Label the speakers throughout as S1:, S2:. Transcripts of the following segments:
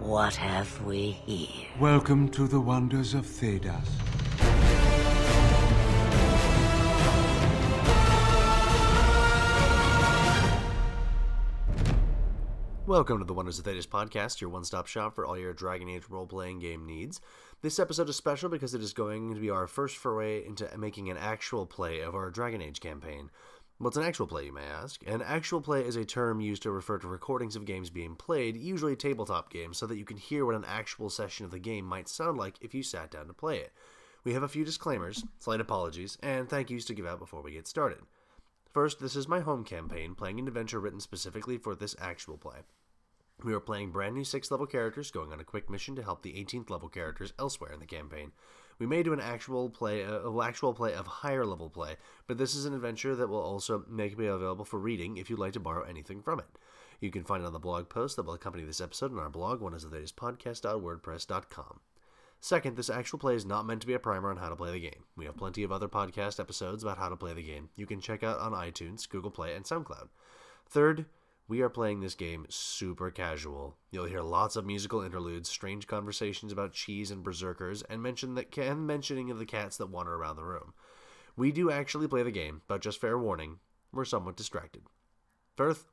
S1: What have we here?
S2: Welcome to the wonders of Thedas.
S3: Welcome to the Wonders of Thetis podcast, your one stop shop for all your Dragon Age role playing game needs. This episode is special because it is going to be our first foray into making an actual play of our Dragon Age campaign. What's an actual play, you may ask? An actual play is a term used to refer to recordings of games being played, usually tabletop games, so that you can hear what an actual session of the game might sound like if you sat down to play it. We have a few disclaimers, slight apologies, and thank yous to give out before we get started. First, this is my home campaign, playing an adventure written specifically for this actual play. We are playing brand new 6th level characters going on a quick mission to help the 18th level characters elsewhere in the campaign. We may do an actual play, uh, well, actual play of higher level play, but this is an adventure that will also make be available for reading if you'd like to borrow anything from it. You can find it on the blog post that will accompany this episode on our blog, one is the latest podcast.wordpress.com. Second, this actual play is not meant to be a primer on how to play the game. We have plenty of other podcast episodes about how to play the game. You can check out on iTunes, Google Play, and SoundCloud. Third, we are playing this game super casual. You'll hear lots of musical interludes, strange conversations about cheese and berserkers, and mention that and mentioning of the cats that wander around the room. We do actually play the game, but just fair warning, we're somewhat distracted. Firth,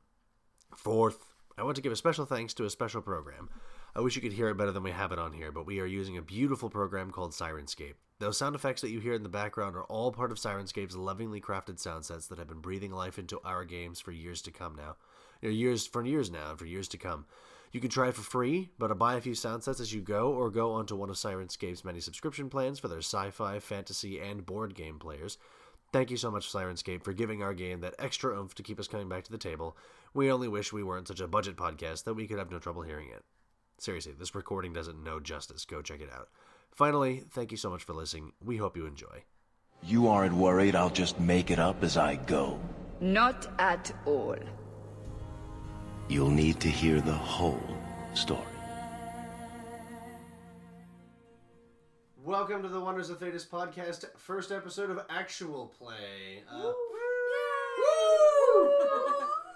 S3: Fourth, I want to give a special thanks to a special program. I wish you could hear it better than we have it on here, but we are using a beautiful program called Sirenscape. Those sound effects that you hear in the background are all part of Sirenscape's lovingly crafted sound sets that have been breathing life into our games for years to come now. You know, years for years now and for years to come. You can try it for free, but buy a few sound sets as you go, or go onto one of Sirenscape's many subscription plans for their sci-fi, fantasy, and board game players. Thank you so much, Sirenscape, for giving our game that extra oomph to keep us coming back to the table. We only wish we weren't such a budget podcast that we could have no trouble hearing it. Seriously, this recording doesn't know justice. Go check it out. Finally, thank you so much for listening. We hope you enjoy.
S4: You aren't worried I'll just make it up as I go.
S5: Not at all.
S4: You'll need to hear the whole story.
S3: Welcome to the Wonders of Thetis podcast, first episode of Actual Play. Uh,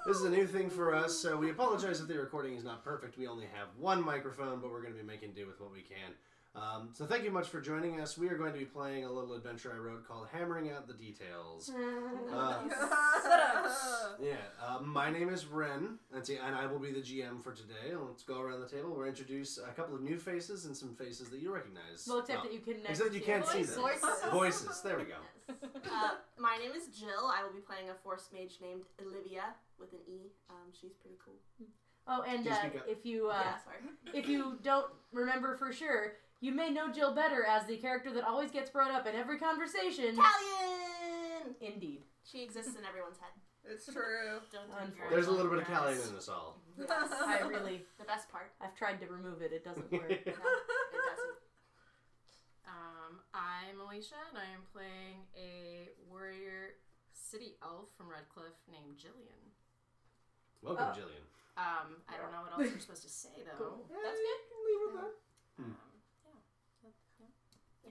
S3: This is a new thing for us, so we apologize if the recording is not perfect. We only have one microphone, but we're going to be making do with what we can. Um, so thank you much for joining us. We are going to be playing a little adventure I wrote called "Hammering Out the Details." Uh, yeah, uh, my name is Ren, and, see, and I will be the GM for today. Let's go around the table. We'll introduce a couple of new faces and some faces that you recognize.
S6: Well, except
S3: Well,
S6: that you can never
S3: except that you can't see them.
S7: Voices.
S3: Voices. There we go.
S7: Uh, my name is Jill. I will be playing a force mage named Olivia with an E. Um, she's pretty cool.
S6: Oh, and
S3: Do
S6: uh,
S3: you speak up?
S6: if you uh,
S7: yeah, sorry.
S6: if you don't remember for sure, you may know Jill better as the character that always gets brought up in every conversation.
S7: Italian.
S6: Indeed.
S7: She exists in everyone's head.
S8: It's true.
S7: Don't
S6: do Unfortunately.
S3: There's a little bit of Italian in us all.
S6: I really,
S7: The best part.
S6: I've tried to remove it. It doesn't work.
S7: No, it doesn't.
S8: Um, I'm Alicia, and I am playing a warrior city elf from Redcliffe named Jillian.
S3: Welcome,
S6: Oh.
S3: Jillian.
S8: Um, I don't know what else we're supposed to say though.
S6: That's good.
S8: Um,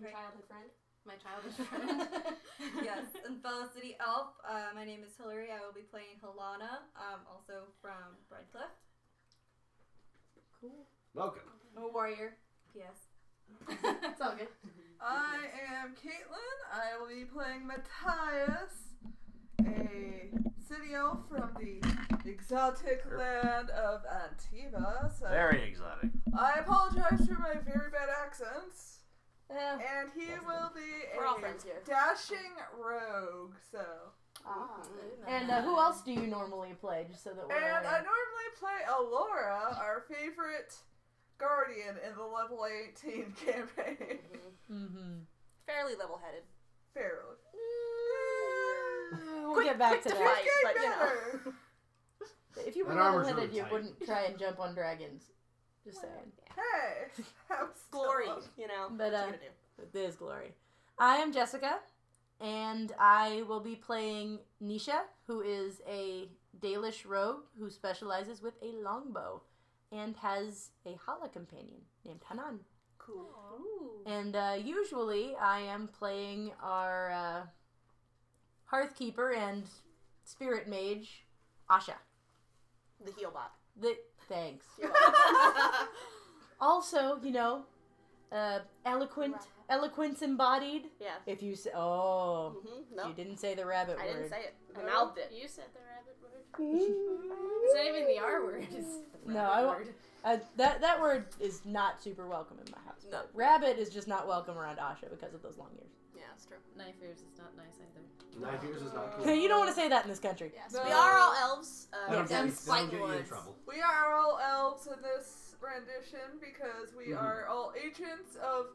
S7: Your childhood friend.
S8: my childhood friend.
S9: yes, and fellow city elf, uh, my name is Hillary. I will be playing Helana, um, also from Redcliffe.
S3: Welcome.
S9: I'm a warrior. Yes.
S6: It's all good.
S7: I
S8: am Caitlin. I will be playing Matthias, a city elf from the exotic land of Antiva. So
S3: Very exotic.
S8: I apologize for my very bad accents.
S6: Uh,
S8: And he will be
S7: We're all friends here.
S8: dashing rogue. So,
S6: and uh, who else do you normally play? Just so that we're
S8: and I
S6: aware.
S8: normally play Alora, our favorite guardian in the level 18 campaign.
S6: Mhm.
S9: Fairly level headed.
S8: Fairly.
S6: We'll get back to
S7: to
S6: that.
S7: fight.
S8: Getting
S7: but, you know.
S8: better.
S6: If you were
S3: That armor's
S6: level-headed,
S3: really
S6: you
S3: tight.
S6: wouldn't try and jump on dragons. Just saying.
S8: Hey, how
S7: Glory. You know.
S6: But,
S7: what you
S6: uh,
S7: gonna do?
S6: But There's glory. I am Jessica, and I will be playing Nisha, who is a Dalish rogue who specializes with a longbow and has a hala companion named Hanan.
S8: Cool.
S6: And uh, usually I am playing our uh, Hearthkeeper and Spirit Mage, Asha.
S7: The heel bot.
S6: The, thanks. Also, you know, uh, eloquent, eloquence embodied.
S7: Yeah.
S6: If you say, oh,
S7: Mm-hmm. No,
S6: you didn't say the rabbit
S7: I
S6: word.
S7: didn't say it. I mouthed it.
S10: Oh, You said the rabbit word. it's not even the R word. It's the
S6: No,
S10: rabbit
S6: I won't-
S10: word.
S6: Uh, that that word is not super welcome in my house.
S7: No.
S6: But rabbit is just not welcome around Asha because of those long ears.
S7: Yeah, that's true.
S10: Knife ears is not nice either.
S3: Knife ears is not
S6: you don't want to say that in this country.
S10: Yes.
S8: No.
S7: We are all elves. Uh,
S3: That'll
S7: yes,
S3: get
S7: and
S3: you- that'll
S7: spite
S3: get you in
S7: lords.
S3: trouble.
S8: We are all elves in this rendition because we are all agents of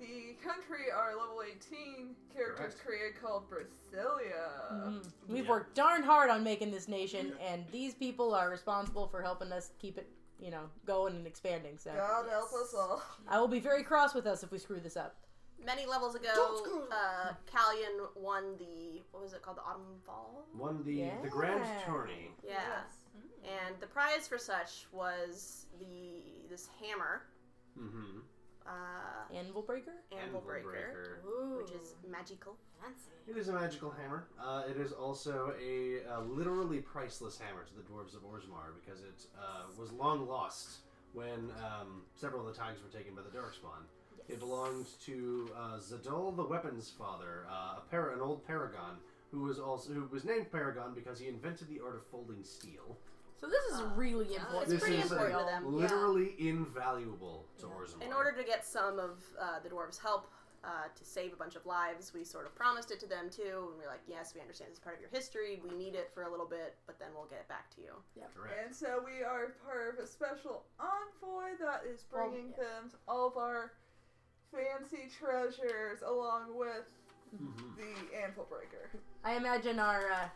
S8: the country our level 18 characters
S3: Correct.
S8: create called Brasilia.
S6: Mm. We've
S3: Yeah.
S6: worked darn hard on making this nation, and these people are responsible for helping us keep it, you know, going and expanding. So
S8: God help us all.
S6: I will be very cross with us if we screw this up.
S7: Many levels ago, uh, Callion won the what was it called? The Autumn Fall.
S3: Won the,
S6: the grand Yeah. tourney.
S7: Yeah. And the prize for such was the this hammer,
S3: Mm-hmm.
S7: uh,
S6: Anvil breaker.
S7: anvil breaker,
S10: Ooh.
S7: which is magical.
S10: fancy.
S3: It is a magical hammer. Uh, it is also a uh, literally priceless hammer to the dwarves of Orzmar because it uh, was long lost when um, several of the tags were taken by the Darkspawn. It belonged to uh, Zadol the Weapons Father, uh, a para- an old paragon who was also who was named Paragon because he invented the art of folding steel.
S6: So Ah. this is really important.
S7: It's
S3: this
S7: pretty
S3: is uh,
S7: important to them. yeah.
S3: literally invaluable to Orzmar.
S7: In order to get some of uh, the dwarves' help uh, to save a bunch of lives, we sort of promised it to them too, and we are like, yes, we understand this is part of your history. We need it for a little bit, but then we'll get it back to you.
S3: Correct.
S8: And so we are part of a special envoy that is bringing them all of our fancy treasures along with the anvil breaker.
S6: I imagine our uh,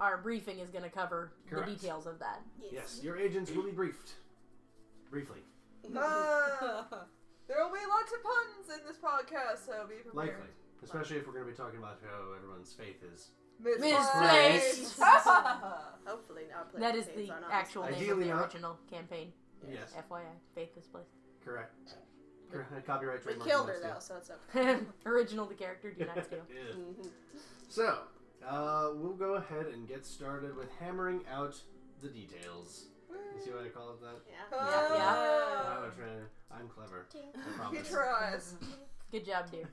S6: our briefing is going to cover
S3: Correct.
S6: the details of that.
S3: Yes, your agents will be briefed. Briefly.
S8: Uh, there will be lots of puns in this podcast, so be prepared.
S3: Likely. Especially if we're going to be talking about how everyone's faith is.
S6: Misplaced.
S7: Hopefully, not.
S6: That is the
S7: are not
S6: actual
S7: misplaced.
S6: name of
S3: Ideally
S6: the
S3: not.
S6: original campaign.
S3: Yes.
S6: FYI, faith was placed.
S3: Correct. Correct. Copyright
S7: We
S3: trademark.
S7: killed her
S3: and
S7: though,
S3: that's
S7: so it's okay.
S6: Original the character, do not steal.
S3: it.
S7: Mm-hmm.
S3: Yeah. So, uh, we'll go ahead and get started with hammering out the details. You see what I call it that?
S7: Yeah.
S8: Yeah,
S3: Oh, I'm trying to- I'm clever. I
S8: He
S3: promise.
S8: tries.
S6: Good job, dear.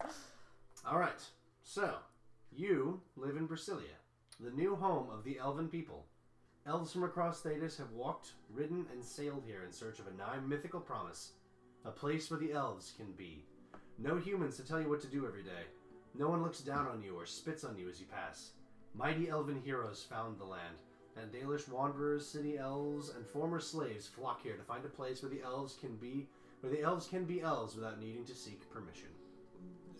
S3: All right. So, you live in Brasilia, the new home of the elven people. Elves from across Thetis have walked, ridden, and sailed here in search of a nigh mythical promise, a place where the elves can be. No humans to tell you what to do every day. No one looks down on you or spits on you as you pass. Mighty elven heroes found the land, and Dalish wanderers, city elves, and former slaves flock here to find a place where the elves can be, where the elves can be elves without needing to seek permission.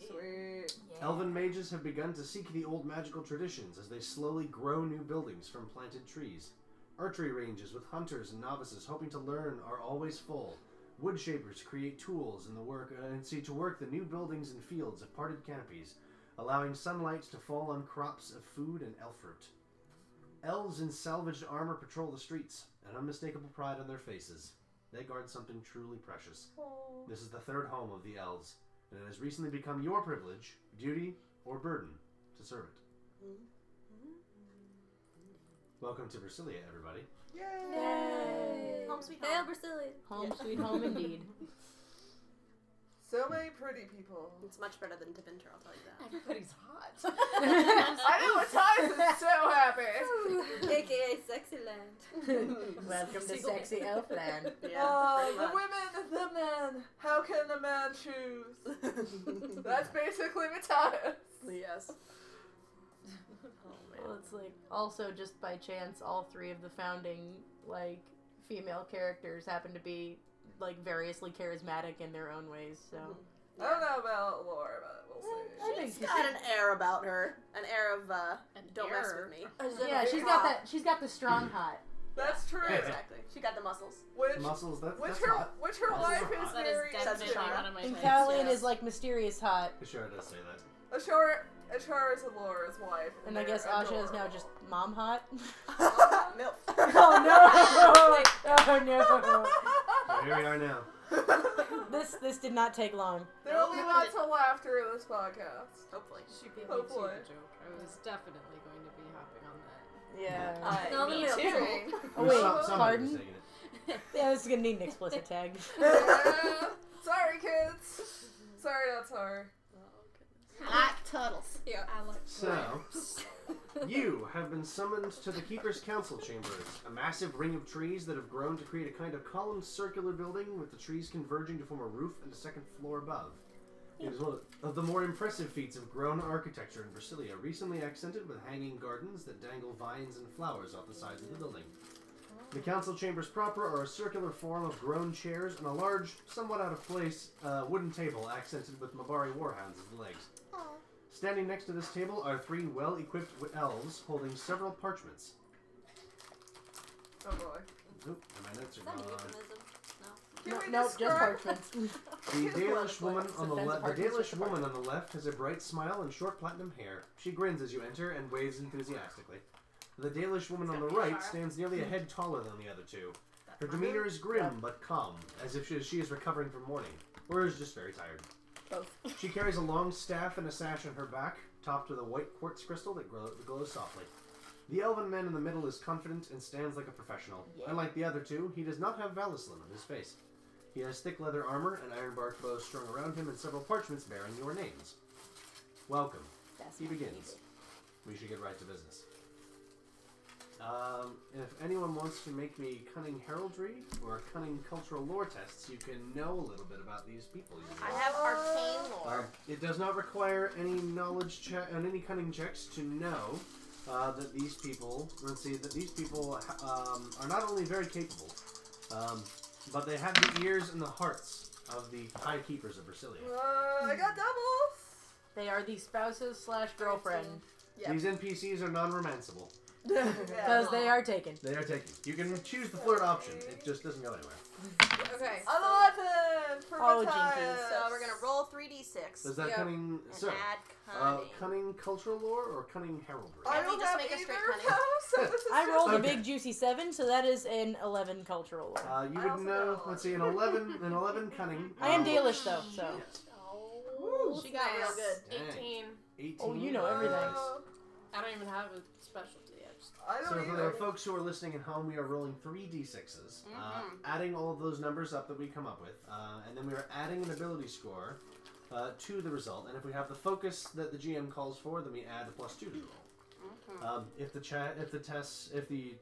S8: Sweet.
S3: Elven mages have begun to seek the old magical traditions as they slowly grow new buildings from planted trees. Archery ranges with hunters and novices hoping to learn are always full. Wood shapers create tools in the work uh, and see to work the new buildings and fields of parted canopies, allowing sunlight to fall on crops of food and elf fruit. Elves in salvaged armor patrol the streets, an unmistakable pride on their faces. They guard something truly precious. This is the third home of the elves, and it has recently become your privilege, duty, or burden to serve it. Welcome to Brasilia, everybody.
S11: Home
S7: sweet
S11: Hail
S7: home.
S11: Brasilia.
S6: Home sweet home indeed.
S8: So many pretty people.
S7: It's much better than Deventer, I'll tell you that.
S10: Everybody's hot.
S8: I know Matthias is so happy.
S11: AKA Sexy Land.
S6: Welcome to sexy elf land.
S8: Oh, the women, the men. How can the man choose? That's basically Matthias.
S7: yes.
S6: Well, it's like also just by chance, all three of the founding like female characters happen to be like variously charismatic in their own ways. So
S8: I don't know about Laura, but we'll see.
S6: I think
S7: Mm-hmm. She's got an air about her. An air of, uh,
S10: An
S7: don't mess
S10: air.
S7: with me.
S6: yeah, she's got that. She's got the strong
S3: Mm-hmm.
S6: hot.
S8: That's true.
S7: Exactly. She got the muscles.
S8: Which,
S3: Muscles, that,
S8: which
S3: that's
S8: her,
S3: hot.
S8: which her wife is
S10: That is
S8: very
S10: definitely
S7: Sarah.
S10: one of my
S6: And
S10: favorites.
S6: Kathleen
S7: yes.
S6: is like mysterious hot,
S3: Sure, does say that.
S8: Ashara, Ashara is Laura's wife.
S6: and I
S8: they're
S6: guess Asha is now
S8: adorable.
S6: just mom hot.
S7: Milf.
S6: oh no! Oh
S3: But here we are now.
S6: no! This this did not take long.
S8: There will be lots of laughter in this podcast.
S7: Hopefully.
S10: She gave
S8: Oh,
S10: me too
S8: boy.
S10: the joke. I was definitely going to be hopping on that.
S6: Yeah.
S7: Uh,
S11: No,
S7: me
S11: no,
S7: too.
S6: oh wait,
S3: Some- somebody was
S6: pardon.
S3: taking it.
S6: yeah, this is gonna need an explicit tag.
S8: Yeah. Sorry, kids. Sorry, that's hard.
S12: Hot turtles.
S13: Yeah. I like
S3: So, you have been summoned to the Keeper's Council Chambers, a massive ring of trees that have grown to create a kind of columned circular building with the trees converging to form a roof and a second floor above. It is one of the more impressive feats of grown architecture in Brasilia, recently accented with hanging gardens that dangle vines and flowers off the sides of the building. The council chambers proper are a circular form of grown chairs and a large, somewhat out of place, uh, wooden table accented with Mabari warhounds as the legs. Standing next to this table are three well equipped elves holding several parchments.
S8: Oh boy.
S3: Oop, and my notes are
S13: Is that a
S3: gone.
S13: euphemism? No.
S8: Can we
S6: no, just
S8: describe-
S6: parchments.
S3: The Dalish woman on the
S6: Sometimes
S3: left the
S6: parchments are
S3: Dalish
S6: for
S3: woman on the left has a bright smile and short platinum hair. She grins as you enter and waves enthusiastically. The Dalish woman on the right stands nearly a head
S6: Hmm.
S3: taller than the other two. Her demeanor is grim but calm, as if she, she is recovering from mourning, or is just very tired.
S6: Both.
S3: She carries a long staff and a sash on her back, topped with a white quartz crystal that, glow, that glows softly. The elven man in the middle is confident and stands like a professional. Unlike the other two, he does not have Valislin on his face. He has thick leather armor, an iron bark bow strung around him, and several parchments bearing your names. Welcome.
S6: That's
S3: he
S6: my
S3: begins. We should get right to business. Um, if anyone wants to make me cunning heraldry or cunning cultural lore tests, you can know a little bit about these people. you
S7: I
S3: know.
S7: have arcane lore.
S3: It does not require any knowledge check and any cunning checks to know uh, that these people. Let's see that these people um, are not only very capable, um, but they have the ears and the hearts of the high keepers of Brasilia.
S8: Uh, I got doubles.
S6: They are the spouses slash girlfriend
S7: Yeah.
S3: These NPCs are non-romanceable.
S6: because they are taken.
S3: They are taken. You can choose the flirt option. It just doesn't go anywhere.
S13: Okay.
S8: Eleven for
S6: Oh,
S8: Matthias.
S6: jinkies.
S7: So we're gonna roll 3d6
S3: Does
S7: and
S3: that
S13: Yep.
S3: cunning? So,
S7: add
S3: uh,
S7: cunning.
S3: cunning cultural lore or cunning heraldry?
S8: I
S7: Can we
S8: don't
S7: just
S8: have
S7: make a
S8: either
S7: straight
S8: of
S7: cunning?
S8: those, so this is
S6: I
S8: just-
S6: rolled a
S3: Okay.
S6: big juicy seven, so that is an eleven cultural lore.
S3: Uh, you
S7: I
S3: would
S7: also
S3: know.
S7: got a
S3: Let's see, an eleven, an eleven cunning.
S6: I am
S3: uh,
S6: Dalish though, so
S3: yes.
S12: Oh,
S7: She got real good.
S3: Dang.
S12: 18.
S3: 18.
S6: Oh, you know everything.
S8: Uh,
S12: I don't even have a specialty. I just
S8: I don't
S3: So for the
S8: either.
S3: folks who are listening at home, we are rolling three d6s, uh,
S8: Mm-hmm.
S7: Mhm.
S3: adding all of those numbers up that we come up with, uh, and then we are adding an ability score uh, to the result. And if we have the focus that the GM calls for, then we add a plus two to the roll.
S8: Mm-hmm.
S3: Um, if the chat, if the test, if the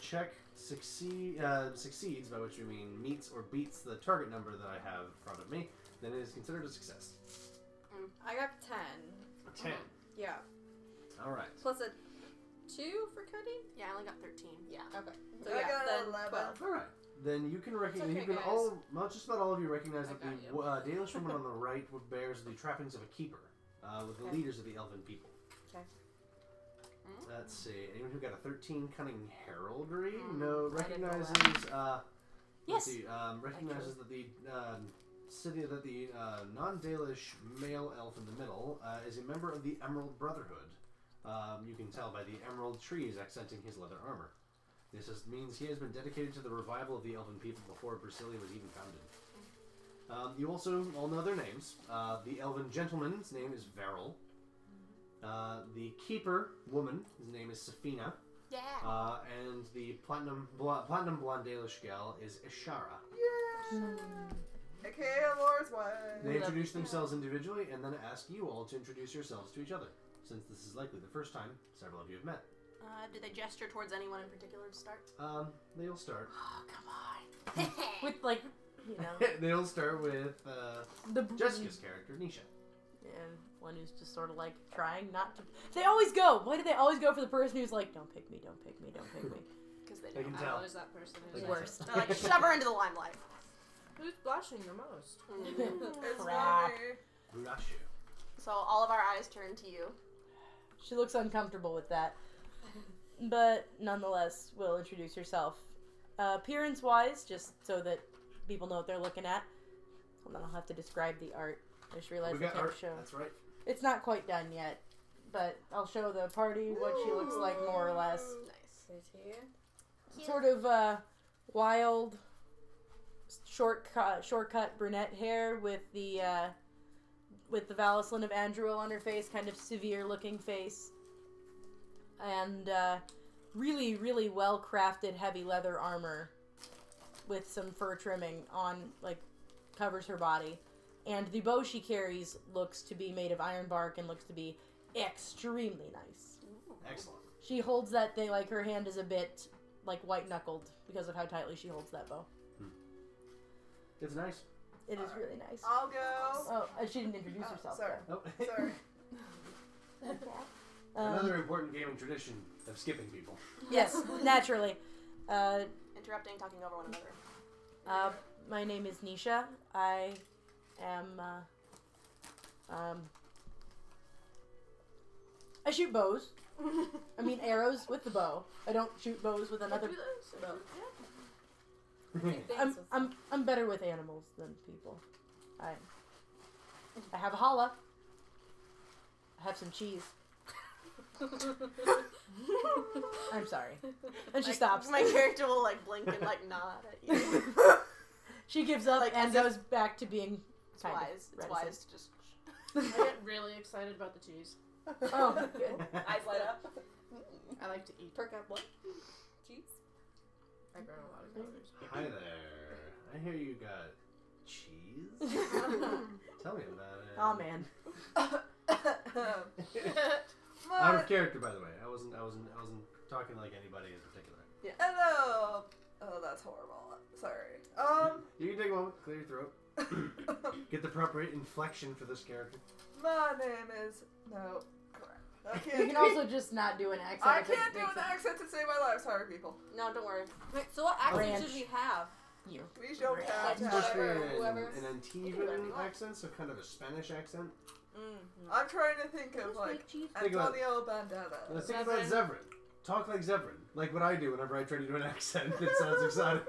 S3: check succeed uh, succeeds, by which we mean meets or beats the target number that I have in front of me, then it is considered a success.
S8: Mm.
S13: I got ten.
S3: Ten.
S13: Yeah.
S3: All right.
S13: Plus a two for cutting.
S12: yeah, I only got 13.
S13: Yeah. Okay. So
S8: I
S13: yeah,
S8: got
S13: then
S8: an 11.
S13: 12.
S3: All right. Then you can recognize.
S12: okay,
S3: you can
S12: guys.
S3: all, well, just about all of you recognize
S12: I
S3: that the
S12: got
S3: w- uh, Dalish woman on the right bears the trappings of a keeper, uh, with the
S7: Okay.
S3: leaders of the Elven people.
S7: Okay.
S3: Let's see. Anyone who got a thirteen cunning heraldry
S7: Mm,
S3: no
S6: Hmm, I didn't know
S3: recognizes. Uh,
S6: Yes.
S3: let's see, um, recognizes that the um, city that the uh, non-Dalish male elf in the middle uh, is a member of the Emerald Brotherhood. Um, you can tell by the emerald trees accenting his leather armor. This is, means he has been dedicated to the revival of the Elven people before Brasilia was even founded.
S6: Hmm.
S3: Um, you also all know their names. Uh, the Elven gentleman's name is Veril. Uh, the keeper woman, his name is Safina.
S12: Yeah.
S3: Uh, and the platinum bl- platinum blonde Dalish gal is Ishara.
S8: Yay! AKA Laura's wife.
S3: They introduce themselves individually and then ask you all to introduce yourselves to each other, since this is likely the first time several of you have met.
S7: Uh, do they gesture towards anyone in particular to start?
S3: Um, they'll start.
S6: with like you know
S3: they'll start with uh,
S6: the
S3: Jessica's character, Nisha.
S6: and one who's just sort of like trying not to. They always go. Why do they always go for the person who's like, don't pick me, don't pick me, don't pick me?
S7: Because they
S3: They can
S7: don't.
S13: I
S3: tell.
S13: know that person
S3: They
S13: is.
S3: can
S6: Worst.
S7: They're like, shove her into the limelight.
S13: Who's blushing the most?
S8: It's
S6: Crap.
S8: funny.
S3: Rush you.
S7: So all of our eyes turn to you.
S6: She looks uncomfortable with that, but nonetheless, will introduce herself. Uh, appearance wise, just so that people know what they're looking at. Hold on, I'll have to describe the art. I just realized
S3: We
S6: I
S3: got
S6: can't
S3: art.
S6: show.
S3: That's right.
S6: It's not quite done yet, but I'll show the party what she looks like more or less.
S7: Nice.
S6: sort of uh, wild, shortcut, shortcut brunette hair with the uh, with the Valislin of Andruil on her face, kind of severe looking face, and uh, really, really well crafted heavy leather armor with some fur trimming on, like covers her body, and the bow she carries looks to be made of iron bark and looks to be extremely nice.
S14: Excellent.
S6: She holds that thing like her hand is a bit like white knuckled because of how tightly she holds that bow.
S14: It's nice.
S6: It is really nice.
S8: I'll go.
S6: Oh, and she didn't introduce herself.
S8: sorry.
S6: though.
S14: Oh.
S8: Sorry.
S6: Um,
S14: Another important gaming tradition of skipping people.
S6: yes, naturally. Uh,
S7: Interrupting, talking over one another.
S6: Uh, my name is Nisha. I am. Uh, um, I shoot bows. I mean arrows with the bow. I don't shoot bows with another bow. I'm, I'm, I'm better with animals than people. I I have a challah. I have some cheese. I'm sorry. And she stops.
S7: My character will like blink and like nod at you.
S6: She gives up
S7: Like,
S6: and
S7: as if-
S6: goes back to being
S7: It's
S6: kind of
S7: wise. It's
S6: reticent.
S7: wise to just
S5: I get really excited about the cheese.
S6: Oh, good.
S7: eyes light up.
S5: I like to eat.
S9: Perk up one. Cheese.
S5: I burn a lot of calories.
S14: Hi there. I hear you got cheese. Tell me about it.
S6: Oh man.
S14: Out
S8: My,
S14: of character, by the way. I wasn't. I wasn't. I wasn't talking like anybody in particular.
S8: hello. Oh, that's horrible. Sorry. Um,
S14: You can take a moment, clear your throat, get the proper inflection for this character.
S8: my name is no. Crap. I
S6: You
S8: can't.
S6: can
S8: do-
S6: also just not do an accent.
S8: I
S6: if it
S8: can't do
S6: makes
S8: an accent to save my life. Sorry, people.
S7: No, don't worry.
S9: Wait, so what accent
S6: Ranch.
S9: should we have?
S6: sense. You.
S8: We don't have
S9: Like,
S8: to
S9: just
S8: have.
S14: Especially
S9: Whoever-
S14: an,
S9: whoever's-
S14: an
S9: whoever
S14: Antiguan
S9: you want.
S14: accent, so kind of a Spanish accent.
S8: I'm trying to think of like
S14: Think about-
S8: Antonio
S14: Now
S8: Banderas.
S14: think about Zevran. Talk like Zevran, like what I do whenever I try to do an accent that sounds exotic.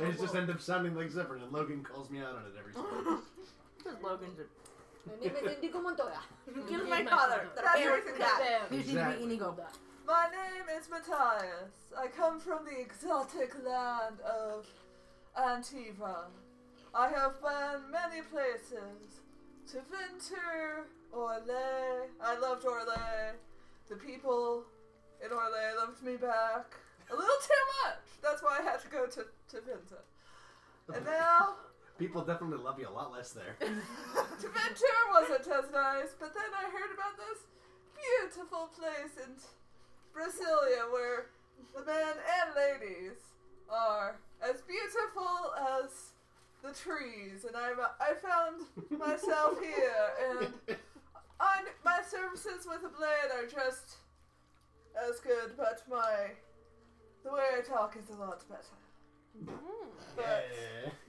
S14: I just end up sounding like Zevran, and Logan calls me out on it every time.
S6: Because Logan's a-
S9: My name is Indigo Montoya.
S7: Kill my father. That's everything that.
S6: You should be
S14: Exactly.
S6: Inigo.
S8: My name is Matthias. I come from the exotic land of Antiva. I have been many places. To Vinter, Orlais. I loved Orlais. The people in Orlais loved me back. A little too much. That's why I had to go to, to Vinter. And now,
S14: People definitely love you a lot less there.
S8: to Ventura wasn't as nice, but then I heard about this beautiful place in Brasilia where the men and ladies are as beautiful as the trees, and I, I found myself here, and on my services with a blade are just as good, but my the way I talk is a lot better. But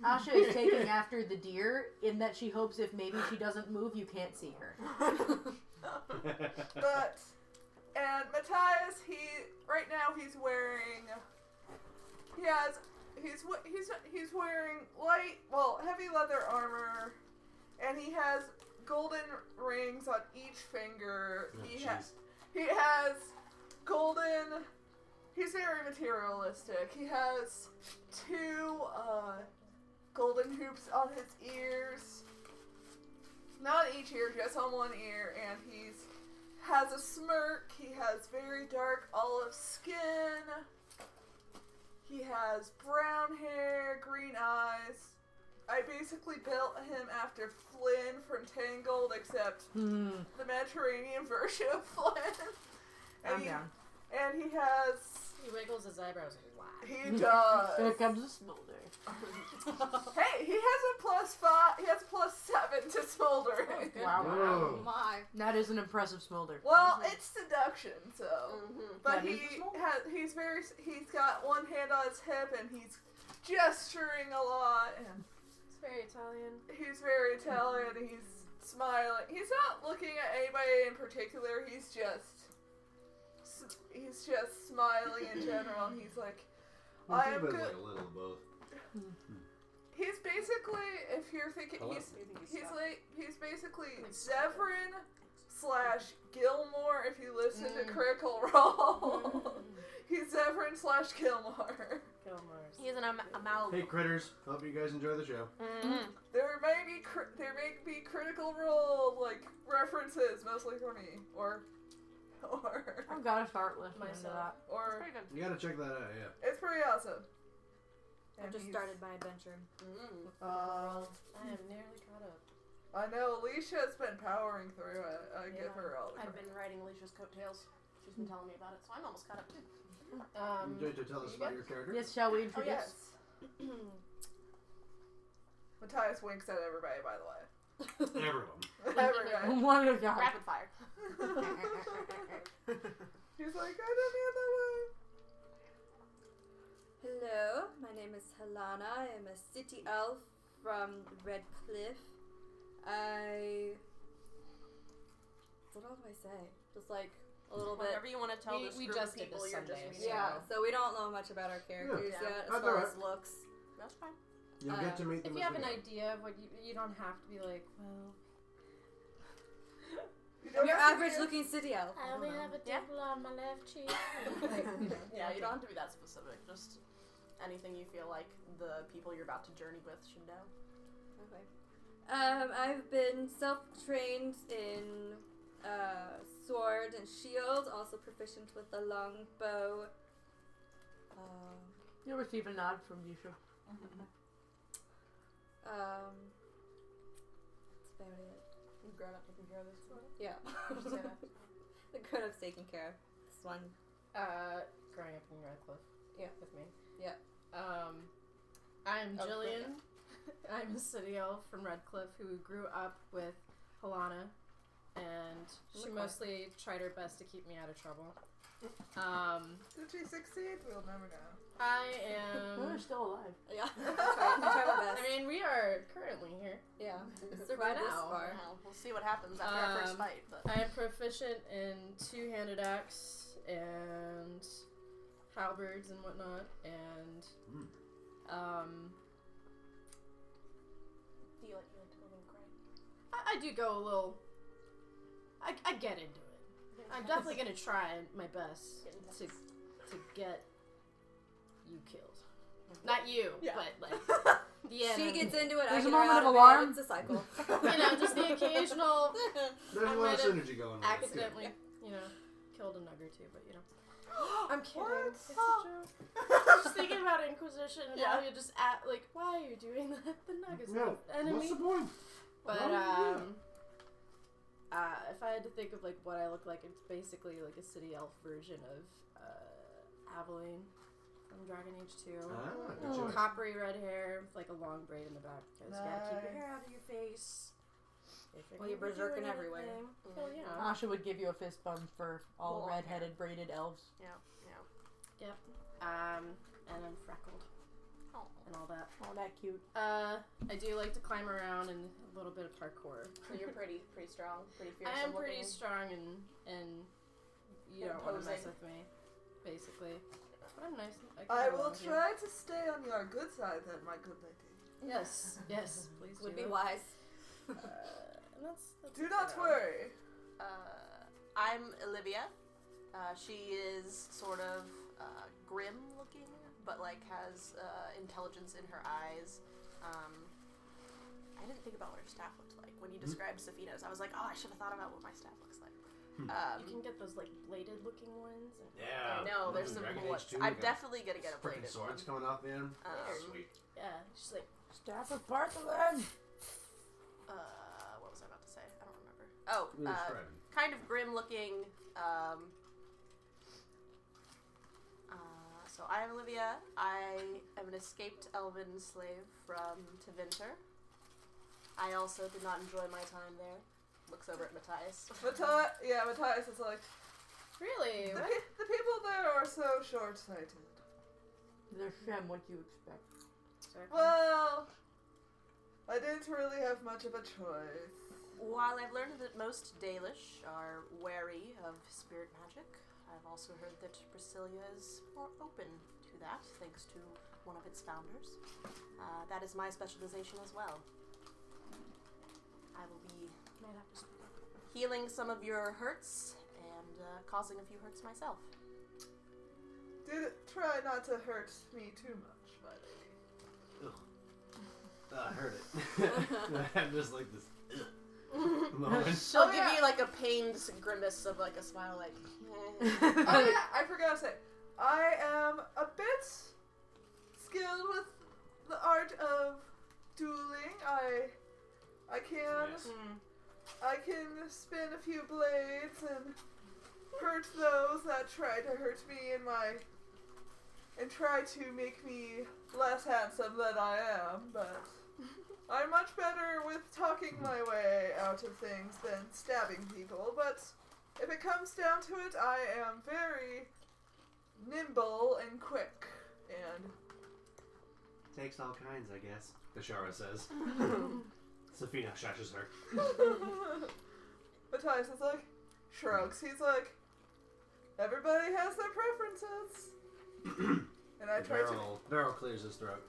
S6: Asha is taking after the deer in that she hopes if maybe she doesn't move, you can't see her.
S8: But and Matthias, he right now he's wearing. He has he's we- he's he's wearing light, well, heavy leather armor, and he has golden rings on each finger. he has he has golden. He's very materialistic. He has two uh, golden hoops on his ears. Not each ear, just on one ear, and he's has a smirk. He has very dark olive skin. He has brown hair, green eyes. I basically built him after Flynn from Tangled, except the Mediterranean version of Flynn.
S6: Calm
S8: And he,
S6: down.
S8: and he has.
S5: He wiggles his eyebrows and wow.
S8: He
S6: Here
S8: does.
S6: comes a smolder.
S8: hey, he has a plus five. He has a plus seven to smoldering.
S6: Wow.
S14: Whoa.
S9: My.
S6: That is an impressive smolder.
S8: Well, it's seduction, so. But
S6: That is
S8: he
S6: a small-
S8: has, he's very, he's got one hand on his hip and he's gesturing a lot and
S5: It's very Italian.
S8: he's very Italian and he's smiling. He's not looking at anybody in particular, he's just, s- he's just smiling in general and he's like,
S14: Well,
S8: I
S14: a
S8: am
S14: bit
S8: good.
S14: like a little of both.
S8: He's basically, if you're thinking,
S14: Hello?
S8: he's
S9: You think he's
S8: he's
S9: stuck?
S8: like he's basically
S5: Like stuck.
S8: Zevran slash Gilmore. If you listen
S5: Mm.
S8: to Critical Role, he's Zevran slash Gilmore.
S5: Gilmore's.
S9: He's an am-
S14: Hey critters, hope you guys enjoy the show.
S8: There may be cri- there may be Critical Role like references, mostly for me, or or
S6: I've got to start listening to
S5: Myself.
S6: that.
S8: or
S14: You gotta check that out, yeah.
S8: it's pretty awesome.
S5: I've
S8: And
S5: just
S8: he's- Uh,
S5: started my adventure.
S7: Mm.
S6: With the world. I am nearly caught up.
S8: I know Alicia's been powering through it. I give
S6: Yeah.
S8: her all the
S7: I've
S8: credit.
S7: been riding Alicia's coattails. She's been telling me about it, so I'm almost caught up too.
S6: Um,
S3: Jojo, tell us about your character.
S15: Yes, shall we
S8: Oh
S15: introduce?
S8: yes. Matthias winks at everybody. By the way.
S3: Everyone.
S8: Everybody.
S15: One of God.
S7: Rapid fire.
S8: He's like, I don't hear that way.
S5: Hello, my name is Helana. I am a city elf from Red Cliff. I. What all do I say? Just like a little bit.
S7: Whatever you want to tell
S6: We-
S7: this
S6: we
S7: group
S6: just
S7: of
S6: did
S7: people
S6: this
S7: you're
S6: Sunday,
S7: just meeting.
S5: Yeah, so we don't know much about our characters
S7: Yeah.
S5: yet, as
S3: That's
S5: far
S3: alright.
S5: as looks.
S7: That's fine.
S3: You'll get to meet them.
S6: if you
S3: as
S6: have
S3: we
S6: an
S3: go.
S6: idea of what you, you don't have to be like, well,
S8: You
S5: I'm
S8: don't
S5: your
S8: have to
S5: average
S8: hear-
S5: looking city elf.
S6: I only have a
S7: Yeah.
S6: dimple on my left cheek. like, you know,
S7: Yeah, you don't have to be that specific. Just anything you feel like the people you're about to journey with should know.
S5: Okay. Um, I've been self-trained in uh, sword and shield, also proficient with the long bow. Um,
S15: You'll receive a nod from Yusha.
S5: um, that's about it.
S7: You've grown up taking care of this.
S5: Yeah. the grown-up's taken care of. This one.
S6: uh, growing up in Redcliffe.
S5: Yeah.
S6: with me.
S5: Yeah.
S6: Um, I'm
S5: Oh,
S6: Jillian. I'm a city elf from Redcliffe who grew up with Helena, and she
S5: Look what- Mm.
S6: mostly tried her best to keep me out of trouble. Um,
S8: Did she succeed? We'll never know.
S6: I
S15: We're
S6: am.
S15: still alive.
S5: Yeah. Try- try my best.
S6: I mean, we are currently here.
S5: yeah. Survive this
S6: now.
S5: far.
S7: Well, we'll see what happens after our first
S6: Um,
S7: fight, but
S6: I am proficient in two-handed axe and halberds and whatnot, and um,
S7: do you like you like to go a little cry?
S6: I, I do go a little. I, I get into it. I'm definitely gonna try my best to to get you killed. Not you, but like yeah.
S5: She gets into it. I
S15: There's
S5: get
S15: a
S5: her
S15: moment
S5: out
S15: of
S5: it.
S15: alarm.
S5: It's a cycle.
S6: you know, just the occasional
S3: There's
S6: I
S3: a lot of
S6: might have
S3: synergy going on.
S6: accidentally, you know, killed a nug or two, but you know. I'm kidding. It's a joke. just thinking about Inquisition and how you just at like, why are you doing that? The nug is
S3: No.
S6: not an enemy.
S3: What's the point?
S6: But
S3: Why would you do
S6: um, uh, if I had to think of like what I look like, it's basically like a city elf version of uh, Aveline from Dragon Age Two.
S3: Ah, good choice.
S6: Coppery red hair, with, like a long braid in the back. Because you gotta keep your hair out of your face. If
S5: Well, you're
S6: gonna do
S5: berserking
S6: anything.
S5: everywhere.
S6: Well, yeah.
S16: Asha would give you a fist bump for all
S7: Long
S16: red-headed braided elves.
S7: Yeah, yeah.
S6: Yep. Um, and I'm freckled
S7: Oh.
S6: and all that.
S16: Oh, that cute.
S6: Uh, I do like to climb around and a little bit of parkour.
S7: So you're pretty pretty strong, pretty fearsome
S6: I am pretty
S7: looking.
S6: strong and and you don't want to mess
S7: Imposing.
S6: with me, basically. But I'm nice. and-
S8: I
S6: can
S8: will
S6: roll here.
S8: try to stay on your good side, then, my good lady.
S6: Yes, yes, please
S5: Would
S6: do.
S5: be wise.
S6: Uh, and that's, that's
S8: Do not
S6: about it.
S8: worry.
S7: Uh, I'm Olivia. Uh, she is sort of uh, grim looking, but like has uh, intelligence in her eyes. Um, I didn't think about what her staff looked like when you described Safina's. I was like, oh, I should have thought about what my staff looks like.
S6: You
S7: Um,
S6: can get those like bladed looking ones. And
S3: Yeah.
S7: I know there's some
S3: Dragon
S7: cool
S3: Age
S7: ones.
S3: 2, we
S7: I'm
S3: got
S7: definitely gonna get a
S3: frickin'
S7: bladed one.
S3: swords coming off the end. Ah,
S7: Um,
S3: Sweet.
S6: Yeah, she's like
S16: Staff apart the land.
S7: uh, what was I about to say? I don't remember. Oh,
S3: We were
S7: uh,
S3: describing.
S7: kind of grim looking. Um, uh, so I am Olivia. I am an escaped elven slave from Tevinter. I also did not enjoy my time there. Looks over at Matthias.
S8: Matthias, yeah, Matthias is like,
S6: really.
S8: the,
S6: What?
S8: pe- the people there are so short sighted.
S16: They're Shem, what you expect.
S6: Sorry.
S8: Well, I didn't really have much of a choice.
S7: While I've learned that most Dalish are wary of spirit magic, I've also heard that Brasilia is more open to that, thanks to one of its founders. Uh, that is my specialization as well. I will be
S6: Might have to speak up.
S7: healing some of your hurts and uh, causing a few hurts myself.
S8: Did try not to hurt me too much, my lady.
S3: Ugh. Ah, I heard it. I'm just like this. ugh moment.
S7: She'll
S8: Oh,
S7: give
S8: yeah.
S7: you like a pained grimace of like a smile, like.
S8: oh yeah, I forgot to say, I am a bit skilled with can. I can spin a few blades and hurt those that try to hurt me in my and try to make me less handsome than I am, but I'm much better with talking my way out of things than stabbing people, but if it comes down to it, I am very nimble and quick and
S3: Takes all kinds, I guess. Bashara says. Safina shashes her.
S8: Matthias is like, shrugs. He's like, everybody has their preferences. and I try to.
S3: Beryl, Beryl clears his throat.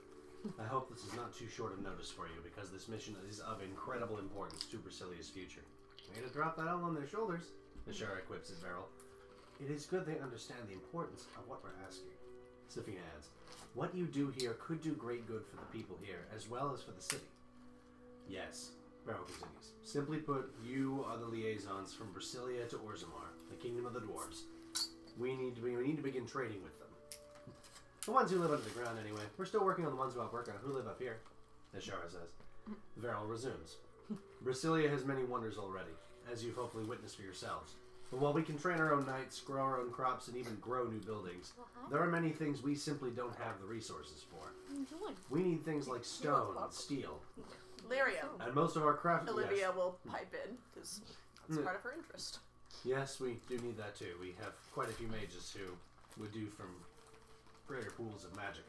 S3: I hope this is not too short of notice for you because this mission is of incredible importance to Brasilia's future. Way to drop that all on their shoulders,
S8: Mm.
S3: Bashara quips at Beryl. It is good they understand the importance of what we're asking. Safina adds, What you do here could do great good for the people here, as well as for the city. Yes, Beryl continues. Simply put, you are the liaisons from Brasilia to Orzammar, the kingdom of the dwarves. We need to, be, we need to begin trading with them. The ones who live under the ground, anyway. We're still working on the ones who outwork on who live up here, as Shara says. Varel resumes. Brasilia has many wonders already, as you've hopefully witnessed for yourselves. But while we can train our own knights, grow our own crops, and even grow new buildings, there are many things we simply don't have the resources for. We need things like stone and steel,
S7: Lyria.
S3: and most of our craft.
S7: Olivia
S3: yes.
S7: will pipe in because that's
S3: Mm.
S7: part of her interest.
S3: Yes, we do need that too. We have quite a few mages who would do from greater pools of magic.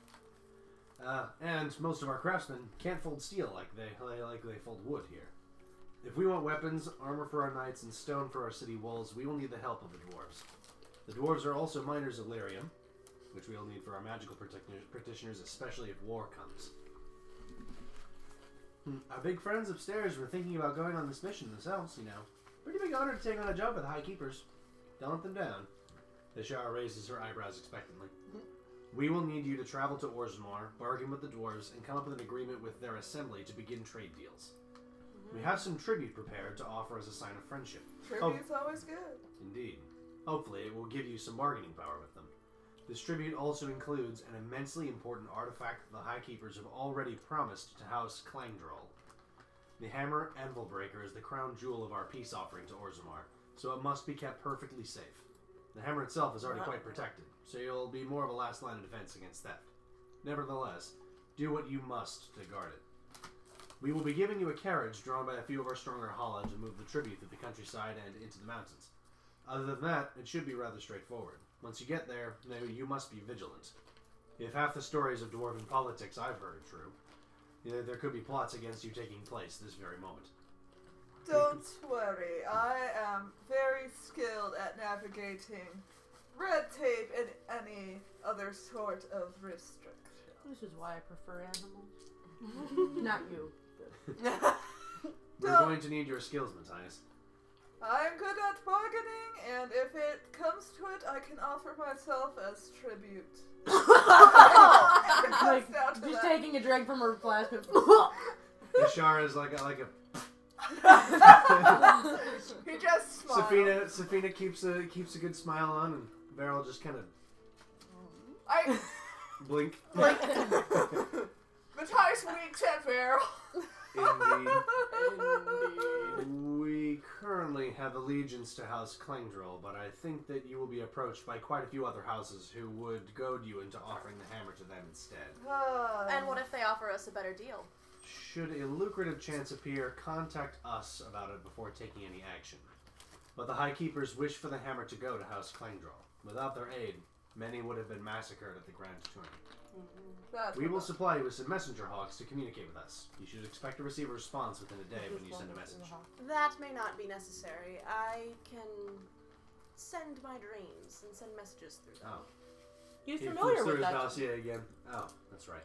S3: Uh, and most of our craftsmen can't fold steel like they like they fold wood here. If we want weapons, armor for our knights, and stone for our city walls, we will need the help of the dwarves. The dwarves are also miners of lyrium, which we will need for our magical practic- practitioners, especially if war comes. Hmm, Our big friends upstairs were thinking about going on this mission themselves, you know. Pretty big honor to take on a job with the High Keepers. Don't let them down. Ishara raises her eyebrows expectantly. We will need you to travel to Orzammar, bargain with the dwarves, and come up with an agreement with their assembly to begin trade deals. We have some tribute prepared to offer as a sign of friendship. Oh,
S8: Tribute's always good.
S3: Indeed. Hopefully, it will give you some bargaining power with them. This tribute also includes an immensely important artifact that the High Keepers have already promised to House Clangdrol. The Hammer Anvil Breaker is the crown jewel of our peace offering to Orzammar, so it must be kept perfectly safe. The hammer itself is already quite protected, so you'll be more of a last line of defense against theft. Nevertheless, do what you must to guard it. We will be giving you a carriage drawn by a few of our stronger Holland to move the tribute through the countryside and into the mountains. Other than that, it should be rather straightforward. Once you get there, though, you must be vigilant. If half the stories of dwarven politics I've heard are true, there- there could be plots against you taking place this very moment.
S8: Don't worry, I am very skilled at navigating red tape and any other sort of restriction.
S17: This is why I prefer animals.
S6: Not you.
S3: We're
S8: Don't-
S3: going to need your skills, Matthias.
S8: I'm good at bargaining, and if it comes to it, I can offer myself as tribute. It comes
S6: Like,
S8: down to
S6: just
S8: that.
S6: taking a drink from her flask. of-
S3: Ishara is like a, like a
S8: he just smiled.
S3: Safina Safina keeps a keeps a good smile on, and Beryl just kind of
S8: I,
S3: blink.
S8: Matthias winks at Beryl.
S3: Indeed. We currently have allegiance to House Klingdrel, but I think that you will be approached by quite a few other houses who would goad you into offering the hammer to them instead.
S8: Ah,
S7: And what if they offer us a better deal?
S3: Should a lucrative chance appear, contact us about it before taking any action. But the High Keepers wish for the hammer to go to House Klingdrel. Without their aid, many would have been massacred at the Grand Tournament.
S8: That's
S3: We will supply you with some messenger hawks to communicate with us. You should expect to receive a response within a day when you send a message.
S7: That may not be necessary. I can send my dreams and send messages through them.
S3: Oh,
S17: He's
S3: he
S17: familiar
S3: flips through
S17: with
S3: his
S17: that.
S3: dossier again. Oh, that's right.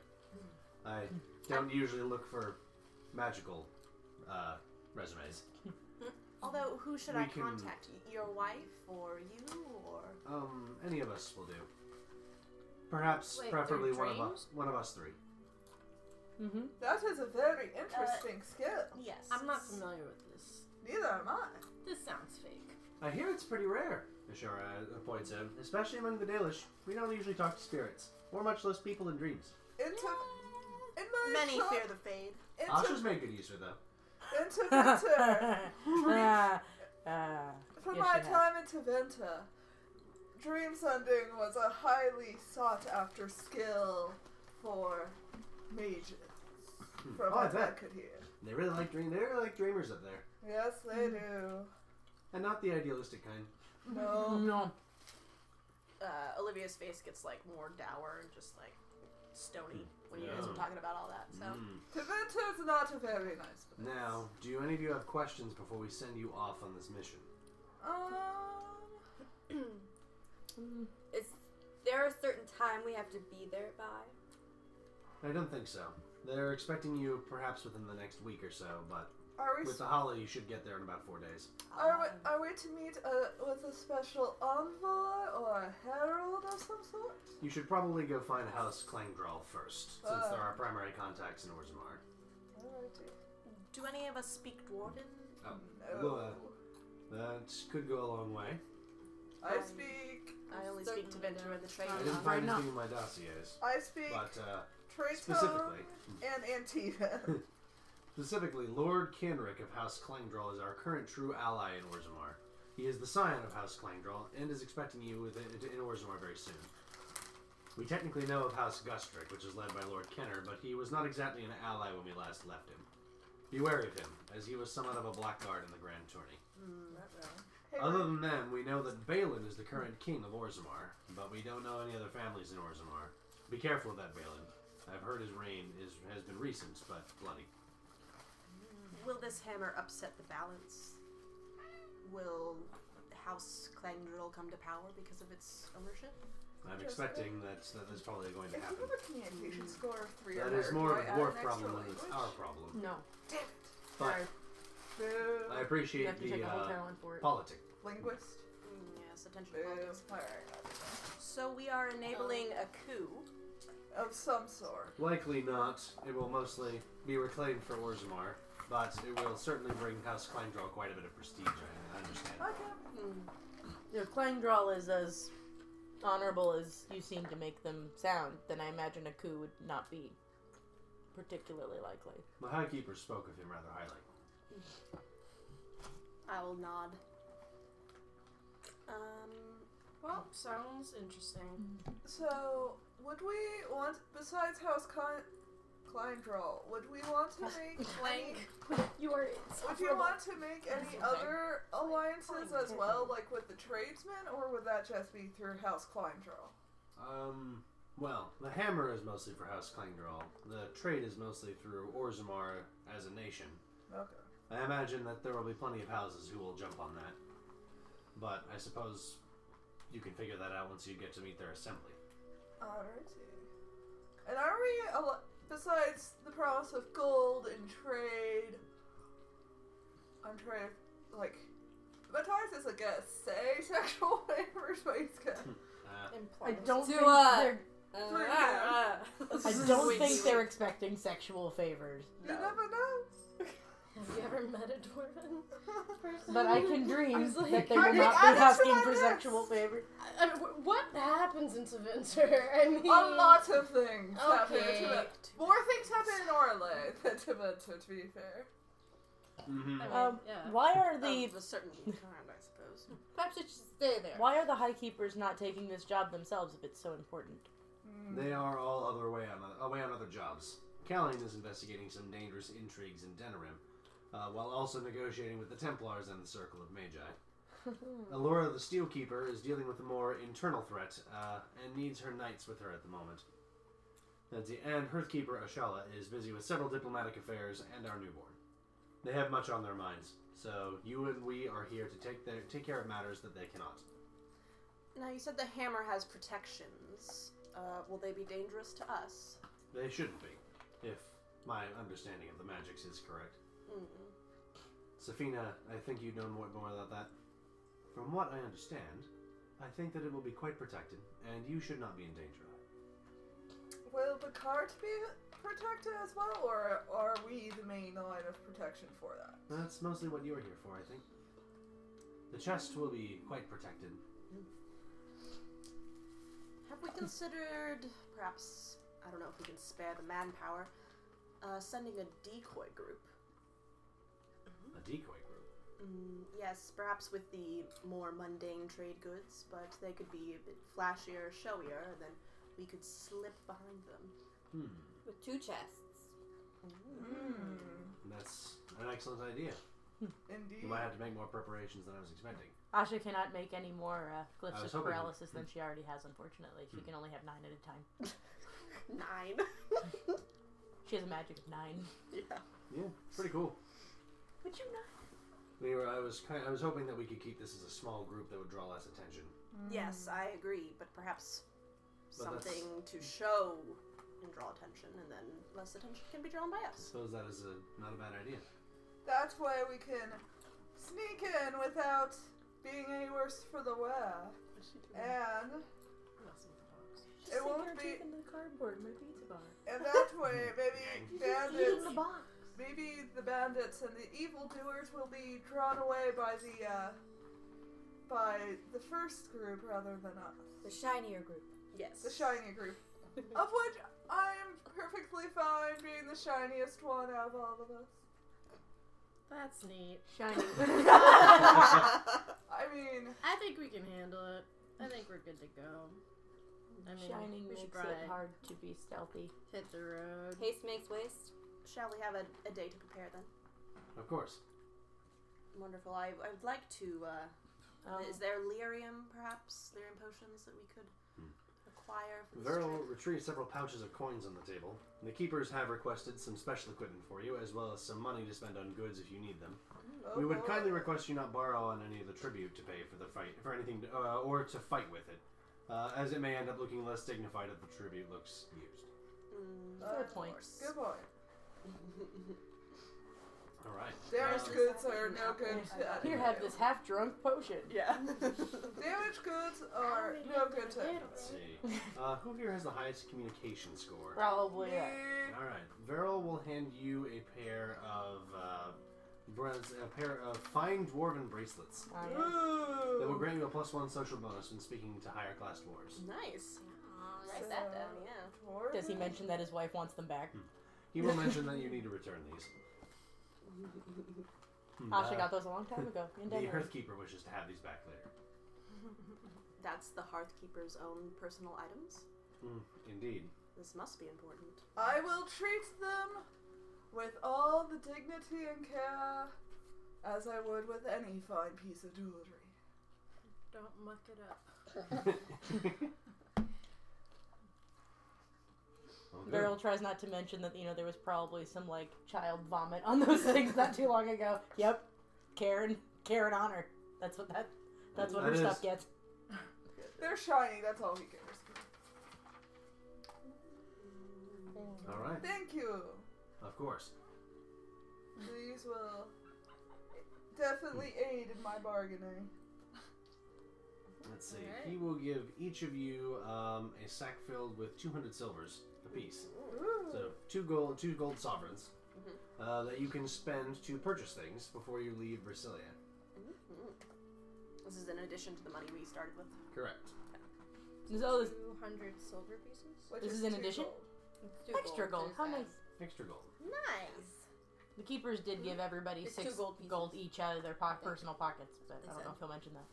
S3: I don't usually look for magical uh, resumes.
S7: Although, who should
S3: We
S7: I
S3: can-
S7: contact? Y- Your wife or you or
S3: Um, any of us will do. Perhaps,
S18: Wait,
S3: preferably
S18: they're
S3: one of
S18: dreams?
S3: us. One of us three.
S8: That is a very
S7: Uh,
S8: interesting skill.
S7: yes?
S6: I'm not
S7: it's-
S6: familiar with this.
S8: Neither am I.
S6: This sounds fake.
S3: I hear it's pretty rare. Ashara points out, especially among the Dalish. We don't usually talk to spirits, or much less people in dreams.
S8: Into, in my
S7: Many
S8: short-
S7: fear the fade.
S8: into-
S3: Asha's made good use of it, though.
S8: Into Venter.
S6: Uh,
S19: Ah, ah,
S8: For
S19: yes,
S8: my
S19: she has.
S8: time in Taventa, dream sending was a highly sought after skill for mages, from
S3: Oh, I
S8: what I
S3: bet.
S8: could hear.
S3: They really like dream. They really like dreamers up there,
S8: Yes, they
S19: Hmm.
S8: do.
S3: and not the idealistic kind.
S6: Oh,
S8: No.
S6: mm.
S19: No.
S7: uh, Olivia's face gets like more dour and just like stony when you guys
S3: Hmm. Yeah. Hmm.
S7: are talking about all that. So
S8: Taventa is not a very nice place.
S3: Now, do any of you have questions before we send you off on this mission?
S8: Um,
S20: Is there a certain time we have to be there by?
S3: I don't think so. They're expecting you perhaps within the next week or so, but
S8: are we
S3: with the holly, you should get there in about four days.
S8: Are we, are we to meet uh with a special envoy or a herald of some sort?
S3: You should probably go find House Klangdrawl first, since
S8: Uh.
S3: they're our primary contacts in Orzammar.
S8: Alrighty.
S7: do any of us speak Dwarven?
S3: Oh,
S8: No.
S3: well, uh, that could go a long way.
S8: I
S7: Um,
S8: speak.
S7: I only speak to
S20: Certainly
S7: Venture and the Train.
S3: I didn't
S7: Uh,
S3: find
S6: not.
S3: anything in my dossiers,
S8: I speak
S3: but uh,
S8: Traitor
S3: specifically,
S8: and Antiva.
S3: specifically, Lord Canrick of House Klangdrawl is our current true ally in Orzammar. He is the scion of House Klangdrawl and is expecting you within, in Orzammar very soon. We technically know of House Gustrick, which is led by Lord Kenner, but he was not exactly an ally when we last left him. Be wary of him, as he was somewhat of a blackguard in the Grand Tourney.
S8: hey,
S3: Other than them, we know that Balin is the current king of Orzammar, but we don't know any other families in Orzammar. Be careful of that Balin. I've heard his reign is, has been recent, but bloody.
S7: Will this hammer upset the balance? Will House Clangdrill come to power because of its ownership?
S3: I'm expecting that that is probably going to
S8: if
S3: happen.
S8: you have a communication score of three or
S3: That is
S8: higher,
S3: more
S8: do
S3: of
S8: I
S3: a
S8: add
S3: dwarf
S8: an extra
S3: problem than it's
S8: language?
S3: our problem.
S6: No.
S8: Damn it.
S3: But
S6: Sorry.
S8: Boo.
S3: I
S6: You
S3: appreciate
S6: have to take
S3: the
S6: a whole
S3: uh,
S6: talent for it.
S3: politic.
S8: Linguist.
S7: Mm, yes, attention
S8: Boo.
S7: to politics.
S8: Alright.
S7: So we are enabling
S3: Um.
S7: a coup.
S8: Of some sort.
S3: Likely not. It will mostly be reclaimed for Orzammar, but it will certainly bring House Kleindraw quite a bit of prestige. I- I understand.
S8: Okay.
S6: If Klangdrawl is as honorable as you seem to make them sound, then I imagine a coup would not be particularly likely.
S3: The High Keeper spoke of him rather highly.
S7: I will nod. Um,
S6: Well, sounds interesting.
S8: So, would we want, besides House Klein, Kleindrawl, would we want to make any,
S20: You are
S8: would you want to make any other alliances as well, like with the tradesmen, or would that just be through House Kleindrawl?
S3: Um, well, the hammer is mostly for House Klingdral. The trade is mostly through Orzammar as a nation.
S8: Okay.
S3: I imagine that there will be plenty of houses who will jump on that. But I suppose you can figure that out once you get to meet their assembly.
S8: Oh, Alrighty. And are we, al- besides the promise of gold and trade, I'm trying to, like, Matthias is like a sexual neighbor, but he's good.
S3: Uh,
S6: I don't
S20: To
S6: think
S7: uh,
S20: what?
S6: they're I don't think they're expecting sexual favors.
S8: You never know.
S19: Have you ever met a dwarven person?
S6: But I can dream
S19: was like,
S6: that they
S8: I
S6: will
S8: mean,
S6: not
S8: I
S6: be
S8: don't
S6: asking
S8: know
S6: for
S8: this.
S6: sexual favors.
S19: I mean, wh- what happens in Taventer? I mean,
S8: A lot of things happen
S19: Okay.
S8: in Tibet. More things happen in Orle than Tibet, to be fair.
S19: I
S3: mhm.
S19: mean,
S6: Um,
S19: yeah.
S6: Why are the
S7: of a certain kind, I suppose.
S20: Perhaps it should stay there.
S6: why are the high keepers not taking this job themselves if it's so important?
S3: They are all other way on away on other jobs. Callian is investigating some dangerous intrigues in Denerim, uh, while also negotiating with the Templars and the Circle of Magi. Alora the Steelkeeper is dealing with a more internal threat uh, and needs her knights with her at the moment. That's the, and Hearthkeeper Ashala is busy with several diplomatic affairs and our newborn. They have much on their minds, so you and we are here to take their, take care of matters that they cannot.
S7: Now you said the hammer has protections. Uh, will they be dangerous to us?
S3: They shouldn't be, if my understanding of the magics is correct.
S7: Mm.
S3: Safina, I think you know more, more about that. From what I understand, I think that it will be quite protected, and you should not be in danger.
S8: Will the cart be protected as well, or are we the main line of protection for that?
S3: That's mostly what you're here for, I think. The chest will be quite protected.
S7: Have we considered perhaps I don't know if we can spare the manpower, uh, sending a decoy group
S3: A decoy group.
S7: Mm, yes, perhaps with the more mundane trade goods, but they could be a bit flashier, showier, and then we could slip behind them.
S3: Hmm.
S21: With two chests.
S3: And that's an excellent idea.
S8: Indeed.
S3: You might have to make more preparations than I was expecting.
S6: Asha cannot make any more uh,
S3: I
S6: glyphs
S3: was
S6: of
S3: hoping- Hmm.
S6: paralysis than she already has, unfortunately. She can only have nine at a time.
S7: Nine.
S6: She has a magic of nine.
S7: yeah.
S3: Yeah, pretty cool.
S7: Would you not?
S3: We were. I was. Kind I was hoping that we could keep this as a small group that would draw less attention.
S7: Yes, I agree, but perhaps
S3: But that's-
S7: something to show and draw attention, and then less attention can be drawn by
S3: I
S7: us.
S3: suppose that is a, not a bad idea.
S8: That way we can sneak in without being any worse for the wear. And
S22: Just
S8: It
S22: stick
S8: won't
S22: our
S8: be-
S22: teeth in the cardboard and our pizza bar.
S8: and that way maybe
S22: You just eat in the
S8: bandits
S22: box.
S8: maybe the bandits and the evildoers will be drawn away by the uh by the first group rather than us.
S21: The shinier group.
S7: Yes.
S8: The shiny group. of which I'm perfectly fine being the shiniest one out of all of us.
S23: That's neat.
S6: Shiny.
S8: I mean
S23: I think we can handle it. I think we're good to go. I mean,
S6: Shining
S23: we should
S6: makes it
S23: probably
S6: hard to be stealthy.
S23: hit the road.
S21: Haste makes waste.
S7: Shall we have a, a day to prepare then?
S3: Of course.
S7: Wonderful. I, I would like to. Uh,
S23: Oh.
S6: Um,
S7: Is there lyrium, perhaps? Lyrium potions that we could acquire for this
S3: Veril
S7: trip?
S3: retrieves several pouches of coins on the table. The keepers have requested some special equipment for you, as well as some money to spend on goods if you need them. we would
S8: boy.
S3: kindly request you not borrow on any of the tribute to pay for the fight, for anything, to, uh, or to fight with it, uh, as it may end up looking less dignified if the tribute looks used.
S6: Fair
S8: uh,
S6: point.
S8: Good point.
S3: All right.
S8: Damaged
S3: Um,
S8: goods are no good. to
S6: Here, have this half drunk potion.
S7: Yeah.
S8: Damaged goods are no good to
S3: Let's see. Uh, who here has the highest communication score?
S6: Probably. uh,
S3: All right. Veril will hand you a pair of uh, bras- a pair of fine dwarven bracelets
S6: I don't know.
S3: that will
S8: Ooh.
S3: grant you a plus one social bonus when speaking to higher class dwarves.
S7: nice.
S8: So,
S7: Write that down, yeah.
S6: Does he mention that his wife wants them back?
S3: He will mention that you need to return these.
S6: Asha
S3: Uh,
S6: got those a long time ago in
S3: The
S6: Denver.
S3: Earthkeeper wishes to have these back later.
S7: That's the Hearthkeeper's own personal items.
S3: Indeed.
S7: This must be important.
S8: I will treat them with all the dignity and care as I would with any fine piece of jewelry.
S23: Don't muck it up.
S3: Well, good.
S6: Beryl tries not to mention that you know there was probably some like child vomit on those things not too long ago. Yep, Karen, Karen honor. That's what that. That's what
S3: That
S6: her
S3: is-
S6: stuff gets.
S8: They're shiny, that's all he cares.
S3: All right.
S8: Thank you.
S3: Of course.
S8: These will definitely aid in my bargaining.
S3: Let's see. He will give each of you um, a sack filled with 200 silvers apiece. So two gold, two gold sovereigns uh, that you can spend to purchase things before you leave Brasilia.
S7: This is in addition to the money we started with.
S3: Correct.
S6: So this,
S22: 200 silver pieces?
S8: Which
S6: This is in
S8: two
S6: addition?
S8: gold.
S21: It's two
S6: extra gold.
S21: There's
S6: How
S21: that.
S6: nice.
S3: Extra gold.
S21: Nice.
S6: The keepers did give everybody
S21: It's
S6: six
S21: two gold pieces.
S6: each out of their po- personal pockets, but I don't know
S21: said.
S6: if he'll mention that.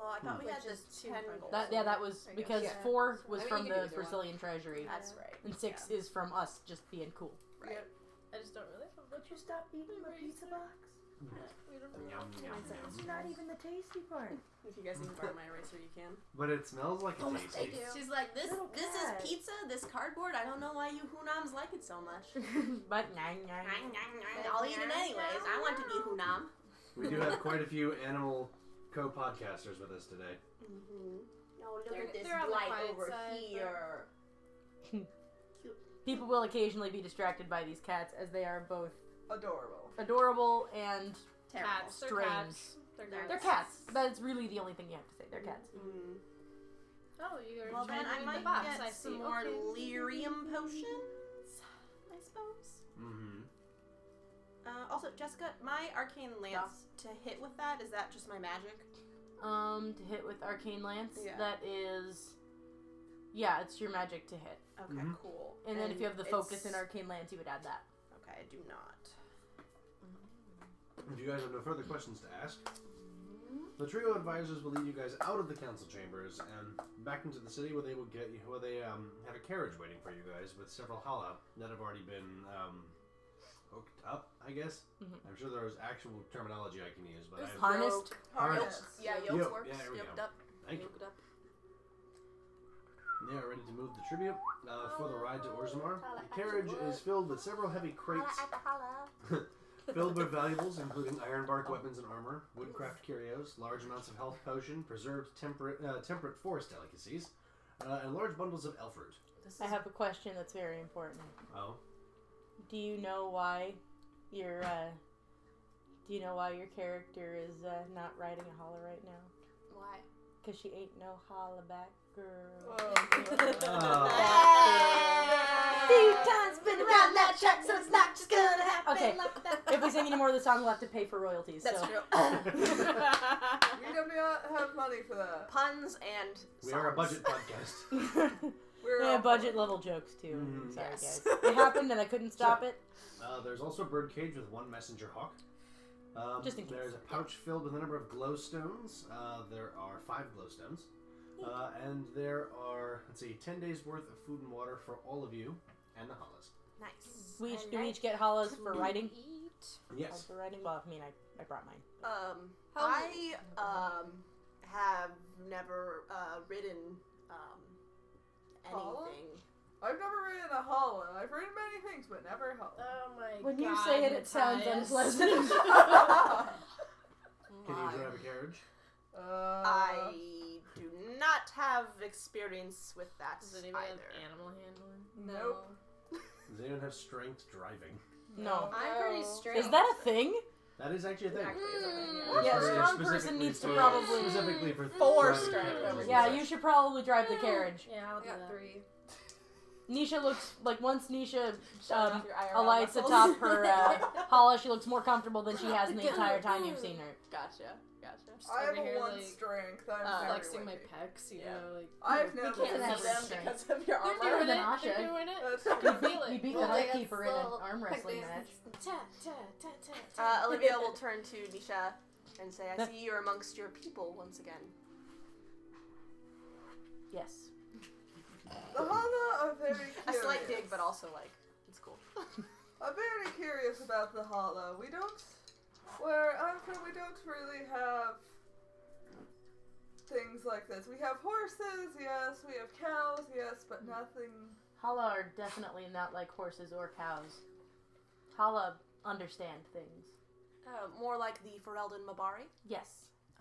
S7: Well, I thought we
S22: Which is
S7: had just
S22: two
S7: ten
S22: hundred.
S7: gold.
S6: That yeah, that was
S22: I guess.
S6: because
S22: Yeah.
S6: four was
S22: I mean,
S6: from
S22: you can
S6: the
S22: do either one.
S6: Brazilian treasury,
S7: That's right.
S6: and six is from us just being cool.
S7: Right.
S8: Yep.
S23: I just don't really have
S22: Would you stop eating my pizza box?
S23: We don't
S3: Yum, yum,
S22: It's
S3: yum.
S22: not even the tasty part.
S7: If you guys need to borrow my eraser, you can.
S3: But it smells like a tasty.
S7: She's like, this
S22: Oh, Little
S7: this
S22: cat.
S7: is pizza, this cardboard. I don't know why you Hunams like it so much.
S6: but nine, nine.
S7: I'll eat it anyways. I want to be Hunam.
S3: We do have quite a few animal co-podcasters with us today.
S7: Mm-hmm. No, look
S22: They're-
S7: at this
S22: they're on the
S7: light
S22: quiet
S7: over
S22: side, but-
S7: here.
S6: People will occasionally be distracted by these cats as they are both
S8: Adorable.
S6: adorable and
S7: Terrible.
S23: Cats. They're
S6: Strange.
S23: cats. They're cats.
S6: they're cats. That's really the only thing you have to say. They're cats.
S7: Mm.
S23: Oh, you're
S7: Well, then I
S23: in the
S7: might
S23: box.
S7: get
S23: I see.
S7: some more
S23: Okay.
S7: lyrium potions, I suppose.
S3: Mm-hmm.
S7: Uh, also, Jessica, my arcane lance to hit with that is that just my magic?
S6: Um, to hit with arcane lance.
S7: Yeah.
S6: That is, yeah, it's your magic to hit.
S7: Okay,
S3: Mhm.
S7: cool.
S6: And, then if you have the
S7: it's-
S6: focus in arcane lance, you would add that.
S7: okay, I do not.
S3: If you guys have no further questions to ask, the trio advisors will lead you guys out of the council chambers and back into the city, where they will get you, where they um, have a carriage waiting for you guys with several hala that have already been um, hooked up. I guess
S6: Mhm.
S3: I'm sure there's actual terminology I can use, but
S6: There's
S3: I'm-
S6: harnessed.
S3: Harnessed.
S7: Yoke. Yeah, yokes
S3: Yoke,
S7: works.
S3: yeah, there we
S7: Yoked
S3: go.
S7: up.
S3: Thank you.
S7: Yoked up.
S3: They are ready to move the tribute uh, for the ride to Orzammar. The carriage is filled with several heavy crates filled with valuables, including iron bark weapons and armor, woodcraft curios, large amounts of health potion, preserved temperate, uh, temperate forest delicacies, uh, and large bundles of elf fruit.
S6: I have a question that's very important.
S3: Oh,
S6: Do you know why your uh, Do you know why your character is uh, not riding a holla right now?
S7: Why?
S6: Cause she ain't no holla back girl.
S3: Ah.
S6: Few times been around that track, so it's not just gonna happen. Okay. if we sing any more of the song, we'll have to pay for royalties.
S7: That's
S6: so.
S8: We do not have money for that.
S7: Puns and
S3: we are a budget podcast.
S7: We're
S6: yeah, budget level jokes too.
S3: Mhm.
S6: Sorry,
S7: Yes.
S6: guys. It happened and I couldn't stop it.
S3: Uh, there's also a birdcage with one messenger hawk. Um,
S6: Just in case.
S3: There's a pouch filled with a number of glowstones. Uh, there are five glowstones. Uh, and there are, let's see, 10 days worth of food and water for all of you and the Hollis.
S7: nice.
S6: We each, do we each get hollas for writing?
S3: Yes.
S6: For writing? Well, I mean, I, I brought mine.
S7: Um, I um have never uh, ridden um
S8: Holla?
S7: anything.
S8: I've never ridden a hollow. I've ridden many things, but never a hollow.
S24: Oh my
S25: When
S24: god.
S25: you say it, it sounds
S24: Matthias.
S25: unpleasant.
S3: Can you drive a carriage?
S8: Uh,
S7: I do not have experience with that
S24: Does anyone have
S7: either.
S24: animal handling?
S8: Nope.
S3: Does anyone have strength driving?
S6: No.
S24: I'm pretty straight.
S6: Is that a thing?
S3: That is actually a thing.
S7: Hmm.
S3: It's
S6: Yeah, a
S3: for-
S6: strong
S3: specifically
S6: person needs to
S3: for-
S6: probably-
S3: Specifically for
S7: Four
S3: driving
S7: strength,
S3: carriages
S7: I would
S3: and
S6: Yeah,
S3: such.
S6: you should probably drive the carriage.
S24: Yeah, I'll
S26: I
S24: do
S26: got
S24: that.
S25: Um,
S26: three.
S6: Nisha looks like once Nisha
S7: Showing
S6: um,
S7: off your IRL
S6: alights
S7: muscles.
S6: atop her uh, hollow, she looks more comfortable than she has in the entire time you've seen her.
S7: gotcha, gotcha.
S24: Just
S8: I have
S24: over
S8: a
S24: here,
S8: one
S24: like,
S8: strength. I'm
S7: uh,
S8: very
S24: flexing my
S8: lucky.
S24: pecs, you
S7: Yeah.
S24: know, like.
S8: I've never.
S6: can't
S7: Can't
S6: have
S7: see them
S6: strength.
S7: because of your
S24: They're
S7: armor.
S24: doing
S6: than
S24: it.
S6: Asha.
S24: They're doing it.
S8: That's
S24: I feel
S8: true.
S6: You
S24: it.
S6: beat the
S26: Well, they got
S6: Highkeeper in an
S26: slow
S6: arm wrestling
S26: quick
S6: match.
S26: dance. Ta, ta, ta, ta,
S7: Uh,
S26: ta.
S7: Olivia will turn to Nisha and say, "I see you're amongst your people once again."
S6: Yes.
S8: The hollow are very curious.
S7: A slight dig, but also like it's cool.
S8: I'm very curious about the hollow. We don't. Where I'm from, we don't really have things like this. We have horses, yes. We have cows, yes, but nothing.
S6: Hala are definitely not like horses or cows. Hala understand things.
S7: Uh, more like the Ferelden Mabari.
S6: Yes.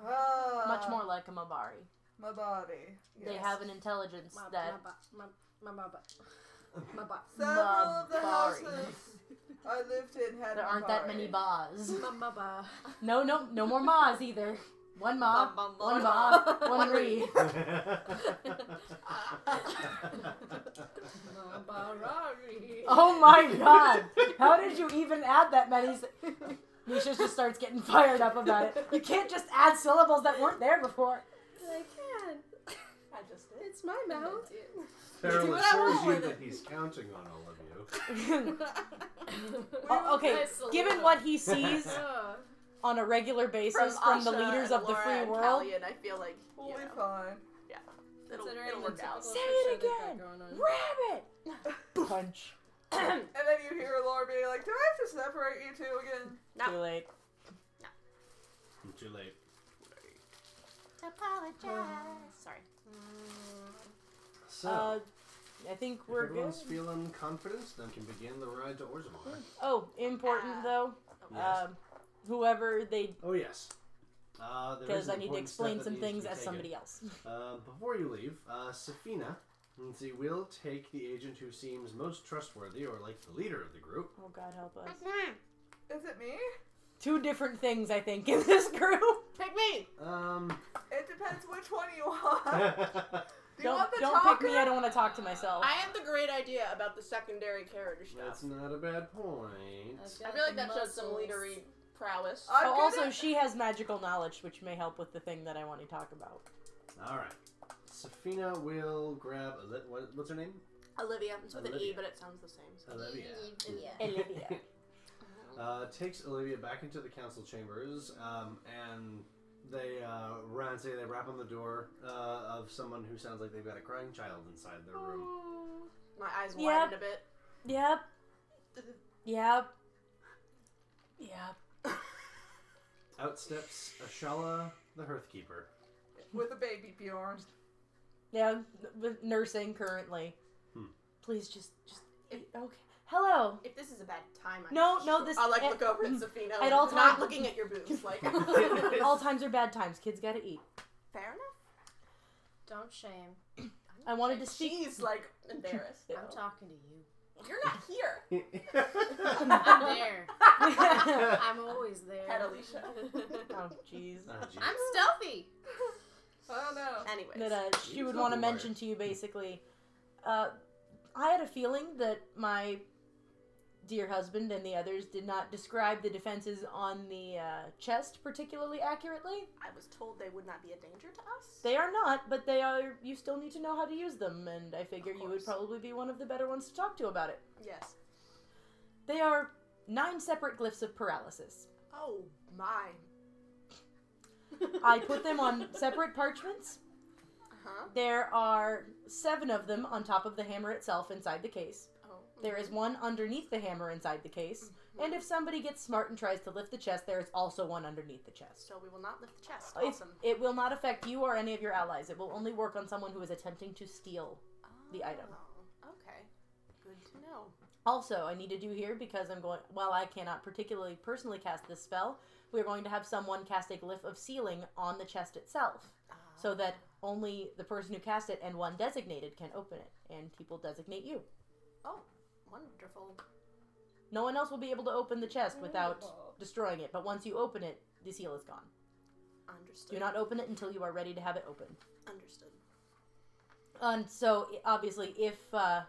S8: Ah,
S6: Much more like a Mabari.
S8: My body.
S6: They
S8: yes.
S6: have an intelligence
S24: My-
S6: that.
S24: my butt, My my- my butt. My butt.
S8: Several of the
S6: Mabari.
S8: houses I lived in had
S6: There aren't that many
S8: Mabari.
S6: ba's.
S24: My- my butt.
S6: No, no, no more ma's either. One ma,
S7: Bum, bum, bum.
S6: one ba, one re.
S24: My Ferrari.
S6: Oh my god! How did you even add that many? s- Misha just starts getting fired up about it. You can't just add syllables that weren't there before.
S24: I can.
S7: I just did.
S24: It's my mouth.
S3: Farrell
S7: Do what I
S3: assures
S7: want
S3: you
S7: with
S3: that
S7: it.
S3: he's counting on all of you.
S6: Oh, okay, given what he sees
S24: Oh,
S6: on a regular basis from, the
S7: Asha
S6: leaders
S7: and
S6: of the
S7: Laura
S6: free
S7: and
S6: world,
S7: Callie, and I feel like you
S8: We'll be
S7: know,
S8: fine.
S7: it'll,
S24: considering
S7: it'll
S24: the
S7: work out.
S24: typical
S6: Say it
S24: shit that they've got
S6: again.
S24: going on.
S6: rabbit punch.
S8: And then you hear Laura being like, "Do I have to separate you two again?"
S7: No.
S6: Too late.
S3: I'm too late.
S7: Sorry.
S3: So,
S6: Uh, I think
S3: if
S6: we're good.
S3: everyone's feeling confident, then can begin the ride to Orzammar.
S6: Oh, important
S7: Ah.
S6: though.
S3: Yes.
S6: Um, whoever they,
S3: Oh yes. Uh, there is
S6: because
S3: an
S6: I need to
S3: important step
S6: explain
S3: that
S6: some
S3: needs to
S6: things
S3: be
S6: as
S3: taken.
S6: somebody else.
S3: Uh, before you leave, uh, Safina, let's see, will take the agent who seems most trustworthy or like the leader of the group.
S6: Oh God, help us.
S8: Is it me?
S6: Two different things I think in this group.
S24: Pick me.
S3: Um,
S8: It depends which one you want.
S3: let's
S8: Do you
S6: Don't
S8: want the
S6: don't
S8: talker?
S6: pick me. I don't want to talk to myself.
S7: I have the great idea about the secondary carriage stuff.
S3: not a bad point.
S7: I feel like that shows some leadery prowess.
S8: I'm
S6: Oh,
S8: good
S6: also,
S8: at-
S6: she has magical knowledge, which may help with the thing that I want to talk about.
S3: All right. Safina will grab. Oli- what- What's her name?
S7: Olivia. It's with an E,
S3: Olivia.
S7: but it sounds the same. So.
S3: Olivia.
S6: Olivia.
S3: Uh,
S14: uh, takes Olivia back into the council chambers, um, and they uh, ra- say they rap on the door uh, of someone who sounds like they've got a crying child inside their room.
S7: My eyes
S6: Yep.
S7: widened a bit.
S6: Yep. Yep. Yep.
S14: Out steps Ashala, the Hearthkeeper.
S8: With a baby Bjorn.
S6: Yeah, with nursing currently.
S14: Hmm.
S6: Please just, just okay. Hello.
S7: If this is a bad time, I'm
S6: No, no,
S7: sure-
S6: this-
S7: I'll like
S6: at-
S7: look over at Safina.
S6: at all
S7: Not
S6: times.
S7: looking at your boobs. Like
S6: All times are bad times. Kids gotta eat.
S7: Fair enough.
S27: Don't shame.
S6: I wanted to speak. Oh,
S7: She's like embarrassed.
S6: Yeah.
S27: I'm talking to you.
S7: You're not here.
S27: I'm there. I'm always there.
S7: Pet Alicia.
S6: Oh jeez.
S14: Oh, gee.
S27: I'm stealthy.
S8: Oh no.
S7: Anyways,
S6: That uh, she
S14: Use
S6: would
S14: the
S6: want to
S14: wire.
S6: mention to you basically. Uh, I had a feeling that my dear husband and the others did not describe the defenses on the uh, chest particularly accurately.
S7: I was told they would not be a danger to us.
S6: They are not, but they are. You still need to know how to use them, and I figure you would
S7: course.
S6: probably be one of the better ones to talk to about it.
S7: yes.
S6: They are nine separate glyphs of paralysis.
S7: Oh my.
S6: I put them on separate parchments.
S7: Huh?
S6: There are seven of them on top of the hammer itself inside the case.
S7: Oh. Mm-hmm.
S6: There is one underneath the hammer inside the case. And if somebody gets smart and tries to lift the chest, there is also one underneath the chest.
S7: So we will not lift the chest.
S6: It-
S7: Awesome.
S6: It, will not affect you or any of your allies. It will only work on someone who is attempting to steal. the item.
S7: Oh, Okay. Good to know.
S6: Also, I need to do here because I'm going. While I cannot particularly personally cast this spell, we are going to have someone cast a glyph of sealing on the chest itself, so that only the person who cast it and one designated can open it, and people designate you.
S7: Oh, wonderful.
S6: No one else will be able to open the chest without destroying it, but once you open it, the seal is gone.
S7: Understood.
S6: Do not open it until you are ready to have it open.
S7: Understood.
S6: And so, i- obviously, if uh,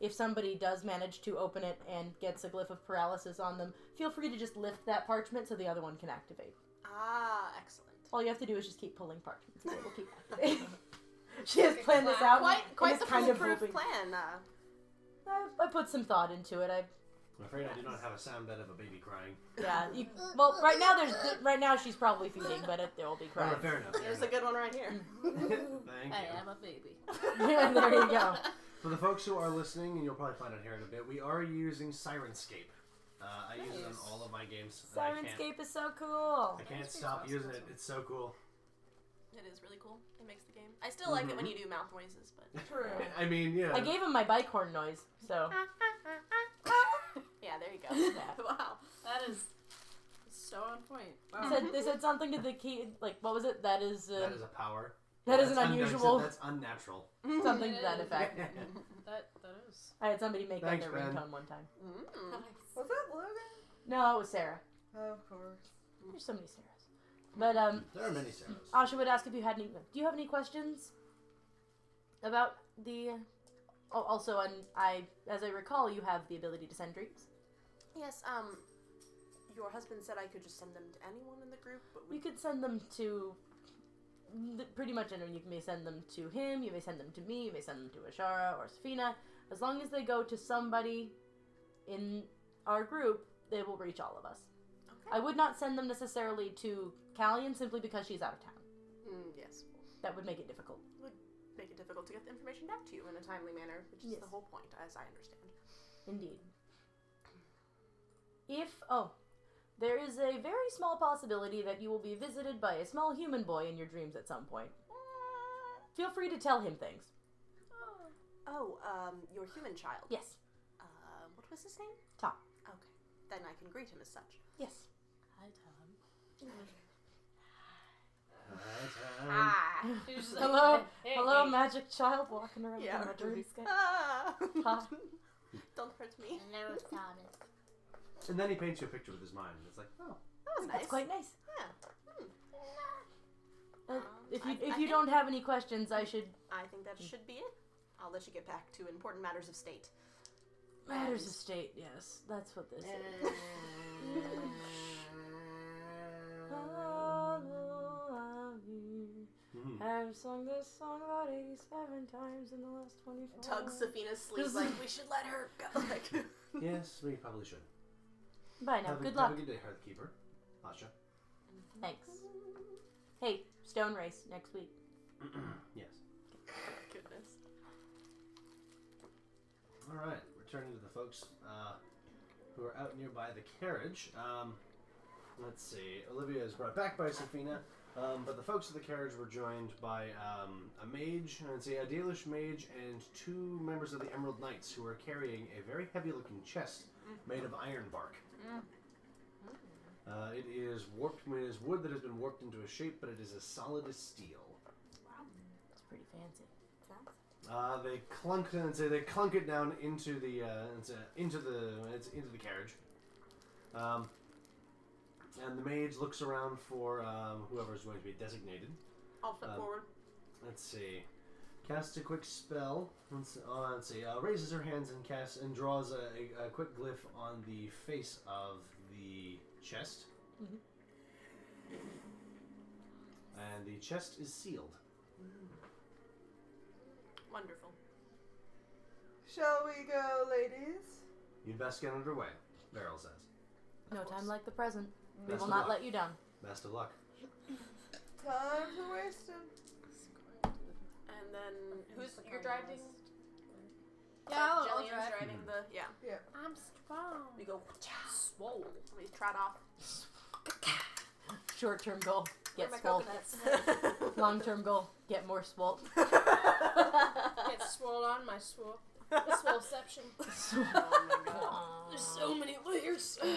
S6: if somebody does manage to open it and gets a glyph of paralysis on them, feel free to just lift that parchment so the other one can activate.
S7: Ah, excellent.
S6: All you have to do is just keep pulling parchments. and It will keep activating. she has planned this out.
S7: Quite,
S6: and
S7: quite
S6: is
S7: the
S6: kind of
S7: foolproof
S6: hoping-
S7: plan. Uh,
S6: I, I put some thought into it. I
S14: I'm afraid I do not have a sound bed of a baby crying.
S6: yeah. You, well, right now there's right now she's probably feeding, but it, there will be crying.
S14: Oh, fair enough. fair
S7: there's a good one right here.
S14: enough. Thank
S27: I
S14: you.
S27: am a baby.
S6: Yeah, there you go.
S14: For the folks who are listening, and you'll probably find out here in a bit, we are using Sirenscape. Uh, I use it on all of my games. and I can't-
S6: Sirenscape is so cool.
S14: I can't stop
S7: awesome,
S14: using it. It's so cool.
S7: It is really cool. It makes the game. I still like
S6: Mm-hmm.
S7: it when you do mouth noises, but
S8: True.
S14: I mean, yeah.
S6: I gave him my bike horn noise, so
S7: yeah, there you go. wow.
S27: That is so on point.
S6: they said, they said something to the key, like what was it? That is, uh,
S14: that is a power.
S6: that is an
S14: That's un- I said
S6: unusual
S14: That's unnatural.
S6: something to that effect.
S27: That that is.
S6: I had somebody make
S14: Thanks,
S6: that their
S14: Ben.
S6: ringtone one time.
S7: Mm.
S8: Was that Logan?
S6: No, it was Sarah.
S8: Of course.
S6: There's so many Sarahs. But um,
S14: There are many Sarahs.
S6: Asha would ask if you had any. Do you have any questions about the? Oh, also, and I, as I recall, you have the ability to send dreams.
S7: Yes. Um, your husband said I could just send them to anyone in the group, but we
S6: You could send them to th- pretty much anyone. You may send them to him, you may send them to me, you may send them to Ashara or Safina. As long as they go to somebody in our group, they will reach all of us.
S7: Okay.
S6: I would not send them necessarily to Callion simply because she's out of town.
S7: Mm, yes.
S6: That would make it difficult.
S7: Would make it difficult to get the information back to you in a timely manner, which is
S6: Yes.
S7: the whole point, as I understand.
S6: Indeed. If, oh, there is a very small possibility that you will be visited by a small human boy in your dreams at some point. Feel free to tell him things.
S7: Oh, um, your human child.
S6: Yes.
S7: Uh, what was his name?
S6: Tom.
S7: Okay. Then I can greet him as such.
S6: Yes.
S27: Hi Tom.
S14: Hi, Tom.
S7: Ah.
S27: She's just like,
S6: Hello,
S27: hey,
S6: hello,
S27: hey.
S6: magic child walking around
S7: Yeah.
S6: in my dreamscape.
S7: Ah.
S6: Huh?
S7: Don't hurt me.
S27: Hello, Thomas.
S14: And then he paints you a picture with his mind. It's like, oh,
S7: That was nice.
S6: That's quite nice.
S7: Yeah.
S6: Uh,
S7: Um,
S6: if you
S7: I- I
S6: if you
S7: think-
S6: don't have any questions, I should
S7: I think that should be it. I'll let you get back to important matters of state.
S6: matters of state. Yes, that's what this
S7: Uh,
S6: is.
S7: Hmm.
S6: Follow me.
S3: Hmm.
S14: mhm.
S6: I've sung this song about 87 times in the last 24
S7: Oh Tug Safina's sleeve, like, we should let her go. Like,
S14: yes, we probably should.
S6: Bye now.
S3: Have a-
S6: Good luck.
S3: Have a good day, Hearthkeeper. Asha.
S6: Thanks. Hey, stone race next week.
S3: yes.
S7: Goodness.
S3: All right, returning to the folks uh, who are out nearby the carriage. Um, let's see. Olivia is brought back by Safina, um, but the folks of the carriage were joined by um, a mage, I'd say a Dalish mage, and two members of the Emerald Knights who are carrying a very heavy-looking chest made of iron bark. Uh, it is warped. It is wood that has been warped into a shape, but it is as solid as steel.
S6: It's pretty fancy.
S3: Uh, they clunk and say they clunk it down into the uh, into, into the it's into the carriage. Um, and the mage looks around for um, whoever is going to be designated.
S7: I'll step
S3: Um,
S7: forward.
S3: Let's see. Casts a quick spell. Let's, uh, let's see. Uh, raises her hands and casts and draws a, a, a quick glyph on the face of the chest.
S6: Mhm. Mm-hmm.
S3: And the chest is sealed.
S7: Wonderful.
S8: Shall we go, ladies?
S3: You'd best get underway, Beryl says.
S6: No time like the present. We
S3: Best
S6: will
S3: of
S6: not
S3: luck.
S6: let you down.
S3: Best of luck.
S8: Time for wasting.
S7: And then who's
S28: Click
S7: you're
S28: on
S7: driving?
S28: list.
S7: Yeah,
S28: I'll- I'll
S7: Jillian's
S28: drive.
S7: driving the yeah.
S8: Yeah.
S28: I'm strong.
S7: We go swole. We trot off.
S6: Short term goal, get
S28: Where are
S6: swole.
S28: my coconuts?
S6: Long term goal, get more swole.
S28: Get swole on my swole.
S5: Swellception. There's so many layers of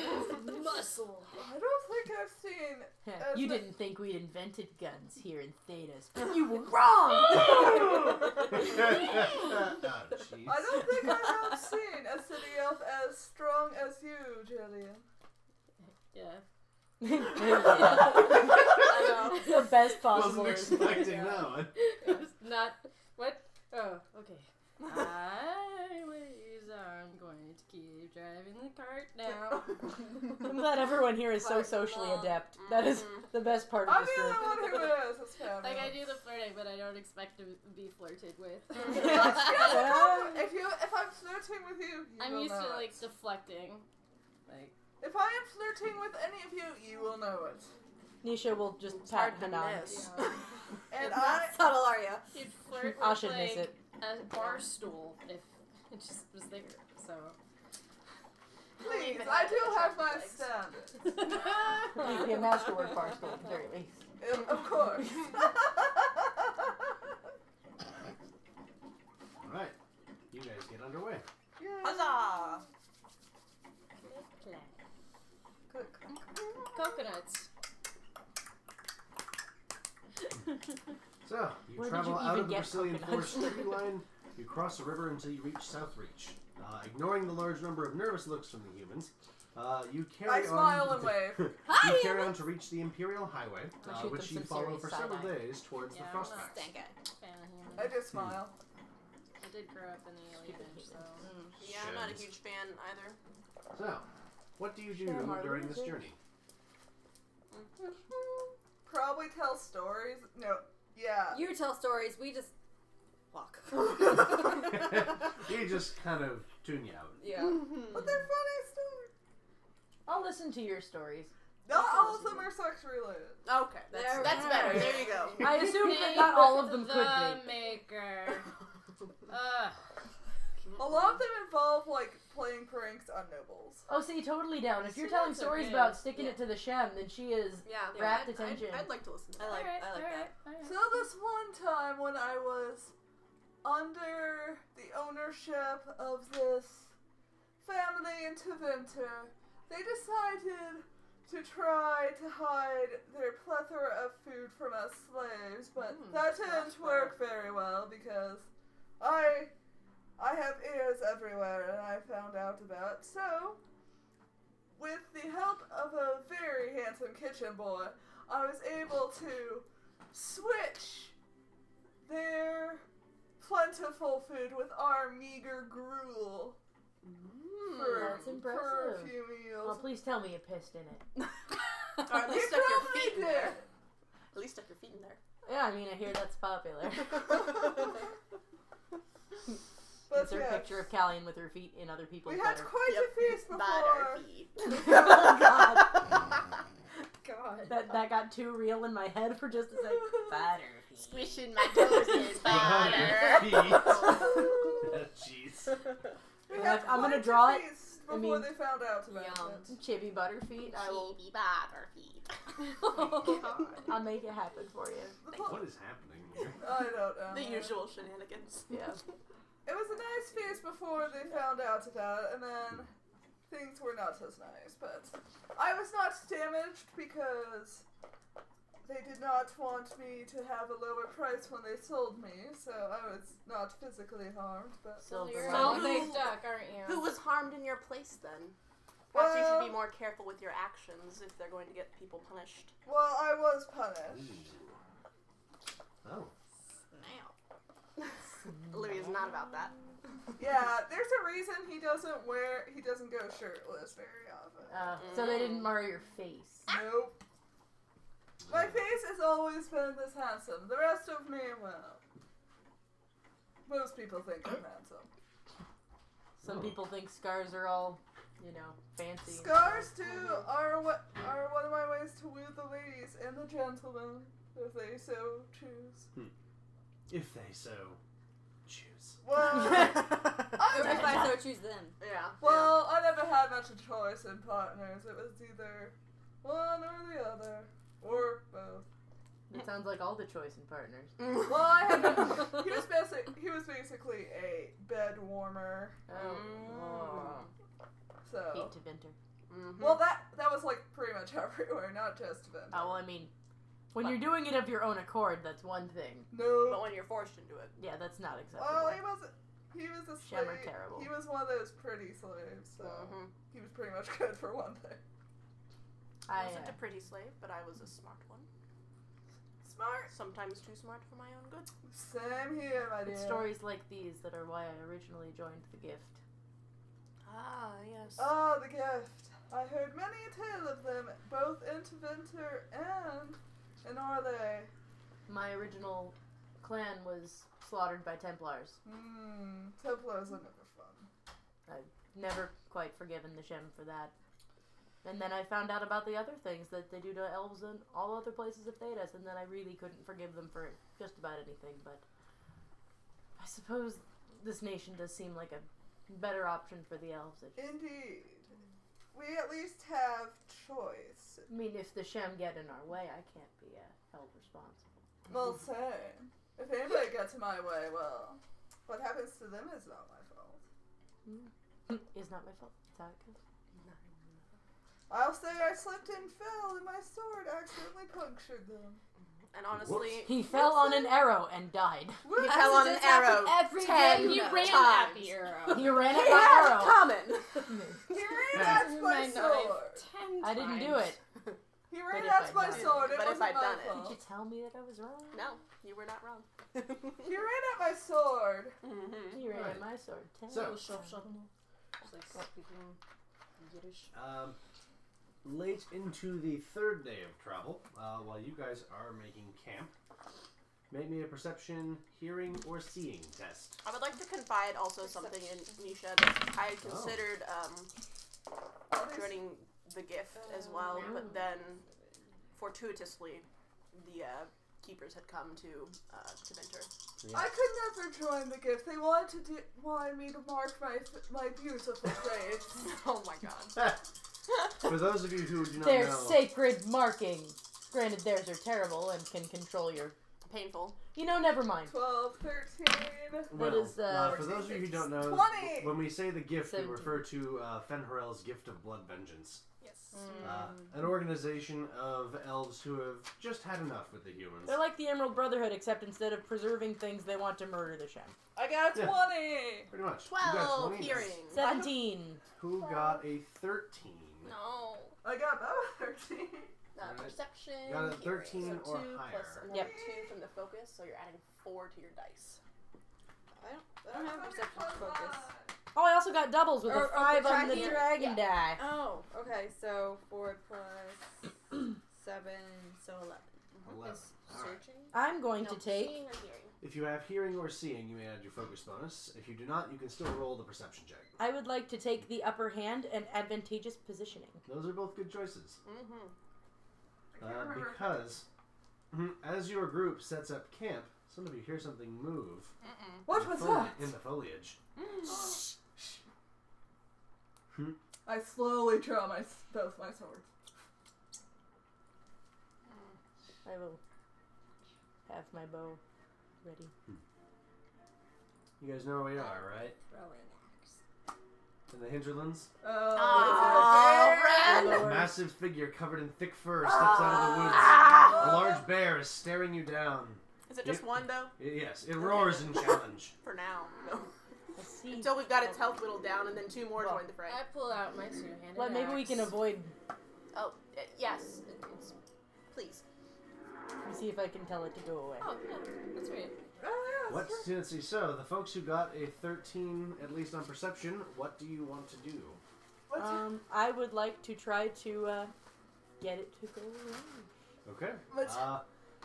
S5: muscle.
S8: I don't think I've seen.
S6: Yeah, you
S8: Uh,
S6: didn't think we'd invented guns here in Thetas, but you were wrong!
S3: oh, jeez.
S8: I don't think I have seen a city elf as strong as you, Jillian.
S5: Yeah.
S6: I know. The best possible.
S3: Wasn't expecting that one.
S5: It's not. What? Oh, okay. I will use. I'm going to keep driving the cart now.
S6: I'm glad everyone here is so socially adept. That is the best part of
S8: I'm
S6: this
S8: the
S6: group.
S8: only one who is. It's fabulous.
S5: Like I do the flirting, but I don't expect to be flirted with.
S8: You don't come- if you, if I'm flirting with you, you
S5: I'm
S8: will
S5: used
S8: know
S5: to
S8: it.
S5: like deflecting. Like
S8: If I am flirting with any of you, you will know it.
S6: Nisha will just pat Hanan.
S8: And
S28: It's not
S8: I,
S28: subtle, are you?
S5: you'd flirt with
S6: I should
S5: like
S6: miss it.
S5: a bar stool if it just was there. So
S8: please,
S28: even
S8: I
S28: have
S8: do
S28: the
S8: have my
S28: traffic
S8: standards.
S6: You'd be a masterwork barstool, at the very least.
S8: Of- Um, Of course.
S3: All right, you guys get underway.
S8: Yeah.
S7: Huzzah!
S8: Click.
S5: coconuts.
S3: So you
S6: Where did
S3: travel
S6: you
S3: out
S6: even
S3: of the
S6: get
S3: Brazilian
S6: coconuts?
S3: forest study line. You cross the river until you reach South Reach. Uh, ignoring the large number of nervous looks from the humans, uh, you carry
S8: I
S3: on.
S8: smile and wave.
S3: you carry on to reach the Imperial Highway,
S6: I'll
S3: uh,
S6: shoot
S3: which
S6: them
S3: you
S6: some
S3: follow
S6: serious
S3: for several
S6: side-eye.
S3: days towards
S5: Yeah,
S3: the
S5: I'm a
S3: Frostbacks.
S5: stank Fan of humans.
S8: I do smile.
S5: I did grow up in the alien age, so
S7: Yeah, I'm not a
S3: Shins.
S7: huge fan either.
S3: So, what do you do
S6: Sure, Marley,
S3: during this
S6: okay.
S3: journey?
S8: Probably tell stories. No. Yeah.
S28: You tell stories. We just walk.
S3: you just kind of tune you out.
S28: yeah.
S8: But they're funny stories.
S6: I'll listen to your stories.
S8: Not all of them are sex related.
S7: Okay, that's,
S28: There we
S7: that's
S28: go.
S7: better. There you go.
S6: I assume that not all of them
S5: the
S6: could be.
S5: maker. Ugh.
S8: A lot of them involve like playing pranks on nobles.
S6: Oh, see, totally down. If you're
S5: See,
S6: telling
S5: that's
S6: stories
S5: okay.
S6: about sticking it to the Shem, then she is.
S7: Yeah,
S6: Rapt
S7: I'd-
S6: attention.
S7: I'd, I'd like to listen to
S28: I
S7: that.
S28: like.
S5: Alright,
S28: I like
S5: alright,
S28: that.
S5: alright.
S8: So this one time when I was under the ownership of this family in Taventer, they decided to try to hide their plethora of food from us slaves, but
S6: Hmm,
S8: that didn't work very well because I I have ears everywhere and I found out about it. So with the help of a very handsome kitchen boy, I was able to switch their plentiful food with our meager gruel for,
S6: Mm, That's impressive.
S8: for a few meals.
S6: Oh, please tell me you pissed in it.
S7: Or at
S8: You
S7: least stuck your
S8: probably
S7: feet in
S8: did.
S7: there. At least stuck your feet in there.
S6: Yeah, I mean, I hear that's popular.
S8: but But
S6: Insert
S8: yes.
S6: picture of Callian with her feet in other people's
S8: We had
S6: butter.
S8: quite a feast before.
S6: oh, God.
S27: God.
S6: That, that got too real in my head for just a second. Butter.
S27: Squishing my toes in
S14: Jeez.
S8: We
S6: I'm
S8: had
S6: gonna- I'm
S8: quite
S6: gonna
S8: a
S6: draw it.
S8: feast
S6: I
S8: Before
S6: mean-
S8: they found out about it.
S6: Chibby Butterfeet. I will. I'll
S27: butter.
S6: make it happen for you.
S14: What is happening here?
S8: I don't know.
S7: The usual shenanigans.
S6: Yeah.
S8: It was a nice feast before they found out about it, and then things were not as nice. But I was not damaged because they did not want me to have a lower price when they sold me, so I was not physically harmed. But
S6: Silver.
S27: You're
S6: lining.
S27: a lazy duck, aren't you?
S7: Who was harmed in your place then? Perhaps you should
S8: Well-
S7: be more careful with your actions if they're going to get people punished.
S8: well, I was punished.
S14: Oh.
S7: Olivia's not about that.
S8: Yeah, there's a reason he doesn't wear he doesn't go shirtless very often.
S6: Uh, so they didn't mar your face.
S8: Nope. My face has always been this handsome. The rest of me, well, most people think I'm handsome.
S6: Some people think scars are all, you know, fancy. and
S8: Scars
S6: stuff.
S8: too are what are one of my ways to woo the ladies and the gentlemen if they so choose.
S14: If they so choose.
S8: Well,
S9: Or if I
S8: I
S9: so choose them.
S7: Yeah.
S8: well, I never had much of a choice in partners. It was either one or the other, or both.
S6: It sounds like all the choice in partners.
S8: Well, I had he was basically he was basically a bed warmer,
S6: Oh,
S7: Mm.
S8: so.
S6: hate to Venter.
S7: Mhm.
S8: Well, that that was like pretty much everywhere, not just Vent.
S6: Oh, well, I mean, when you're doing it of your own accord, that's one thing.
S7: but
S8: No.
S7: when you're forced into it.
S6: Yeah, that's not acceptable.
S8: Well, he was he was a slave.
S6: Shem are terrible. Mm-hmm.
S8: He was one of those pretty slaves, so
S7: Mhm.
S8: he was pretty much good for one thing.
S6: I,
S7: I wasn't
S6: uh,
S7: a pretty slave, but I was a smart one.
S8: Smart.
S7: Sometimes too smart for my own good.
S8: Same here, my dear.
S6: it's stories like these that are why I originally joined the gift.
S7: Ah, yes.
S8: Oh, the gift. I heard many a tale of them, both in Tevinter and in Orlay.
S6: My original clan was slaughtered by Templars.
S8: Hmm. Templars are never fun.
S6: Never quite forgiven the Shem for that. And then I found out about the other things that they do to elves and all other places of Thedas, and then I really couldn't forgive them for just about anything, but I suppose this nation does seem like a better option for the elves. I
S8: Indeed. We at least have choice.
S6: mean, if the Shem get in our way, I can't be uh, held responsible.
S8: Well, same. If anybody gets in my way, well, what happens to them is not my fault.
S6: Is not my fault. That's how it goes.
S8: I'll say I slipped and fell, and my sword accidentally punctured them.
S7: And honestly,
S6: He fell on an arrow and died.
S8: Whoops.
S7: fell on an arrow.
S27: Every
S7: Ten
S27: day you ran at
S7: times.
S27: the arrow.
S6: He ran at
S7: He had it
S6: my
S7: coming.
S6: arrow.
S8: He ran at my
S27: My knife.
S8: sword.
S27: Ten
S6: I didn't do
S27: times.
S6: it.
S8: He
S6: But
S8: ran
S6: if
S8: at
S6: I'd
S8: my
S6: done it-
S8: sword. It
S7: but if
S8: wasn't
S7: I'd
S8: my
S7: done it-
S6: Did you
S8: fault.
S6: tell me that I was wrong?
S7: No, you were not wrong.
S8: He ran at my sword.
S7: Mhm.
S6: He ran
S14: Right.
S6: at my sword. Tell
S14: So-
S6: me.
S27: It's like speaking Yiddish.
S14: Um, late into the third day of travel, uh, while you guys are making camp, make me a perception, hearing, or seeing test.
S7: I would like to confide also something in Nisha that
S8: Oh.
S7: I had considered um, joining the gift as well, but then fortuitously the uh, keepers had come to uh, to Venter.
S8: I could never join the gift. They wanted to wanted me to mark my f- my beautiful face.
S7: Oh my god.
S14: For those of you who do not
S6: Their
S14: know,
S6: sacred markings. Granted, theirs are terrible and can control your.
S7: Painful.
S6: You know, never mind.
S8: 12, 13.
S14: well,
S6: is, uh,
S14: for those of you who don't know,
S8: 20.
S14: when we say the gift,
S6: Seventeen.
S14: we refer to uh, Fenharel's gift of blood vengeance.
S7: Yes.
S14: Uh,
S6: Mm.
S14: an organization of elves who have just had enough with the humans.
S6: They're like the Emerald Brotherhood, except instead of preserving things, they want to murder the Shem.
S8: I got
S14: Yeah.
S8: 20.
S14: Pretty much. You got
S7: 12
S14: 20.
S7: hearing.
S6: 17.
S14: Who got a 13?
S7: No.
S8: I got about 13.
S7: Uh,
S14: Alright.
S7: Perception.
S14: You got a
S7: hearing.
S14: 13
S7: so
S14: or
S7: two Plus
S14: higher.
S7: another
S6: Yep.
S7: two from the focus, so you're adding four to your dice.
S27: I don't, I don't have perception focus.
S6: Oh, I also got doubles with
S27: Or-
S6: a
S27: or
S6: 5
S27: for
S6: on the
S27: tracking.
S6: dragon die.
S27: Oh, okay. So four plus seven, so eleven.
S3: Eleven.
S29: Is
S3: All right.
S29: searching?
S6: I'm going
S29: No,
S6: to take-
S29: seeing or hearing.
S3: If you have hearing or seeing, you may add your focus bonus. If you do not, you can still roll the perception check.
S6: I would like to take the upper hand and advantageous positioning.
S3: Those are both good choices.
S7: Mm-hmm.
S3: Uh, because mhm, as your group sets up camp, some of you hear something move.
S8: What
S3: in
S8: was
S3: the foli-
S8: that?
S3: In the foliage.
S8: I slowly draw my s- both my swords.
S6: I will have my bow ready.
S3: You guys know where we are, right?
S30: Throwing axe.
S3: In the hinterlands.
S8: Oh,
S6: Aw,
S8: it's a
S3: A
S8: bear.
S3: massive figure covered in thick fur steps out of the woods. A
S7: Ah.
S3: large bear is staring you down.
S7: Is it just
S3: Yeah.
S7: one though?
S3: I- Yes, it roars in challenge.
S7: For now. No.
S6: I see.
S7: Until we've got its health whittled down and then two more join the fray.
S31: I pull out my two-handed
S6: Well, maybe we can
S31: axe.
S6: avoid.
S7: Oh, uh, yes. It's- Please.
S6: Let me see if I can tell it to go away.
S7: Oh, yeah. That's right.
S8: Oh, yeah,
S3: What Tennessee? So the folks who got a thirteen, at least on perception, what do you want to do?
S8: What's
S6: Um, I would like to try to uh, get it to go away.
S3: Okay.
S8: Let's-
S3: Uh,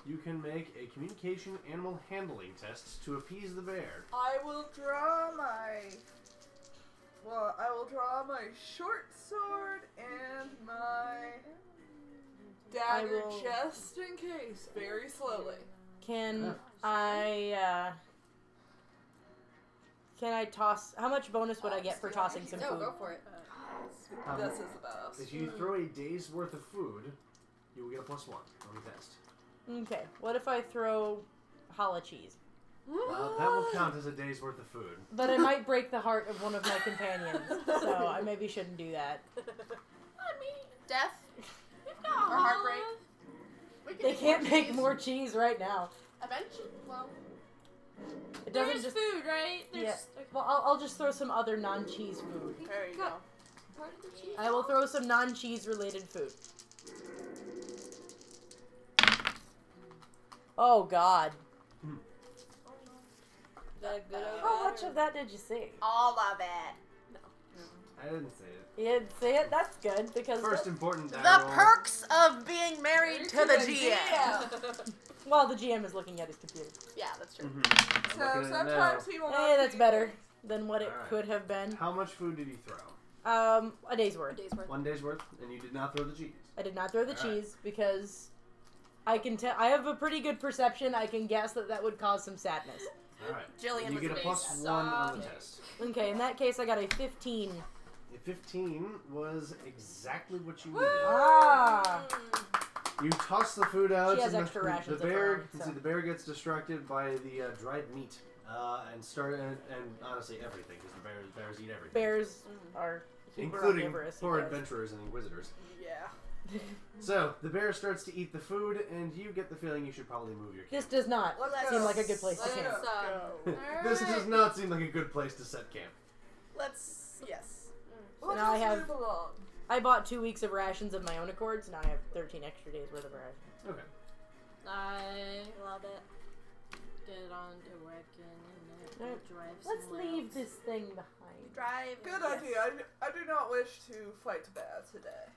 S3: you can make a communication animal handling test to appease the bear.
S8: I will draw my. Well, I will draw my short sword and my dagger
S6: will-
S8: just in case, very slowly.
S6: Can I? Uh, can I toss? How much bonus would I get for tossing some
S30: No,
S6: food?
S30: go for it.
S8: Uh,
S3: Um,
S8: this is the best.
S3: If you throw a day's worth of food, you will get a plus one on the test.
S6: Okay. What if I throw challah cheese?
S3: Uh, that will count as a day's worth of food.
S6: But I might break the heart of one of my companions, so I maybe shouldn't do that.
S29: I mean,
S7: Death?
S29: we've got
S7: Or heartbreak?
S29: We can
S6: They
S29: make
S6: can't make
S29: cheese.
S6: more cheese right now.
S29: Eventually, well,
S6: It doesn't
S29: there's
S6: just.
S29: food, right? There's
S6: Yeah. Well, I'll, I'll just throw some other non-cheese food.
S7: There you go.
S29: part of the cheese.
S6: I will throw some non-cheese related food. Oh God!
S30: The good old
S6: How
S30: water.
S6: much of that did you see?
S7: All of it.
S3: I didn't say it.
S6: You didn't see it. That's good because
S3: First important die
S7: The
S3: roll.
S7: perks of being married to the GM.
S6: well, the GM is looking at his computer.
S7: Yeah, that's true.
S3: Mm-hmm. Looking at
S8: So
S3: it
S8: sometimes
S3: now.
S8: he will not.
S6: Hey, that's
S8: be-
S6: better than what it
S3: Alright.
S6: could have been.
S3: How much food did you throw?
S6: Um, a day's
S30: A
S6: worth.
S30: day's worth.
S3: One day's worth, and you did not throw the cheese.
S6: I did not throw the
S3: Alright.
S6: cheese because I can tell. I have a pretty good perception. I can guess that that would cause some sadness.
S3: All right.
S7: Jillian
S3: you
S7: was
S3: get a
S7: very
S3: plus
S7: sad.
S3: one on the test.
S6: Okay, in that case, I got a fifteen.
S3: A Fifteen was exactly what you needed.
S6: Ah.
S3: You toss the food out.
S6: She has
S3: and
S6: extra
S3: the,
S6: rations of
S3: The
S6: her
S3: bear.
S6: own,
S3: you can
S6: so.
S3: see the bear gets distracted by the uh, dried meat uh, and start and, and honestly everything because the bears bears eat everything,
S6: Bears are super
S3: including
S6: omnivorous,
S3: poor
S6: you guys.
S3: adventurers and inquisitors.
S8: Yeah.
S3: So the bear starts to eat the food, and you get the feeling you should probably move your.
S6: This does not
S8: Let's
S6: seem
S8: go.
S6: like a good place to
S8: Let's
S6: camp.
S8: go.
S3: camp. this does not seem like a good place to set camp.
S7: Let's. Yes.
S30: Mm.
S8: Let
S6: now I
S8: us
S6: have-
S8: move along.
S6: I bought two weeks of rations of my own accord, so now I have 13 extra days worth of rations.
S3: Okay.
S31: I
S30: Love it.
S31: get onto Wiccan and I
S6: Alright,
S31: drive
S6: Let's
S31: somewhere
S6: leave
S31: else.
S6: this thing behind.
S30: Drive.
S8: Good
S30: yes.
S8: idea. I, d- I do not wish to fight the bear today.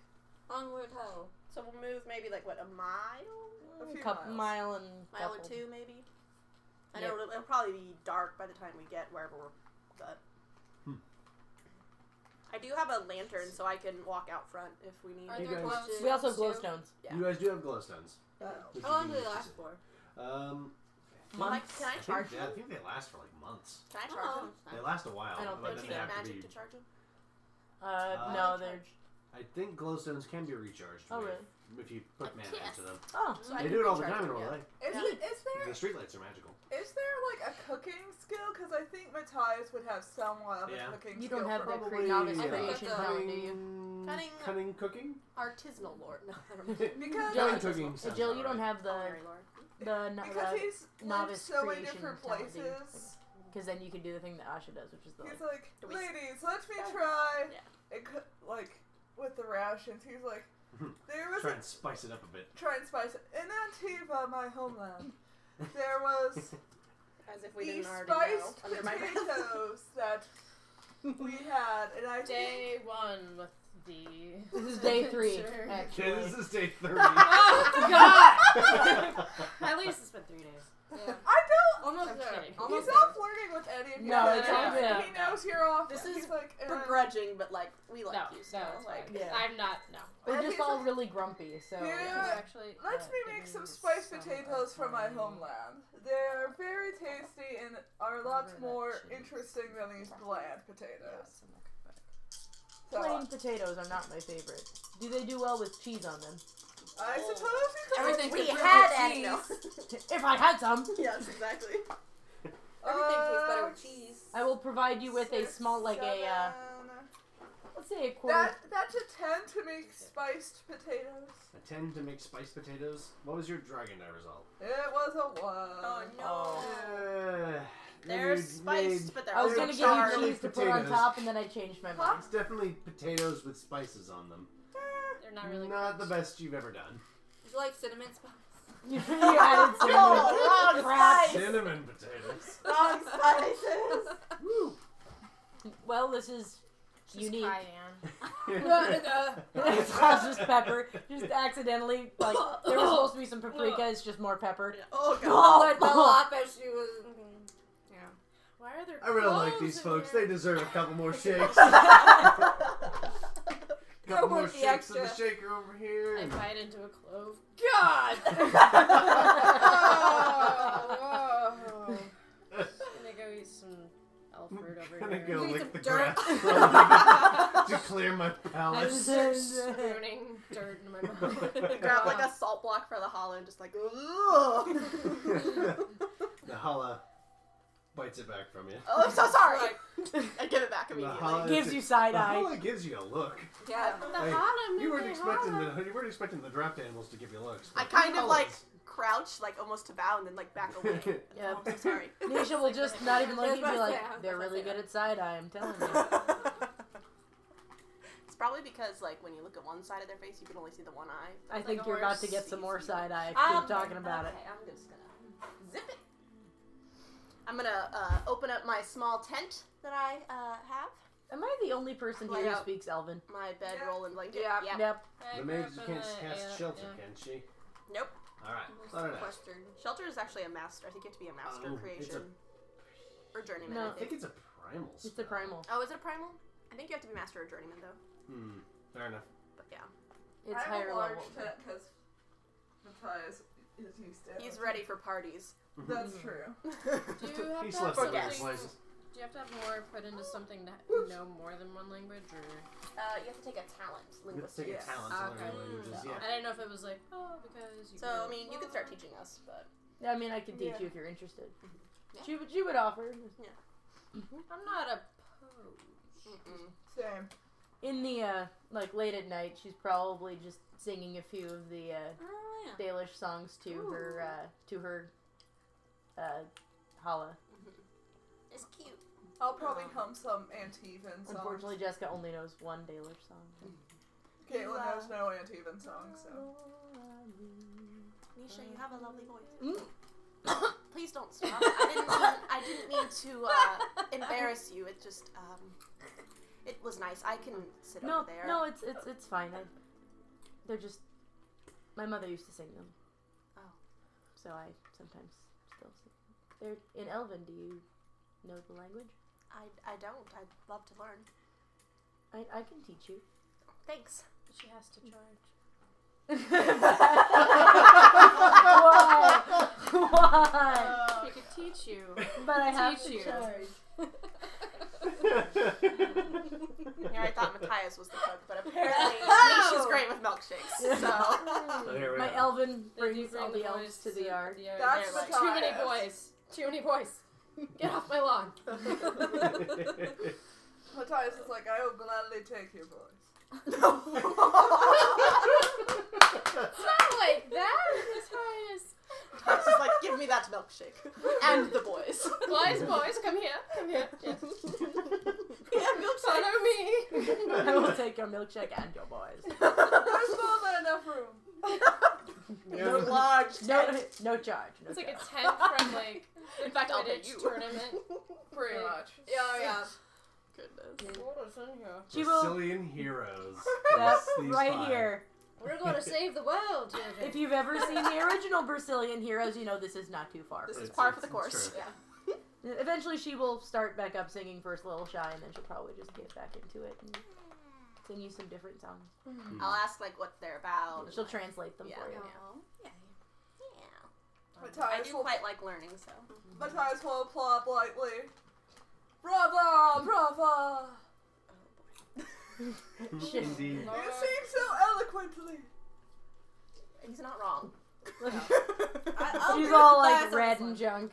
S30: Onward ho.
S7: So we'll move maybe like, what, a mile?
S8: A few
S6: couple
S8: miles.
S6: mile and
S7: Mile
S6: couple.
S7: or two, maybe? I
S6: Yep.
S7: know it'll, it'll probably be dark by the time we get wherever we're at.
S3: Hmm.
S7: I do have a lantern so I can walk out front if we need
S30: Are
S3: You
S30: there
S3: guys-
S30: glowstones
S6: We also have
S30: too?
S6: glowstones.
S7: Yeah.
S3: You guys do have glowstones. which
S8: Oh.
S30: How
S3: you
S30: long
S3: can
S30: do they
S3: use to
S30: last
S3: set-
S30: for?
S3: Um,
S7: Can I, can
S3: I
S7: I charge
S3: think, they- I
S7: them?
S3: think they last for like months.
S7: Can I charge
S30: Oh.
S7: them?
S3: They last a while.
S6: I don't
S3: but then
S6: think
S7: Don't you
S3: they
S7: need
S3: have to
S7: magic
S3: be.
S7: to charge them?
S6: Uh,
S3: Uh,
S6: no, they're.
S3: I think glowstones can be recharged.
S6: Oh,
S3: with-
S6: really?
S3: If you put mana
S29: kiss.
S3: into them,
S6: Oh,
S7: So I
S3: they
S7: can
S3: do it all the
S7: recharge
S3: time in
S7: them, yeah.
S3: Orlais.
S8: Is,
S7: Yeah.
S8: it, is
S3: The
S8: there
S3: streetlights are magical.
S8: is there like a cooking skill? Because I think Matthias would have somewhat of a
S3: Yeah.
S8: cooking
S6: You
S8: skill.
S6: don't have
S8: for-
S6: the cre- novice
S3: yeah.
S6: creation
S30: Cooking.
S6: sound, do you?
S3: cunning,
S7: Cunning-
S3: cunning cooking.
S7: Artisanal lord. No, I don't know.
S8: because
S6: Jill,
S3: Cunning
S6: Joey-
S3: cooking.
S6: So
S3: sounds
S6: Jill, you don't
S3: alright.
S6: have the
S7: Culinary lord.
S6: the no-
S8: because
S6: the
S8: he's lived
S6: novice
S8: so many
S6: creation
S8: different
S6: talent, do you?
S8: places.
S6: because then you can do the thing that Asha does, which is the.
S8: He's
S6: Like,
S8: like,
S7: Do we-
S8: ladies, let me try.
S7: Yeah.
S8: It could, like with the rations, he's like, there was
S3: Try
S8: a,
S3: and spice it up a bit.
S8: try and spice it. In Antiva, my homeland, there was
S7: As if we
S8: the
S7: didn't already know.
S8: spiced
S7: Under my breath.
S8: potatoes that we had, and I think
S31: Day one with the.
S6: this is day three.
S31: Sure.
S6: Actually.
S3: Okay, this is day thirty.
S31: Oh God!
S5: At least it's been three days.
S8: I don't.
S5: Almost
S8: I'm
S5: there.
S8: kidding.
S5: Almost
S8: he's not flirting with any of you.
S5: No,
S8: guys.
S5: it's all good.
S8: He knows you're off.
S7: This
S8: he's
S7: is
S8: like, uh,
S7: begrudging, but like we like
S5: No, no,
S7: you. So
S5: it's
S7: like,
S5: fine. I'm not. No.
S32: We're
S8: And
S32: just
S8: he's
S32: all
S8: like-
S32: really grumpy, so
S8: You know
S32: it's
S8: what?
S32: actually.
S8: Let's
S32: uh,
S8: me
S32: giving
S8: make some
S32: me
S8: spiced
S32: some
S8: potatoes from my
S32: autonomy.
S8: homeland. They are very tasty and are
S32: Remember
S8: lots
S32: that
S8: more
S32: cheese.
S8: interesting than these bland potatoes.
S32: Yes, I'm not gonna-
S8: So
S6: Plain potatoes are not my favorite. Do they do well with cheese on them?
S8: I suppose you could.
S7: Everything's
S6: We
S7: good for
S6: had
S7: the
S6: any.
S7: cheese.
S6: If I had some,
S7: yes, exactly.
S8: Everything tastes better
S7: with cheese.
S6: I will provide you with a
S8: Six,
S6: small, like a uh,
S8: seven.
S6: let's say a quarter.
S8: That that's a ten to make spiced potatoes.
S3: I tend to make spiced potatoes. What was your dragon die result?
S8: It was a one.
S7: Oh no.
S3: Uh,
S7: They're
S3: you
S7: spiced,
S3: made-
S7: but they're
S6: I was
S3: they're
S6: gonna
S7: also
S6: give
S3: charred
S6: you cheese
S3: with
S6: to put on
S3: potatoes.
S6: top, and then I changed my mind.
S3: It's definitely potatoes with spices on them.
S6: Eh,
S33: They're not really.
S3: Not the best you've ever done.
S33: Would you like cinnamon spice?
S6: you added cinnamon. Crap.
S3: Cinnamon potatoes.
S8: Wrong spices.
S3: Woo.
S6: Well, this is
S5: Just
S6: unique.
S5: Cayenne.
S6: it's all just pepper. Just accidentally, like there was supposed to be some paprika. It's just more pepper.
S7: Oh
S6: Oh,
S33: But the lapa she was.
S5: Why are there?
S3: I really like
S5: cloves
S3: these
S5: in
S3: folks.
S5: here?
S3: They deserve a couple more shakes. couple more
S8: worth the
S3: shakes in the
S8: extra.
S3: shaker over here.
S5: I bite into a clove. God.
S8: Oh,
S5: I'm gonna go eat some elf fruit over
S3: I'm gonna
S5: here.
S3: go
S33: need
S3: lick
S33: some
S3: the
S33: dirt.
S3: grass to clear my
S5: I'm
S3: palate.
S5: just spooning dirt into my mouth.
S7: Grab like a salt block for the hollow and just like, ugh. Oh,
S3: Nahala bites it back from you.
S7: Oh, I'm so sorry. I give it back immediately.
S3: Nahala
S6: Gives you side eye.
S3: Nahala gives you a look.
S33: Yeah.
S3: Like,
S5: Nahara,
S3: you weren't
S5: Nahara.
S3: expecting the you weren't expecting the draft animals to give you looks.
S7: I
S3: but
S7: kind of
S3: Nahala's-
S7: like crouch, like almost to bow, and then like back away.
S6: Yeah.
S7: Oh, I'm so sorry.
S6: Nisha will just not even look
S33: That's what I
S6: at you and be
S33: say, I was
S6: like, they're
S33: about to
S6: really
S33: say
S6: good
S33: that.
S6: at side eye, I'm telling you.
S7: it's probably because like when you look at one side of their face, you can only see the one eye.
S6: I think
S33: a
S6: you're about to
S33: horse
S6: get some more
S7: sees
S6: side eye if you
S7: Um,
S6: keep talking about it.
S7: okay, I'm just gonna zip it. I'm gonna uh, open up my small tent that I uh, have,
S6: Am I the only person
S7: Light
S6: here who
S7: up.
S6: speaks Elven?
S7: my bedroll and blanket.
S33: Yeah.
S7: yeah.
S6: Yep.
S3: The mage can't cast shelter, can she?
S7: Nope.
S3: All right,
S33: What's
S3: let
S33: the
S3: it out.
S33: question?
S7: Shelter is actually a master. I think you have to be a master
S3: Oh, it's
S7: creation or journeyman.
S6: No.
S7: I
S3: I
S7: think.
S3: think it's a primal.
S6: It's the primal.
S7: Oh, is it a primal? I think you have to be master or journeyman though.
S3: Hmm. Fair enough.
S7: But yeah,
S6: It's
S8: I have
S6: higher
S8: a large
S6: level.
S8: tent because Matthias is used to.
S7: he's
S8: it.
S7: ready for parties.
S8: That's
S7: Mm-hmm.
S8: true.
S5: Do you have
S3: He
S5: to have
S3: slept in weird
S7: forget.
S5: something?
S3: places.
S5: Do you have to have more put into something to ha- know more than one language, or
S7: Uh, you have to take a talent,
S3: Let's
S7: linguistic.
S3: take a
S8: Yes.
S3: talent to learn
S5: Okay.
S3: languages. Yeah.
S5: I didn't know if it was like oh because you.
S7: So
S5: were-
S7: I mean, you could start teaching us, but
S6: I mean, I can teach
S8: Yeah.
S6: you if you're interested.
S7: Yeah.
S6: She would, she would offer.
S5: I'm not opposed.
S8: Same.
S6: In the, uh, like, late at night, she's probably just singing a few of the, uh,
S33: Oh yeah.
S6: Dalish songs to her, uh, to her, uh, Hala.
S7: it's cute.
S8: I'll probably hum some Antiven songs.
S6: Unfortunately, Jessica only knows one Dalish song.
S8: Caitlin has no Antiven songs, so.
S7: Misha, you have a lovely voice.
S6: Mm.
S7: Please don't stop. I didn't mean, I didn't mean to uh, embarrass you. It just um, it was nice. I can sit
S6: No,
S7: over there.
S6: no, it's it's it's fine. I, they're just my mother used to sing them.
S7: Oh.
S6: So I sometimes still sing. Them. They're in Elven. Do you know the language?
S7: I, I don't. I'd love to learn.
S6: I I can teach you.
S7: Thanks.
S5: But she has to charge.
S6: Why? Why?
S5: She could teach you.
S6: But I have
S5: teach
S6: to
S5: you.
S6: charge.
S7: Yeah, I thought Matthias was the cook, but apparently Misha's great with milkshakes. So
S3: So here we
S6: My
S3: are.
S6: Elven
S5: They do
S6: brings
S5: bring
S6: all the
S5: boys
S6: elves to the yard.
S5: yard.
S8: That's
S5: They're like,
S8: the
S5: too many
S8: times.
S5: boys. Too many boys. Get off my lawn.
S8: Matthias is like, I will gladly take your voice.
S5: Not like that, Matthias.
S7: Matthias is like, give me that milkshake and the boys.
S5: Boys, boys, come here. Come here. Yes.
S7: Yeah, milkshake.
S5: Follow me.
S6: I will take your milkshake and your boys.
S8: There's more than enough room.
S3: Yeah.
S7: Large.
S6: No, no charge. No
S5: It's like a
S6: charge.
S5: tent from like the
S7: In fact, I'll pay
S5: Quidditch
S7: you.
S5: tournament.
S8: Pretty
S5: Yeah.
S8: much.
S5: Oh yeah.
S7: Goodness.
S5: What is in here?
S6: She will-
S3: Sicilian heroes.
S6: Yep,
S3: These
S6: right
S3: five.
S6: here.
S27: We're going to save the world, children.
S6: If you've ever seen the original Brazilian Heroes, you know this is not too far.
S7: This
S6: from
S7: is
S6: it.
S7: par for the course. Yeah.
S6: Eventually, she will start back up singing first Little Shy, and then she'll probably just get back into it and sing you some different songs.
S7: I'll ask like what they're about. and,
S6: She'll
S7: like,
S6: translate them
S7: yeah,
S6: for you.
S7: Yeah. Yeah. I
S8: Matthias
S7: do
S8: will-
S7: quite like learning, so.
S8: Matthias will applaud lightly. Brava, brava!
S3: Indeed.
S8: You sing so eloquently.
S7: He's not wrong.
S8: I,
S6: She's
S8: give
S6: all
S8: the
S6: like
S8: guys
S6: red and junk.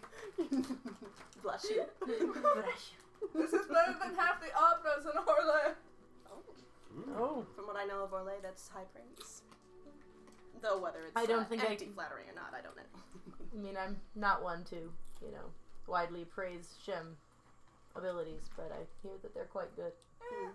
S7: Bless you.
S8: This is better than half the operas in Orlando.
S6: Oh.
S7: From what I know of Orlais, that's high praise. Though whether it's
S6: I don't
S7: uh,
S6: think I
S7: empty
S6: can-
S7: flattering or not, I don't know.
S6: I mean, I'm not one to, you know, widely praise Shem abilities, but I hear that they're quite good.
S5: Hmm.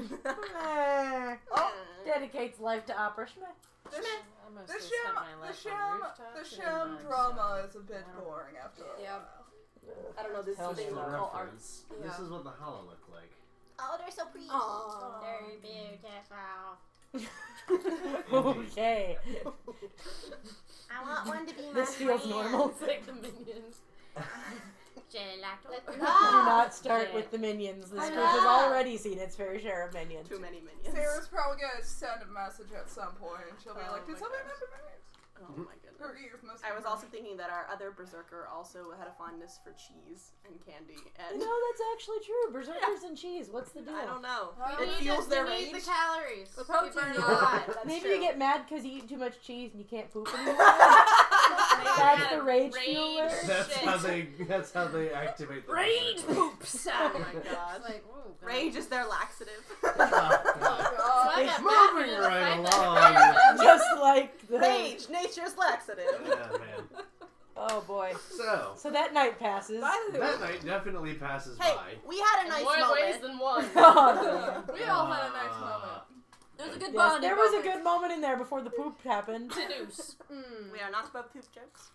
S6: oh, dedicates life to opera. Schmeh.
S8: The, sh-
S5: I
S8: the
S5: mostly
S8: shim,
S5: spent my
S8: the
S5: life on
S8: shim, the
S5: rooftops and in
S8: shim
S5: mines,
S8: drama is a bit boring after a
S7: Yeah.
S8: while.
S7: I don't know. This
S3: Just
S7: thing
S3: for
S7: called
S3: reference,
S7: arts.
S3: this is what the hollow looked like.
S7: Oh, they're so pretty.
S27: Very beautiful.
S6: okay.
S27: I want one to be my
S6: This feels
S27: friend.
S6: normal.
S5: Like the minions.
S27: Gelato.
S6: Do not start with the minions. This
S8: I
S6: group has
S8: know.
S6: already seen its fair share of minions.
S7: Too many minions.
S8: Sarah's probably gonna send a message at some point. She'll be
S7: Oh
S8: like, "Did
S7: my
S8: somebody
S7: gosh.
S8: mention minions?"
S7: Oh my goodness.
S8: Her ears must.
S7: I
S8: be
S7: was
S8: burning.
S7: also thinking that our other berserker also had a fondness for cheese and candy,
S6: No,
S7: and
S6: that's actually true. Berserkers and cheese. What's the deal?
S7: I don't know.
S27: We
S7: it
S27: need
S7: fuels
S27: the-
S7: their
S27: we need
S7: rage.
S27: the calories.
S7: The protein
S27: We burn
S7: is
S27: a lot.
S7: That's
S6: Maybe
S7: true.
S6: you get mad because you eat too much cheese and you can't poop anymore. That's the rage,
S27: Rage.
S6: fueler.
S3: That's how they. That's how they activate the
S27: Rage
S3: berserker.
S27: poops.
S7: Oh my god.
S5: Like, oh, God.
S7: Rage is their laxative.
S8: Oh,
S27: I
S3: It's
S27: got back
S3: moving
S27: into the
S3: right
S27: fight that-
S3: along.
S6: Just like the.
S7: Rage, nature's laxative.
S3: Yeah, man.
S6: Oh boy.
S3: So
S6: So that night passes.
S3: that night definitely passes
S7: hey,
S3: by.
S7: we had a nice
S5: More ways
S7: moment.
S5: than one.
S6: Oh,
S8: we all had a nice
S3: Uh,
S5: Ah.
S8: moment.
S27: There's a good
S6: yes,
S27: bond.
S6: there was a good moment in there before the poop happened.
S5: Seduce.
S8: Hmm.
S7: We are not above poop jokes.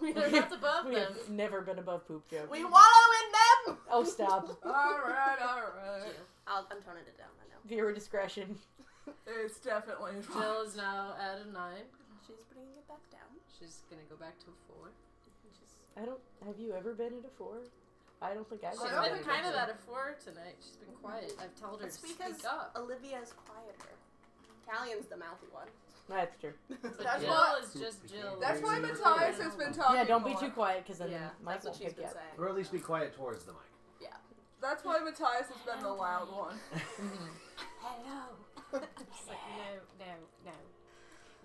S5: They're not above
S6: We
S5: them.
S6: have never been above poop jokes.
S7: We wallow in them.
S6: Oh, stop.
S8: all right, all right.
S7: I'll, I'm toning it down. I know.
S6: Viewer discretion.
S8: It's definitely.
S5: Jill is now at a nine.
S7: She's bringing it back down.
S5: She's gonna go back to a four.
S6: I don't. Have you ever been at a four? I don't think I've
S5: She's
S6: been.
S5: been
S6: at a
S5: kind of
S6: four.
S5: at a four tonight. She's been quiet. I've told her
S7: It's
S5: to speak
S7: because
S5: up.
S7: Olivia's quieter. Italian's the mouthy one.
S6: That's true.
S5: But
S8: That's
S5: Jill
S8: why-
S5: is just Jill.
S8: That's why
S5: She's
S8: Matthias
S5: quiet.
S8: has been talking.
S6: yeah, don't be
S8: more.
S6: too quiet because then
S7: yeah,
S6: the mic
S7: that's what
S6: won't
S7: she's
S6: pick you
S7: been
S6: up.
S7: saying.
S3: Or at least be quiet towards the mic.
S8: That's why Matthias has been the loud one.
S27: Hello.
S5: She's like, no, no, no,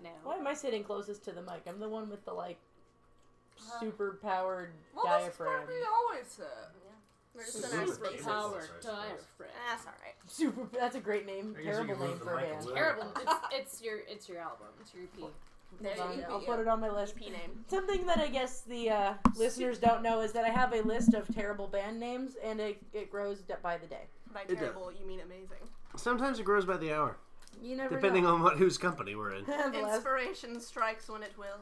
S5: no.
S6: Why am I sitting closest to the mic? I'm the one with the like super powered
S8: Well, that's just
S6: diaphragm.
S8: what we always said.
S7: We're just in our
S3: Super
S7: spaces.
S3: power.
S5: Power diaphragm.
S7: That's alright.
S6: Super. That's a great name.
S3: I guess you
S6: Terrible
S3: can move
S6: name
S3: the
S6: for a
S3: mic a
S6: band.
S3: little.
S5: Terrible. It's, it's your it's your album. It's your EP.
S7: There
S6: Fine,
S7: you go.
S6: I'll put it on my list.
S7: EP name.
S6: Something that I guess the uh, listeners don't know is that I have a list of terrible band names, and it, it grows d- by the day.
S7: By
S3: does.
S7: terrible, you mean amazing.
S3: Sometimes it grows by the hour,
S6: You never
S3: depending
S6: know.
S3: on what whose company we're in.
S6: the, last,
S7: Inspiration strikes when it will.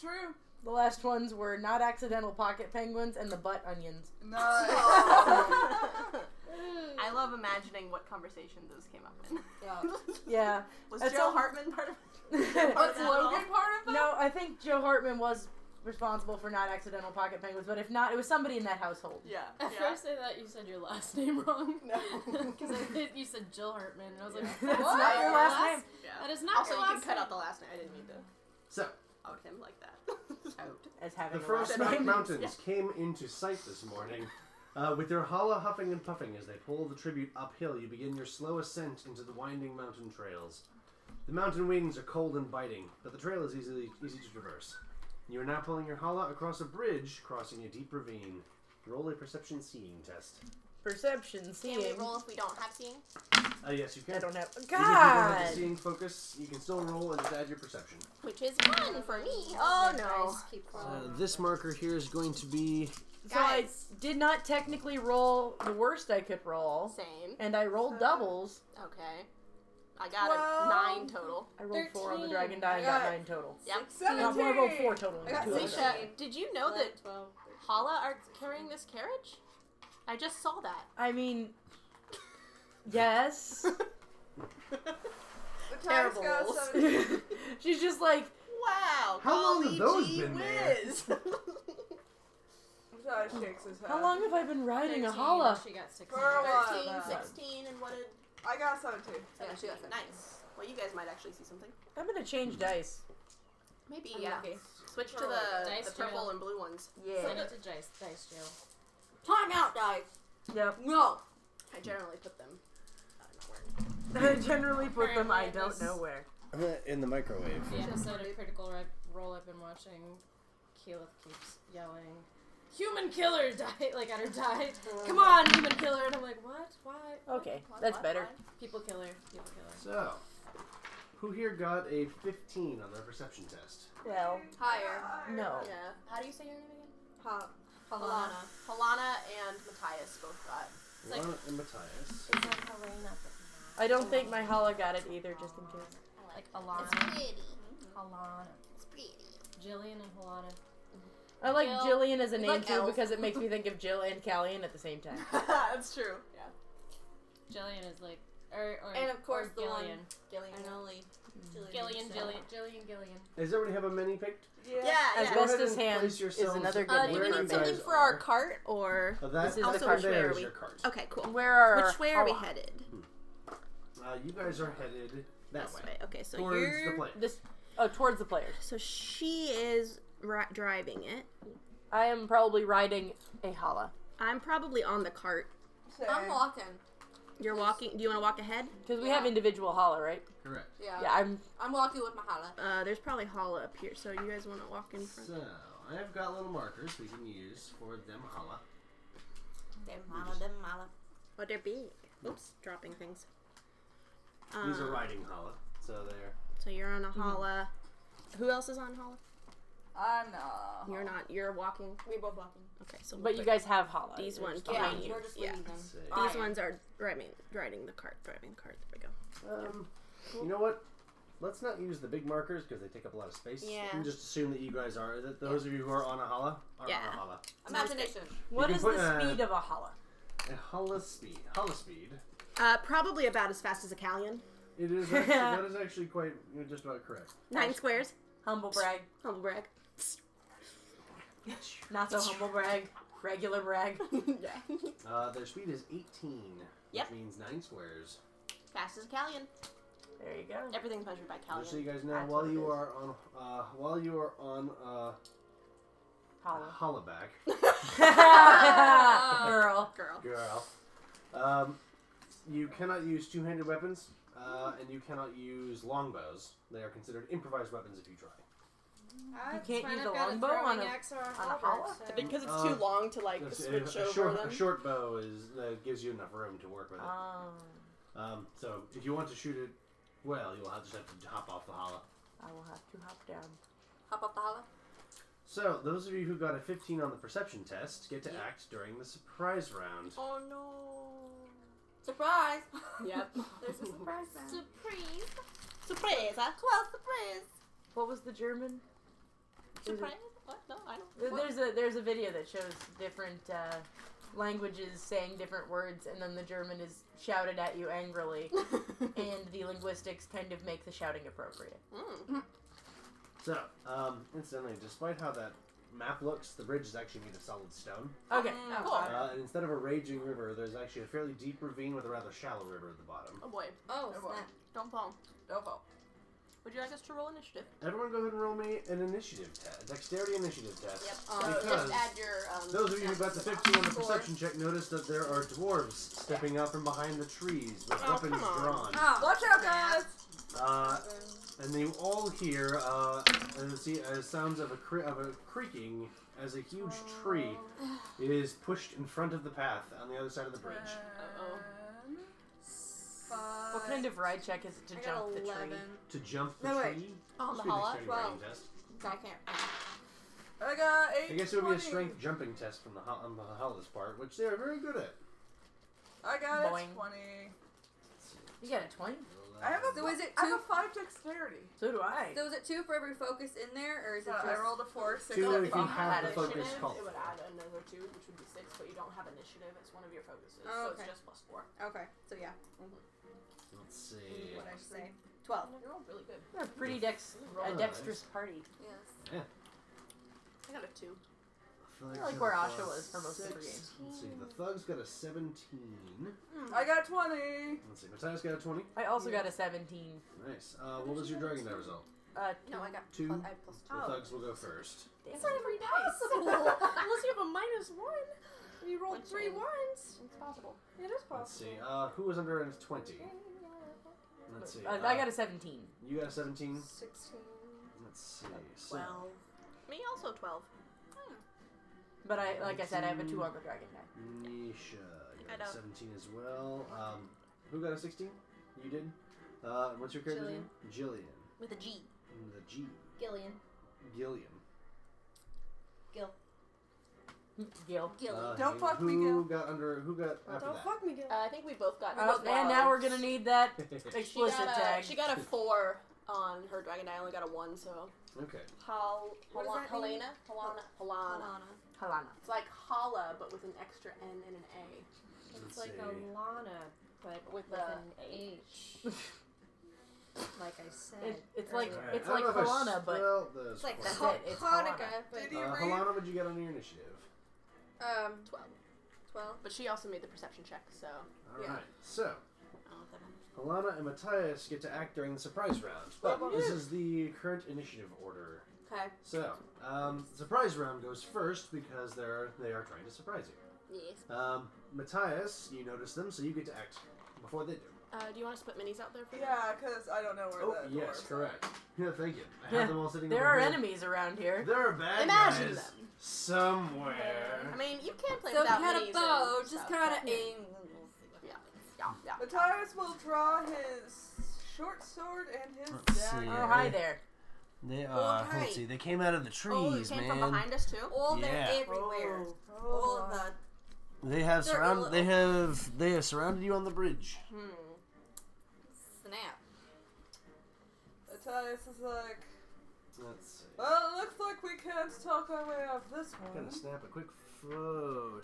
S8: true.
S6: the last ones were not accidental pocket penguins and the butt onions.
S8: Nice.
S7: I love imagining what conversation those came up in.
S6: Yeah.
S7: Was
S6: That's
S7: Joe
S6: all-
S7: Hartman part of
S8: Was
S7: That's
S8: Logan part of that?
S6: no, I think Joe Hartman was responsible for not accidental pocket penguins, but if not, it was somebody in that household.
S7: Yeah.
S5: At first, I thought you said your last name wrong.
S7: No.
S5: because you said Jill Hartman, and I was like,
S6: That's
S5: "What?
S6: not your last
S5: Last-
S6: name.
S5: That is not
S7: Also,
S5: your
S7: you can
S5: last
S7: cut
S5: name.
S7: out the last name. I didn't mean to
S3: So
S7: out him like that.
S5: Out.
S6: As having
S3: the
S6: a
S3: first
S6: last
S3: Rock
S6: name.
S3: Mountains came into sight this morning. Uh, with their hollow huffing and puffing as they pull the tribute uphill, you begin your slow ascent into the winding mountain trails. The mountain winds are cold and biting, but the trail is easily easy to traverse. You are now pulling your hollow across a bridge, crossing a deep ravine. Roll a perception seeing test.
S6: Perception, seeing.
S7: if we don't have seeing?
S3: Uh, yes, you can.
S6: I don't have.
S3: Even if you don't have
S6: God!
S3: the seeing focus, you can still roll and just add your perception.
S7: Which is one for me. Oh no.
S27: Dice keep rolling.
S14: this marker here is going to be.
S6: So I
S7: Guys.
S6: did not technically roll the worst I could roll,
S7: Same.
S6: and I rolled doubles.
S7: Okay. I got
S8: Well-
S7: a nine total.
S6: I rolled four on the
S27: 13.
S6: dragon die and got
S8: Yeah.
S6: nine total.
S7: Yep.
S6: No, well, I rolled four total. and
S8: I got
S6: two others.
S7: Alicia, did you know that
S27: 12.
S7: Hala are carrying this carriage? I just saw that.
S6: I mean, yes.
S8: Matthias
S6: terrible.
S8: got seventeen.
S6: She's just like,
S7: wow.
S3: How long
S7: golly
S3: have those
S7: gee
S3: been there?
S7: whiz.
S8: Matthias shakes his head.
S6: how long have I been riding a holla?
S5: She got six.
S8: For a while,
S7: 13,
S8: though.
S7: 16, and what did.
S8: I got seventeen.
S7: Yeah, she got that. Nice. Well, you guys might actually see something.
S6: I'm gonna change dice.
S7: Maybe,
S27: I'm
S7: yeah.
S27: lucky.
S7: Switch to
S27: Or
S7: the,
S5: dice
S7: the purple
S5: jail.
S7: and blue ones.
S5: Send it to Dice, dice Jail.
S27: Time out, guys.
S6: Yep.
S27: No.
S7: I generally put them. I don't know where.
S6: I generally put them. I
S5: Apparently
S6: don't
S5: this-
S6: know where.
S4: In the microwave.
S5: The episode of Critical Ro- Role I've been watching, Keyleth keeps yelling, "Human killer died!" Like at her died. Come on, human killer! And I'm like, what? Why?
S6: Okay,
S7: Why-
S6: that's
S7: why-
S6: better.
S7: why?
S5: People killer. People killer.
S3: So, who here got a 15 on their perception test?
S6: Well,
S7: Higher.
S6: no.
S7: Yeah. How do you say your name again?
S27: Huh.
S7: Halana. Halana and Matthias both got.
S5: like-
S3: Lana and Matthias.
S27: It's like Helena,
S6: I don't think my holla got it either, just in case.
S5: Like Alana.
S27: but pretty.
S5: Alana.
S27: It's pretty.
S5: Jillian and Halana.
S6: I like
S5: Jill.
S6: Jillian as a name
S7: like
S6: too
S7: elf.
S6: because it makes me think of Jill and Callian at the same time.
S7: that's true. Yeah.
S5: Jillian is like, or, or
S27: And of course
S5: or
S27: the
S5: Gillian.
S7: Gillian.
S27: I know.
S5: Gillian, Jillian, Jillian, Gillian.
S3: Does everybody have a mini picked?
S7: Yeah.
S3: As
S7: yeah.
S3: well.
S6: Asbestos
S3: Go ahead and
S6: hand
S3: place
S6: is
S3: yourselves
S6: another good
S7: Uh,
S6: name
S7: do
S3: where
S7: we
S6: for a
S3: you
S7: need something
S6: base.
S3: guys
S7: for our
S3: are.
S7: cart or?
S3: Uh, that,
S6: This is
S3: also,
S6: the card.
S3: there
S7: Where are
S3: is
S7: we?
S3: your card.
S7: Okay, cool.
S6: Where are
S7: Which way are we
S6: holla?
S7: headed?
S3: Uh, you guys are headed that
S7: This
S3: way.
S7: way. Okay, so
S3: Towards
S7: you're.
S3: the plane.
S6: This oh, towards the players.
S7: So she is ri- driving it.
S6: I am probably riding a holla
S7: I'm probably on the cart.
S8: Same.
S27: I'm walking.
S7: You're walking. Do you want to walk ahead?
S6: because we have individual holla, right?
S3: Correct.
S27: Yeah.
S6: Yeah, I'm.
S27: I'm walking with Mahala.
S7: Uh, there's probably Hala up here, so you guys want to walk in front.
S3: So, I've got little markers we can use for them hala.
S27: Them Mahala, them Mahala.
S7: Oh, they're big. Oops, dropping things.
S3: These are
S7: Um,
S3: riding hala. So they're
S7: So you're on a Hala. Who else is on Hala?
S8: I'm not.
S7: You're not. You're walking.
S27: We both walking.
S7: Okay, so we'll
S6: But you
S7: put
S6: guys have holla.
S7: these
S6: They're
S7: ones
S6: just-
S27: Yeah,
S7: behind you.
S27: we're just
S7: yeah.
S27: leaving them.
S3: say,
S7: These ones are driving, riding the cart, driving the cart. There we go.
S3: um, you know what? Let's not use the big markers because they take up a lot of space.
S7: Yeah.
S3: You can just assume that you guys are that those of you who are on a hala are on
S7: Yeah.
S3: a hala.
S27: Imagination.
S6: What
S3: You
S6: is
S3: can put,
S6: the
S3: uh,
S6: speed of a holla?
S3: A hala speed. Hala speed.
S7: Uh, probably about as fast as a Callion.
S3: It is actually, that is actually quite you're just about correct.
S7: Nine squares.
S6: Humble brag,
S7: Humble brag.
S6: not so humble brag, regular brag.
S7: yeah.
S3: Uh, their speed is 18, which
S7: Yep.
S3: means nine squares.
S7: Fast as a Callion.
S6: There you go.
S7: Everything's measured by
S3: Just so you
S7: Callion.
S3: guys know,
S7: Oh, That's
S3: while
S7: what it
S3: you
S7: is.
S3: are on uh, while you are on uh,
S6: Holla,
S3: hollaback,
S7: Ah!
S6: girl.
S7: Girl.
S3: girl, um, you cannot use two-handed weapons, uh, and you cannot use longbows. They are considered improvised weapons if you try.
S6: You can't use a longbow on a on a holla.
S7: Because it's
S3: Uh,
S7: too long to like
S3: Just a,
S7: switch
S3: a
S7: over
S3: short,
S7: them.
S3: a short bow is uh, gives you enough room to work with it.
S7: Ah.
S6: Oh,
S3: Um, so if you want to shoot it, well, you'll have, just have to hop off the holla.
S6: I will have to hop down.
S27: Hop up the holla.
S3: So, those of you who got a 15 on the perception test get to act during the surprise round.
S27: Oh no. Surprise.
S6: Yep.
S27: There's a surprise now. Surprise.
S7: Surprise! huh?
S27: Well, surprise.
S6: What was the German? There's a-
S27: Surprise. What? No, I
S6: There-
S27: don't.
S6: There's a there's a video that shows different uh, languages saying different words, and then the German is shouted at you angrily, and the linguistics kind of make the shouting appropriate.
S3: So, um, incidentally, despite how that map looks, the bridge is actually made of solid stone.
S6: Okay,
S27: Oh,
S7: Mm,
S6: cool.
S3: Uh, and instead of a raging river, there's actually a fairly deep ravine with a rather shallow river at the bottom.
S7: Oh boy.
S27: Oh,
S8: Oh, boy.
S27: snap.
S7: Don't fall.
S8: Don't fall.
S7: Would you like us to roll initiative?
S3: Everyone go ahead and roll me an initiative test, a dexterity initiative test.
S7: Um,
S3: Because
S7: just add your. Um,
S3: Those of you who got the 15 on the
S7: Four.
S3: perception check notice that there are dwarves stepping out from behind the trees with
S7: Oh,
S3: weapons
S7: come on.
S3: drawn.
S27: Oh.
S8: Watch out, guys!
S3: Uh, and you all hear uh, and see uh, sounds of a cre- of a creaking as a huge tree is pushed in front of the path on the other side of the bridge.
S7: Uh-oh.
S8: Five.
S6: What kind of ride check is it to
S27: I got
S6: jump the tree?
S27: 11.
S3: To jump the
S27: No, wait.
S3: tree.
S27: On the
S3: This would be an
S27: holla?
S3: extreme
S27: Well,
S3: brain test.
S27: I can't.
S8: I got eight.
S3: I guess it would be a
S8: 20.
S3: strength jumping test from the ho- on the holla's part, which they are very good at.
S8: I got a
S6: Boing.
S8: twenty.
S6: You got a twenty?
S8: I have a.
S27: So is it
S8: I have
S27: two?
S8: a five dexterity.
S6: So do I.
S27: So is it two for every focus in there, or is it
S8: So
S27: just?
S8: I rolled a four, six,
S3: Two
S8: and
S3: if
S8: five.
S3: you have the
S6: Add
S3: focus
S6: initiative,
S3: call.
S6: it would add another two, which would be six, but you don't have initiative as one of your focuses,
S27: so it's Okay.
S6: just plus four.
S27: Okay, so yeah,
S3: Let's see.
S27: what I should say.
S34: Twelve.
S7: You're all really good.
S6: You're a pretty dex- a dexterous party.
S7: Yes.
S3: Yeah.
S6: I got a two.
S3: feel
S6: I like
S3: the
S6: where Asha
S3: thug-
S6: was for most of her games.
S3: Let's see. The thug's got a 17.
S8: I got 20.
S3: Let's see. Matthias got a 20.
S6: I also got a 17.
S3: Nice. Uh, what was your dragon die result?
S6: Uh,
S34: No, I got
S3: Two.
S34: Plus, I plus two.
S3: The
S6: Oh.
S3: thugs will go first.
S35: It's not every
S27: Oh.
S35: possible unless you have a minus one. You rolled three ones.
S34: It's possible.
S35: It is possible.
S3: Let's see. Uh, who was under a 20? Let's see.
S6: Uh, I got a 17.
S3: You got a 17?
S35: Sixteen.
S3: Let's see. So,
S7: Well,
S34: Me also twelve.
S6: But I, like I said, I have a two armor dragon die.
S3: Nisha
S34: I
S3: got a
S34: don't.
S3: 17 as well. Um, who got a 16? You did? Uh, what's your character's name? Jillian.
S7: With a G.
S3: The G.
S1: Gillian.
S3: Gillian.
S1: Gil.
S6: Gil.
S3: Uh,
S8: Don't fuck
S3: who
S8: me, Gil.
S3: Got under, who got after
S35: Don't
S3: that?
S35: fuck me, Gil.
S1: Uh,
S35: I
S7: I think we both got.
S6: Uh, and now we're gonna need that
S7: She got,
S6: explicit
S7: a,
S6: tag.
S7: she got a four on her dragon. die. I only got a one, so.
S3: Okay.
S34: Hal.
S7: What does
S34: Hala-
S7: that
S34: Helena. Helena. Helena.
S36: Alana.
S6: Halana.
S34: It's like Hala, but with an extra N and an A.
S3: Let's
S35: It's like
S3: see.
S35: a Lana, but with,
S7: With a-
S35: an H. like I said.
S6: It- it's like
S3: Alright,
S6: it's
S3: I
S6: like
S3: don't know if I
S6: Kalana, but
S3: spelled those
S36: It's like
S3: for
S6: that's
S3: you.
S6: it. It's Kalana.
S35: but
S8: Did
S3: Uh,
S8: you read?
S3: Helena, what'd you get on your initiative?
S36: Um,
S34: Twelve.
S36: twelve.
S7: But she also made the perception check, so.
S3: Alright,
S7: Yeah.
S3: so
S7: Oh, that one.
S3: Alana and Matthias get to act during the surprise round, but this is the current initiative order.
S34: Okay.
S3: So, um, surprise round goes first because they're they are trying to surprise you.
S7: Yes.
S3: Um, Matthias, you notice them, so you get to act before they do.
S7: Uh, do you want to put minis out there for me?
S8: Yeah, because I don't know where
S3: Oh
S8: that
S3: yes,
S8: door
S3: correct. Yeah, thank you. I
S6: Yeah,
S3: have them all sitting.
S6: there
S3: over
S6: are
S3: here.
S6: enemies around here.
S3: There are bad
S7: Imagine
S3: guys
S7: them. I
S3: somewhere.
S7: mean, you can play
S36: So if
S7: without
S36: you had
S7: minis
S36: a
S7: and
S36: bow,
S7: stuff,
S36: just kind of
S7: but-
S36: aim.
S7: Yeah. Yeah. Yeah.
S8: Matthias will draw his short sword and his
S37: Let's
S8: dagger.
S37: see.
S6: Oh hi there.
S37: They are.
S34: Okay.
S37: Let's see. They came out of the
S34: Oh, it
S37: trees,
S34: came
S37: man.
S34: from behind us too.
S7: Oh,
S36: All
S37: Yeah.
S36: they're everywhere.
S8: Oh,
S36: All
S8: my.
S36: the
S37: They have
S36: They're
S37: surround.
S36: little-
S37: They have. They have surrounded you on the bridge.
S36: snap.
S8: Matthias is like,
S3: Let's see.
S8: well, it looks like we can't talk our way off this one.
S3: Gonna snap a quick photo.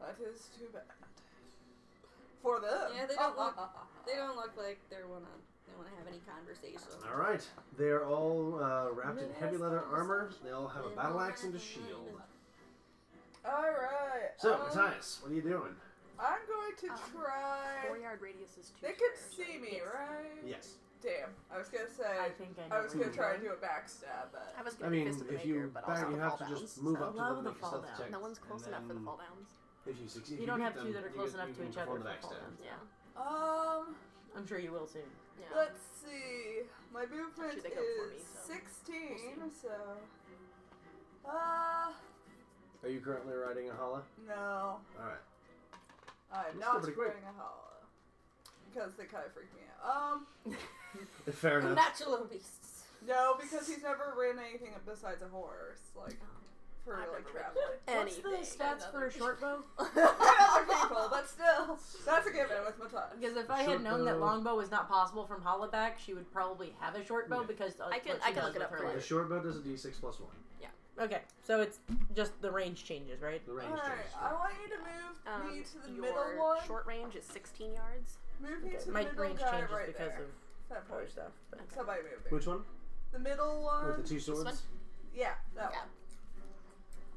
S8: That is too bad. For them.
S36: Yeah,
S7: Oh,
S36: they don't look. They don't look like they're wanna. They wanna have any conversation.
S3: All right, they are all uh, wrapped in heavy leather armor. They all have a battle axe and a shield.
S8: Alright.
S3: So,
S8: um,
S3: Matthias, what are you doing?
S8: I'm going to
S7: Um, Four
S8: try.
S7: yard radius is two.
S8: They could see me, right?
S3: Yes.
S8: Damn. I was gonna say.
S6: I think I know.
S8: I was
S6: where
S8: gonna
S6: you're
S8: try and
S6: going.
S8: do a backstab, but.
S7: I was
S3: I
S7: gonna
S3: mean,
S7: fist the
S3: if you
S7: but
S3: back,
S7: also
S3: you
S7: the
S3: have
S7: fall
S3: to
S7: downs.
S3: just move
S6: I
S3: up to
S6: love
S3: them,
S6: the
S3: make a
S6: fall
S3: stealth
S6: down.
S3: check,
S7: No one's close
S3: and
S7: enough for the
S3: then
S7: fall downs.
S3: If you succeed,
S6: You don't
S3: beat
S6: have
S3: them,
S6: two that are
S3: you
S6: close
S3: get-
S6: enough
S3: you
S6: to
S3: can
S6: each other
S3: perform the
S6: for fall
S3: backstab.
S6: downs. Yeah.
S8: Um.
S6: I'm sure you will soon.
S7: Yeah.
S8: Let's see. My movement
S7: Actually, they go for me,
S8: is
S7: so
S8: 16,
S7: we'll
S8: so. Uh.
S3: Are you currently riding a holla?
S8: No.
S3: All right.
S8: I'm
S3: That's
S8: not
S3: pretty quick.
S8: spring a hollow. Because they kind of freak me out. Um.
S3: Fair enough.
S36: Natural beasts.
S8: No, because he's never ridden anything besides a horse. Like. For
S7: I've never
S8: like
S7: ridden
S8: traveling.
S6: What's
S7: Anything.
S6: the stats for a short bow?
S8: I know other people, but still. That's a given with Matthias.
S6: Because if I
S3: Short
S6: had known that
S3: bow.
S6: longbow was not possible from Hollaback, she would probably have a short bow
S3: Yeah.
S6: because uh,
S7: I can-
S6: what she
S7: I can
S6: does
S7: look it
S6: with
S7: up
S6: her
S7: for you.
S6: life.
S3: The short bow does a d6 plus one.
S6: Okay, so it's just the range changes, right?
S3: The range
S8: Alright,
S3: changes.
S8: I want you to move me
S7: Um,
S8: to the
S7: your
S8: middle one.
S7: short range is 16 yards.
S8: Move me to the
S6: My
S8: middle
S6: range
S8: guy
S6: changes
S8: right
S6: because
S8: there. That
S6: of other
S8: part.
S6: stuff. but-
S8: Somebody move me.
S3: Which one?
S8: The middle one.
S3: With the two swords?
S7: Um, one?
S8: Yeah, that
S7: Yeah.
S8: one.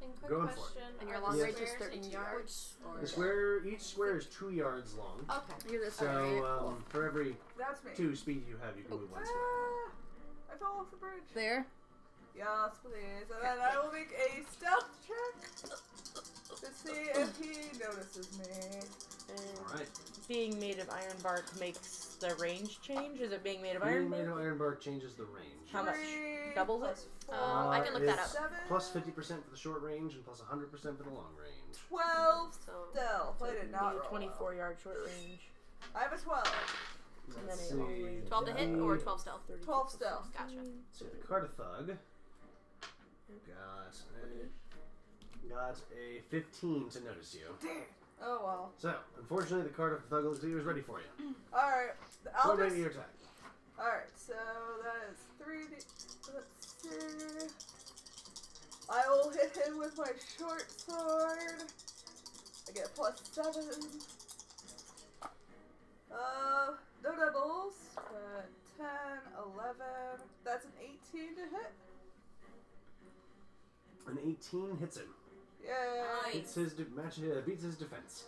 S35: And quick
S3: Going for it.
S35: question.
S7: And your
S35: are
S7: long
S35: the
S7: range is
S35: squares
S7: 32
S35: in yards. Or
S3: The square, each square is two yards
S7: Oh,
S3: long.
S36: Okay.
S7: You're this
S3: So um, for every
S8: That's me.
S3: two speed you have, you can move one square.
S8: Ah, I fell off the bridge.
S7: There.
S8: Yes, please. And then I will make a stealth check to see if he notices me.
S6: And
S3: All right.
S6: uh, being made of iron bark makes the range change. Is it being made of iron
S3: Iron Man
S6: bark?
S3: Iron Bark changes the range. Uh,
S6: How much?
S8: Three
S6: Doubles it?
S8: plus four,
S7: Um, I can look that
S3: it's
S8: up.
S3: Plus 50% for the short range and plus 100% for the long range.
S8: Twelve
S7: So-
S8: stealth. I did not
S6: Be
S8: roll.
S6: a
S8: well.
S6: 24 yard short range.
S8: I have a twelve.
S6: And
S3: Let's
S6: then it
S3: see.
S6: always-
S7: 12 to hit or 12 stealth?
S8: 12 stealth.
S7: Gotcha.
S3: So the Cardathug got a, got a 15 to notice you.
S8: Oh well.
S3: So, unfortunately, the Cardathug looks like he was ready for you.
S8: Alright. I'll
S3: Go make
S8: just.
S3: your attack.
S8: Alright, so that is three. D- let's see. I will hit him with my short sword. I get plus seven. Uh, No doubles, but 10, 11. That's an 18 to hit.
S3: An 18 hits him.
S8: Yay.
S3: Hits his de- match, uh, beats his defense.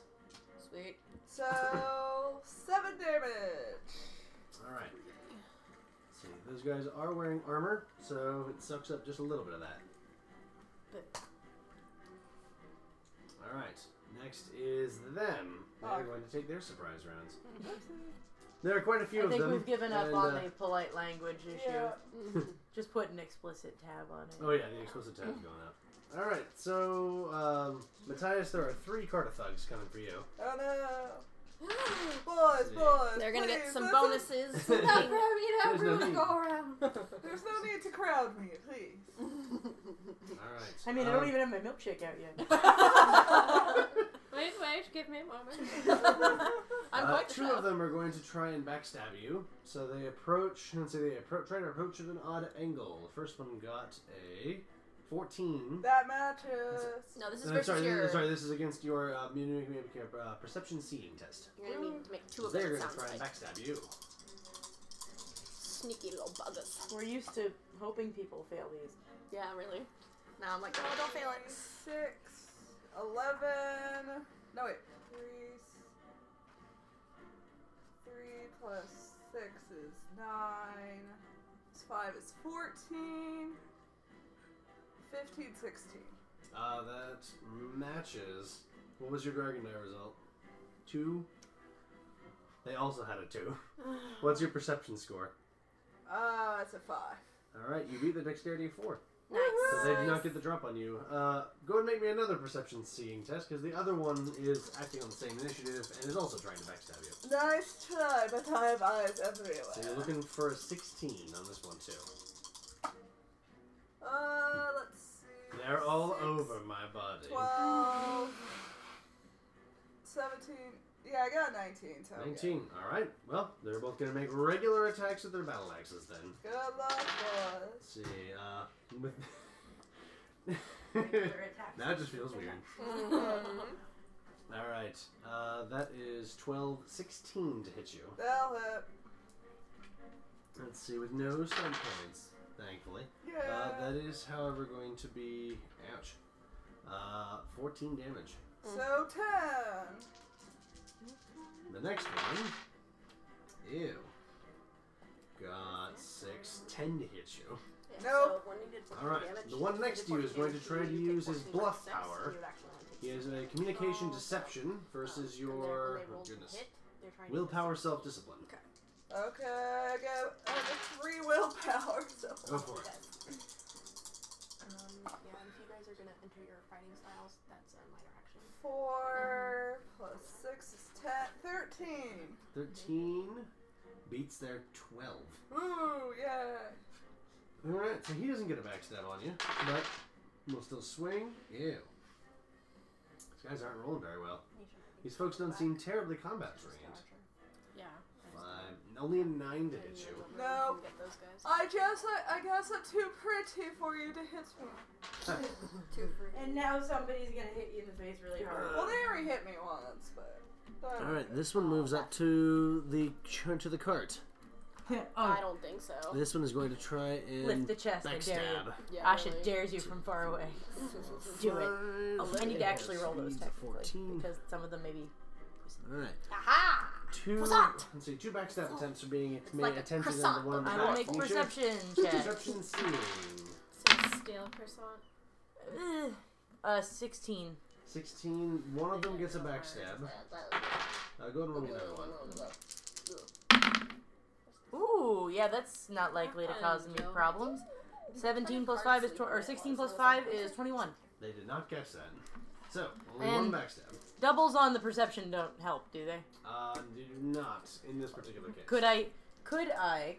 S8: Sweet. So, 7 damage.
S3: All right. See, those guys are wearing armor, so it sucks up just a little bit of that. All right. Next is them.
S6: Oh.
S3: They're going to take their surprise rounds. There are quite a few
S6: I
S3: of
S6: think
S3: them.
S6: we've given up
S3: and,
S6: on
S3: uh,
S6: the polite language issue.
S3: Yeah.
S6: Just put an explicit tab on it.
S3: Oh yeah, the explicit tab's going up. All right, so um, Matthias, there are three Carta thugs coming for you.
S8: Oh no. boys, boys.
S27: They're gonna get
S8: please,
S27: some
S8: there's
S27: bonuses. Not for me to have
S3: There's no
S27: room to
S3: need.
S27: go around.
S8: There's no need to crowd me, please.
S3: All right.
S6: I mean, I
S3: um,
S6: don't even have my milkshake out yet.
S27: Wait, wait, give me a moment.
S3: uh, two of them are going to try and backstab you. So they approach and say they appro- try to approach at an odd angle. The first one got a fourteen.
S8: That matches.
S27: No, this is
S3: Uh,
S27: versus
S3: sorry,
S27: your.
S3: This, sorry, this is against your uh, you need to make a, uh, perception seeing test.
S27: You're gonna need to make two of them.
S3: They're
S27: It
S3: going to
S27: sounds
S3: try and
S27: like
S3: backstab you.
S27: sneaky little buggers.
S6: We're used to hoping people fail these.
S27: Yeah, really. Now I'm like, oh, don't fail it.
S8: 6, 11. No, wait. 3, s- 3 plus 6 is 9. Plus 5 is 14. 15, 16.
S3: Uh, that matches. What was your Dragon Die result? Two. They also had a two. What's your perception score?
S8: Ah, it's a 5.
S3: All right, you beat the dexterity of four.
S27: Nice.
S3: So they do not get the drop on you. Uh, go and make me another perception seeing test because the other one is acting on the same initiative and is also trying to backstab you.
S8: Nice try, but I have eyes
S3: So
S8: everywhere.
S3: you're looking for a 16 on this one too.
S8: Uh, let's see.
S3: They're all
S8: Six,
S3: over my body.
S8: 12, 17. Yeah, I got 19. So I'm good.
S3: 19. All right. Well, they're both going to make regular attacks with their battle axes then.
S8: Good luck, boys.
S3: Let's see. Uh,
S6: attacks.
S3: now it just feels weird.
S8: Mhm.
S3: All right. Uh, that is 12, 16 to hit you.
S8: They'll hit.
S3: Let's see, with no stun points, thankfully.
S8: Yeah.
S3: Uh, that is, however, going to be. Ouch. Uh, 14 damage.
S8: So ten.
S3: The next one. Ew. Got 6, 10 to hit you.
S8: Nope.
S27: So one needed to
S3: All right,
S27: damage.
S3: the one
S27: Two
S3: next
S27: did
S3: to you is
S27: 14
S3: going to try to
S27: damage. You
S3: use
S27: take
S3: his
S27: 14
S3: bluff
S27: six, so
S3: power.
S27: you would actually only take
S3: He has
S27: six.
S3: a communication deception versus
S27: And they're-
S3: your.
S27: when they
S3: oh,
S27: roll to
S3: goodness.
S27: hit, they're trying to do
S3: Willpower self discipline.
S8: Okay, I got I got three willpower. So
S14: Oh.
S3: Go for it.
S27: Um, yeah, and if you guys are gonna enter your fighting styles, that's a minor action.
S8: four plus six is ten. Thirteen.
S3: 13 beats their 12.
S8: Ooh, yeah.
S3: Alright, so he doesn't get a backstab on you, but we'll still swing. Ew. These guys aren't rolling very well. These folks don't seem terribly combat trained.
S5: Yeah.
S3: Five, only a nine to hit you.
S8: No.
S27: Get those guys.
S8: I guess I, I guess I'm too pretty for you to hit me.
S27: Two for
S6: And now somebody's gonna hit you in the face really hard.
S8: Well, they already hit me once, but. but-
S14: All right, this one moves up to the ch- to the cart.
S3: Oh,
S27: I don't think so.
S14: This one is going to try and
S6: Lift the chest, I dare you.
S14: backstab.
S27: Yeah,
S6: Asha
S27: really.
S6: dares you from far away. Do it. Oh, I need to actually roll those technically because some of them maybe.
S14: All right,
S27: Aha!
S3: two.
S27: Croissant!
S3: Let's see, two backstab attempts are being made
S27: like a
S3: attempted on
S27: croissant.
S3: the one.
S6: I will
S3: back.
S6: make
S3: You should-
S6: perception check.
S3: Perception seeing.
S27: So stale croissant.
S6: Ugh. Uh, sixteen.
S3: 16. One of them gets a backstab. Uh, go ahead and roll me another one.
S6: Ooh, yeah, that's not likely to cause me problems. Seventeen plus five is tw- or sixteen plus five is twenty-one.
S3: They did not catch that. So, only
S6: And-
S3: one backstab.
S6: Doubles on the perception don't help, do they?
S3: Uh, do not in this particular case.
S6: Could I? Could I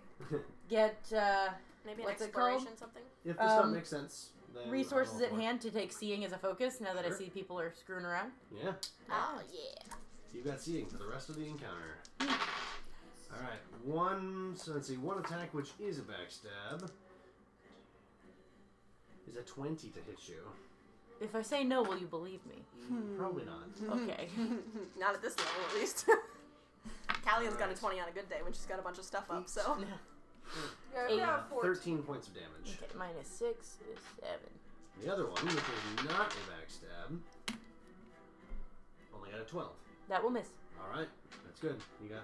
S6: get uh,
S27: Maybe
S6: What's
S27: an
S6: it called?
S27: exploration something?
S3: if this doesn't
S6: um,
S3: make sense, then
S6: resources
S3: I'll
S6: at
S3: roll for it.
S6: hand to take seeing as a focus? Now that I
S3: Sure.
S6: see people are screwing around.
S3: Yeah,
S27: Oh, yeah.
S3: you got seeing for the rest of the encounter. All right, one. So let's see, one attack, which is a backstab, is a twenty to hit you.
S6: If I say no, will you believe me?
S27: Mm-hmm.
S3: Probably not.
S6: Okay.
S27: Not at this level, at least.
S7: Callion's got a 20 on a good day when she's got a bunch of stuff up, so.
S8: Yeah, yeah, 14.
S3: 13 Uh, points of damage.
S6: Okay, minus six is seven.
S3: The other one, which is not a backstab, only got a 12.
S6: That will miss.
S3: All right, that's good. You got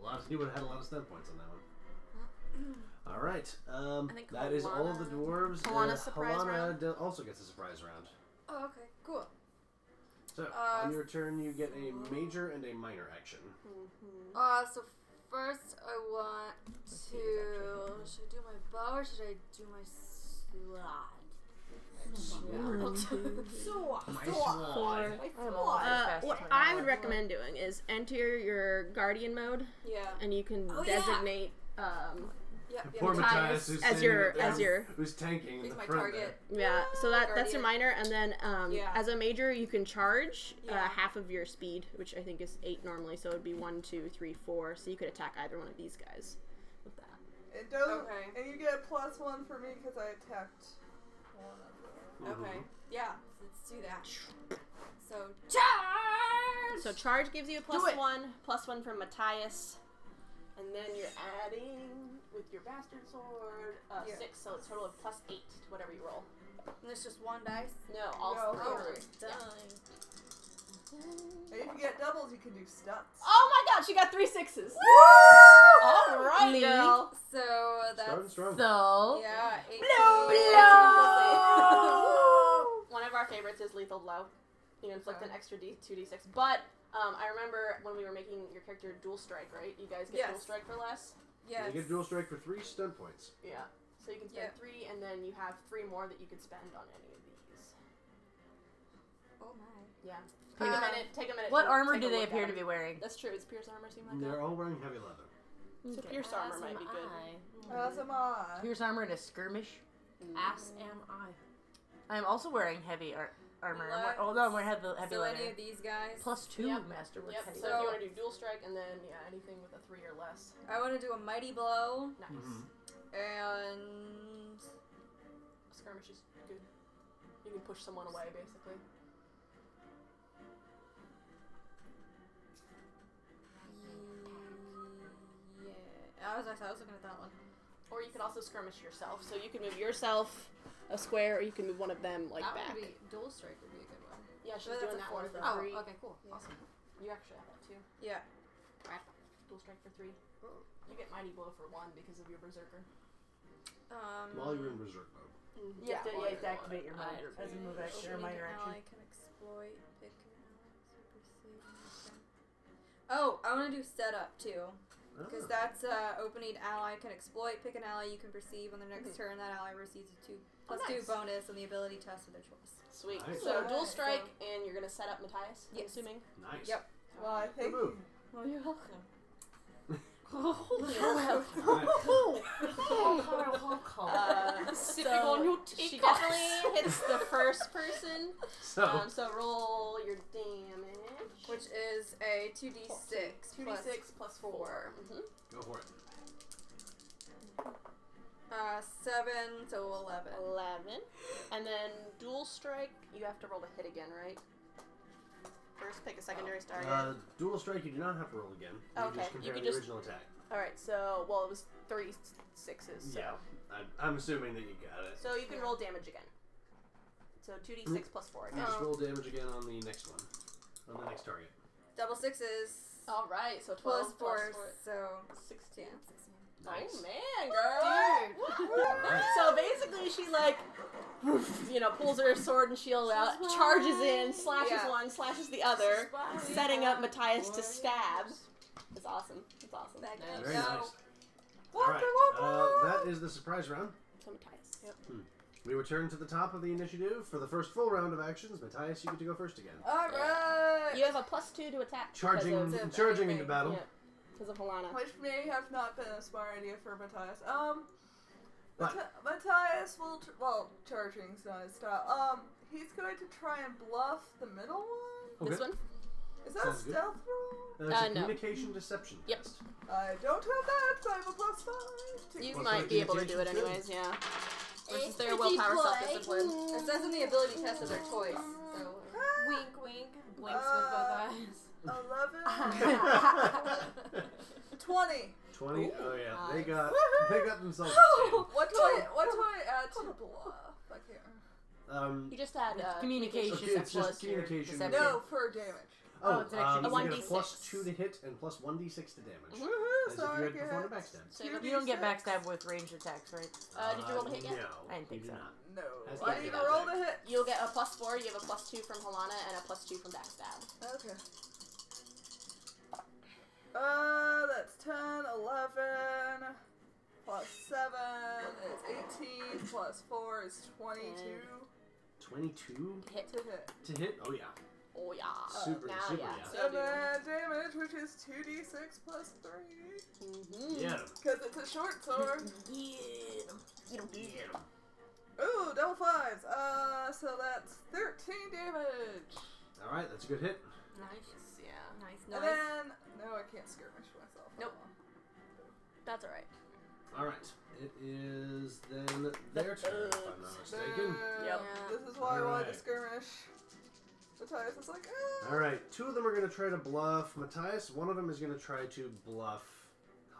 S3: a lot. Of, you would have had a lot of stun points on that one. All right, um,
S7: I think
S3: that is all of the dwarves.
S7: Kalana's
S3: and
S7: surprise
S3: Kalana
S7: round.
S3: do- also gets a surprise round.
S9: Oh, okay, cool.
S3: So
S9: Uh,
S3: on your turn, you get a major and a minor action.
S9: Uh, so first I want to. Should I do my bow or should I do my
S27: Sword.
S9: sword? sword.
S27: Uh,
S9: Uh,
S27: what I would recommend doing is enter your guardian mode.
S9: Yeah.
S27: And you can
S9: Oh, yeah.
S27: designate um,
S9: Yep,
S3: Poor
S27: Matthias
S3: Matthias, who's
S27: as
S3: standing
S27: your-
S3: up there,
S27: as your-
S3: who's tanking in
S9: He's
S3: the
S9: my
S3: front
S9: target.
S27: Yeah, so that that's
S9: Guardian.
S27: your minor, and then um,
S9: Yeah.
S27: as a major, you can charge
S9: Yeah.
S27: uh, half of your speed, which I think is eight normally. So it would be one, two, three, four. So you could attack either one of these guys with that.
S8: It doesn't.
S9: Okay.
S8: And you get a plus one for me because I attacked one of
S7: Mm-hmm.
S8: them.
S9: Okay, yeah, let's do that. So charge.
S27: So charge gives you a plus
S5: Do it.
S27: one, plus one from Matthias.
S7: And then you're adding with your bastard sword uh,
S9: Yeah.
S7: six, so it's total of plus eight to whatever you roll.
S9: And it's just one dice.
S7: No, all
S8: No,
S7: all
S8: totally.
S7: three. Yeah.
S8: And if you get doubles, you can do stunts.
S7: Oh my god, she got three sixes. All right,
S27: Lee.
S7: girl.
S9: So that's
S3: Starting strong.
S6: So
S9: yeah. 18,
S7: Blow,
S9: 18 plus eight.
S7: One of our favorites is lethal blow. You inflict an extra d two d six. But um, I remember when we were making your character dual strike, right? You guys get
S9: Yes.
S7: dual strike for less.
S9: yes.
S3: You get a dual strike for three stun points.
S7: Yeah. So you can spend
S9: Yeah.
S7: three, and then you have three more that you could spend on any of these.
S9: Oh my.
S7: Yeah. Take
S6: Um,
S7: a minute. Take a minute.
S6: what
S7: to
S6: armor
S7: take
S6: do
S7: a
S6: they
S7: look at
S6: appear to
S7: them.
S6: be wearing?
S7: That's true. Is pierce armor seem like
S3: They're
S7: that?
S3: all wearing heavy leather.
S7: So
S6: Okay.
S7: pierce armor might be good.
S8: As am I.
S6: Pierce armor in a skirmish. Ass am I. I'm also wearing heavy ar- armor. I'm wear- hold on, we're heavy heavy
S9: So
S6: leather.
S9: any of these guys?
S6: Plus two
S7: Yep.
S6: masterworks.
S7: Yep.
S6: heavy
S7: So if
S6: leather.
S7: you want to do dual strike, and then yeah, anything with a three or less.
S9: I want to do a mighty blow
S7: Nice.
S3: Mm-hmm.
S9: and
S7: Skirmish is good. You can push someone away, basically.
S9: yeah. I was I was looking at that one.
S7: Or you could also skirmish yourself.
S27: So you can move yourself a square, or you can move one of them like
S9: that
S27: back.
S9: would be dual strike would be a good one.
S7: Yeah, she's
S9: But that's
S7: doing
S9: a
S7: that
S9: four,
S7: one for
S9: though.
S7: three.
S9: Oh, okay, cool.
S7: Awesome. You actually have that too.
S9: Yeah.
S7: Dual strike for three. You get mighty blow for one because of your berserker.
S9: Um.
S3: While you're in berserk mode.
S7: Yeah,
S6: to-
S7: well,
S6: you have to
S7: yeah,
S6: activate your mind as a move action or
S9: Opening
S6: minor
S9: an
S6: action.
S9: ally can exploit. Pick an ally, super save, okay. Oh, I want to do setup too.
S8: Oh.
S3: Oh,
S9: Because that's uh, opening ally can exploit, pick an ally you can perceive on their next turn.
S8: Mm-hmm.
S9: That ally receives a
S8: Oh,
S9: two plus
S7: nice.
S9: two bonus on the ability test of their choice.
S7: Sweet.
S3: Nice.
S7: So dual
S8: Alright,
S7: strike, and you're gonna set up Matthias. I'm
S9: Yes.
S7: assuming.
S3: Nice.
S9: Yep.
S8: Well, I
S3: Good
S8: think.
S3: move.
S7: Well, you're welcome.
S3: All right.
S7: Uh,
S27: Sipping on your
S7: she
S27: teacup.
S7: definitely hits the first person.
S3: So,
S7: Um, so roll your damage.
S9: Which is a 2d6
S7: Two d
S9: plus
S7: six plus four. Mm-hmm.
S3: go for it.
S9: uh, 7, so 11.
S7: 11. And then dual strike, you have to roll to hit again, right? First, pick a secondary star.
S3: Uh, dual strike, you do not have to roll again. You
S7: Okay,
S3: just
S7: you
S3: compare
S7: can
S3: the
S7: just-
S3: original attack.
S7: Alright, so, well, it was three s- sixes. So,
S3: Yeah, I'm, I'm assuming that you got it.
S7: so you can roll damage again. So 2d6 plus 4
S3: You
S7: again.
S3: just roll damage again on the next one, on the next target.
S9: Double sixes
S7: Alright, so 12
S9: plus 4,
S7: Oh, four.
S9: so
S7: 16.
S9: 16.
S7: Oh man, girl! so basically, she like, you know, pulls her sword and shield out, charges in, slashes
S9: Yeah.
S7: one, slashes the other, setting up Matthias to stab. It's awesome. It's awesome.
S9: Back
S7: Yeah.
S9: up.
S3: Very
S9: No.
S3: nice. All right, uh, that is the surprise round.
S7: So Matthias.
S3: We return to the top of the initiative for the first full round of actions. Matthias, you get to go first again.
S8: Alright!
S7: You have a plus two to attack.
S3: Charging,
S7: Oh, Because of,
S3: charging into battle.
S7: yeah, because of Helana.
S8: Which may have not been a smart idea for Matthias. Um,
S3: But-
S8: Matt- Matthias will, tr- well, charging's not his style. Um, he's going to try and bluff the middle one?
S3: Okay.
S7: This one?
S8: Is that
S3: Oh, Sounds
S8: a
S3: good.
S8: stealth
S3: That
S8: roll?
S3: is
S27: Uh,
S3: a
S27: no.
S3: communication deception
S27: Yep.
S3: test.
S8: I don't have that, so I have a plus five. to-
S27: You
S3: Well,
S27: might
S3: so
S27: be able to do it
S3: communication's good.
S27: anyways, yeah.
S7: Versus their willpower, self-discipline.
S9: It says in the ability test of their choice. So
S8: Ah, Uh,
S5: Wink, wink. Winks with both eyes.
S3: Uh-huh.
S8: Eleven. Twenty.
S3: 20? Oh, yeah. They got
S8: Woohoo!
S3: they got themselves.
S8: What do I what do I add to bluff? I can't remember.
S3: Um,
S6: You just add uh,
S3: communication. Okay, it's just communication.
S8: No, for damage.
S3: Oh,
S6: Oh, it's an extra
S3: um,
S6: d6.
S3: you get a
S6: A
S3: plus two to hit and plus one d six to damage.
S38: Mm-hmm.
S8: Woohoo,
S3: As
S8: so
S3: if
S8: I
S3: you had
S8: get
S3: performed a backstab.
S6: You don't get backstab with ranged attacks, right?
S38: Uh, did you roll a hit yet?
S3: No,
S6: I didn't think
S3: you
S6: so.
S3: do not.
S8: No.
S3: That's
S8: I
S3: the
S8: need
S3: idea.
S8: to roll to hit.
S38: You'll get a plus four. You have a plus two from Helena and a plus two from backstab.
S8: Okay. Uh, that's 10, 11, plus 7 is 18, plus 4 is 22
S3: Twenty-two
S38: Hit.
S8: to hit.
S3: to hit. Oh yeah.
S38: Oh yeah.
S3: Super,
S38: now,
S3: super,
S38: yeah.
S3: yeah.
S38: So
S8: And
S38: do
S8: then damage, which is 2d6 plus 3.
S38: Mm.
S3: Yeah.
S8: Because it's a short sword.
S38: Get him. Get him.
S8: Ooh, double fives. Uh, so that's 13 damage.
S3: All right, that's a good hit.
S38: Nice. Yeah. Nice.
S8: And then, no, I can't skirmish myself.
S38: Nope. That's all right.
S3: All right, it is then their turn. If I'm not mistaken.
S8: Yep. This is why I wanted
S3: Alright.
S8: to skirmish. Matthias is like, ah.
S3: All right, two of them are going to try to bluff Matthias. One of them is going to try to bluff.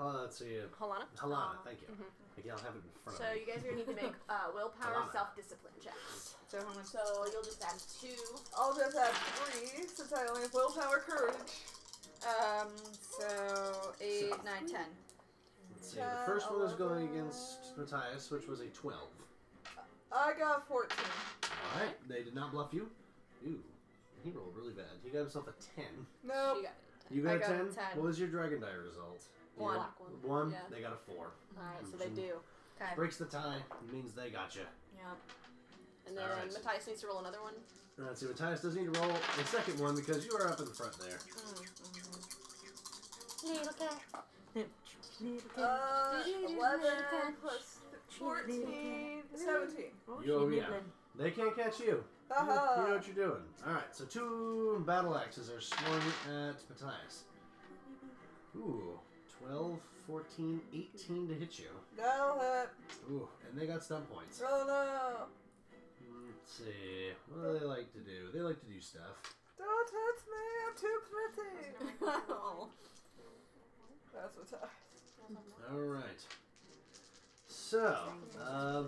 S3: Uh, let's see. uh,
S38: Helena?
S3: Helena, thank you.
S38: Mhm.
S3: Okay, I'll have it in front
S38: So
S3: of me.
S38: you guys are gonna need to make uh, willpower
S3: Alana.
S38: self-discipline checks.
S6: So how much?
S38: So you'll just add two.
S8: I'll just have three since I only have willpower courage.
S39: Um, so eight, nine, ten.
S3: Let's see. The first one is
S38: Uh,
S3: going against Matthias, which was a 12.
S8: I got 14.
S3: All right, they did not bluff you. Ooh, he rolled really bad. He got himself a 10.
S8: No.
S3: You got,
S8: I
S3: a,
S8: got
S3: 10?
S8: a 10.
S3: What was your Dragon Die result? You
S8: One.
S3: got
S8: Black
S3: One?
S8: one. Yeah.
S3: They got a 4.
S38: Alright, so they do. Okay.
S3: Breaks the tie. Means they got you.
S38: Yeah. And then
S3: Alright.
S38: Matthias needs to roll another one.
S3: All right, so Matthias does need to roll a second one because you are up in front there.
S38: Little cat.
S8: Uh, 11 plus th- 14, 17.
S3: You, oh, yeah. They can't catch you. You- You,
S8: Haha.
S3: know what you're doing. All right, so two battle axes are swung at Matthias. Ooh, 12, 14, 18 to hit you.
S8: That'll hit.
S3: Ooh, and they got stun points.
S8: Oh no.
S3: Let's see. What do they like to do? They like to do stuff.
S8: Don't hit me, I'm too pretty.
S39: Oh.
S8: That's Matthias.
S3: All right. So, uh,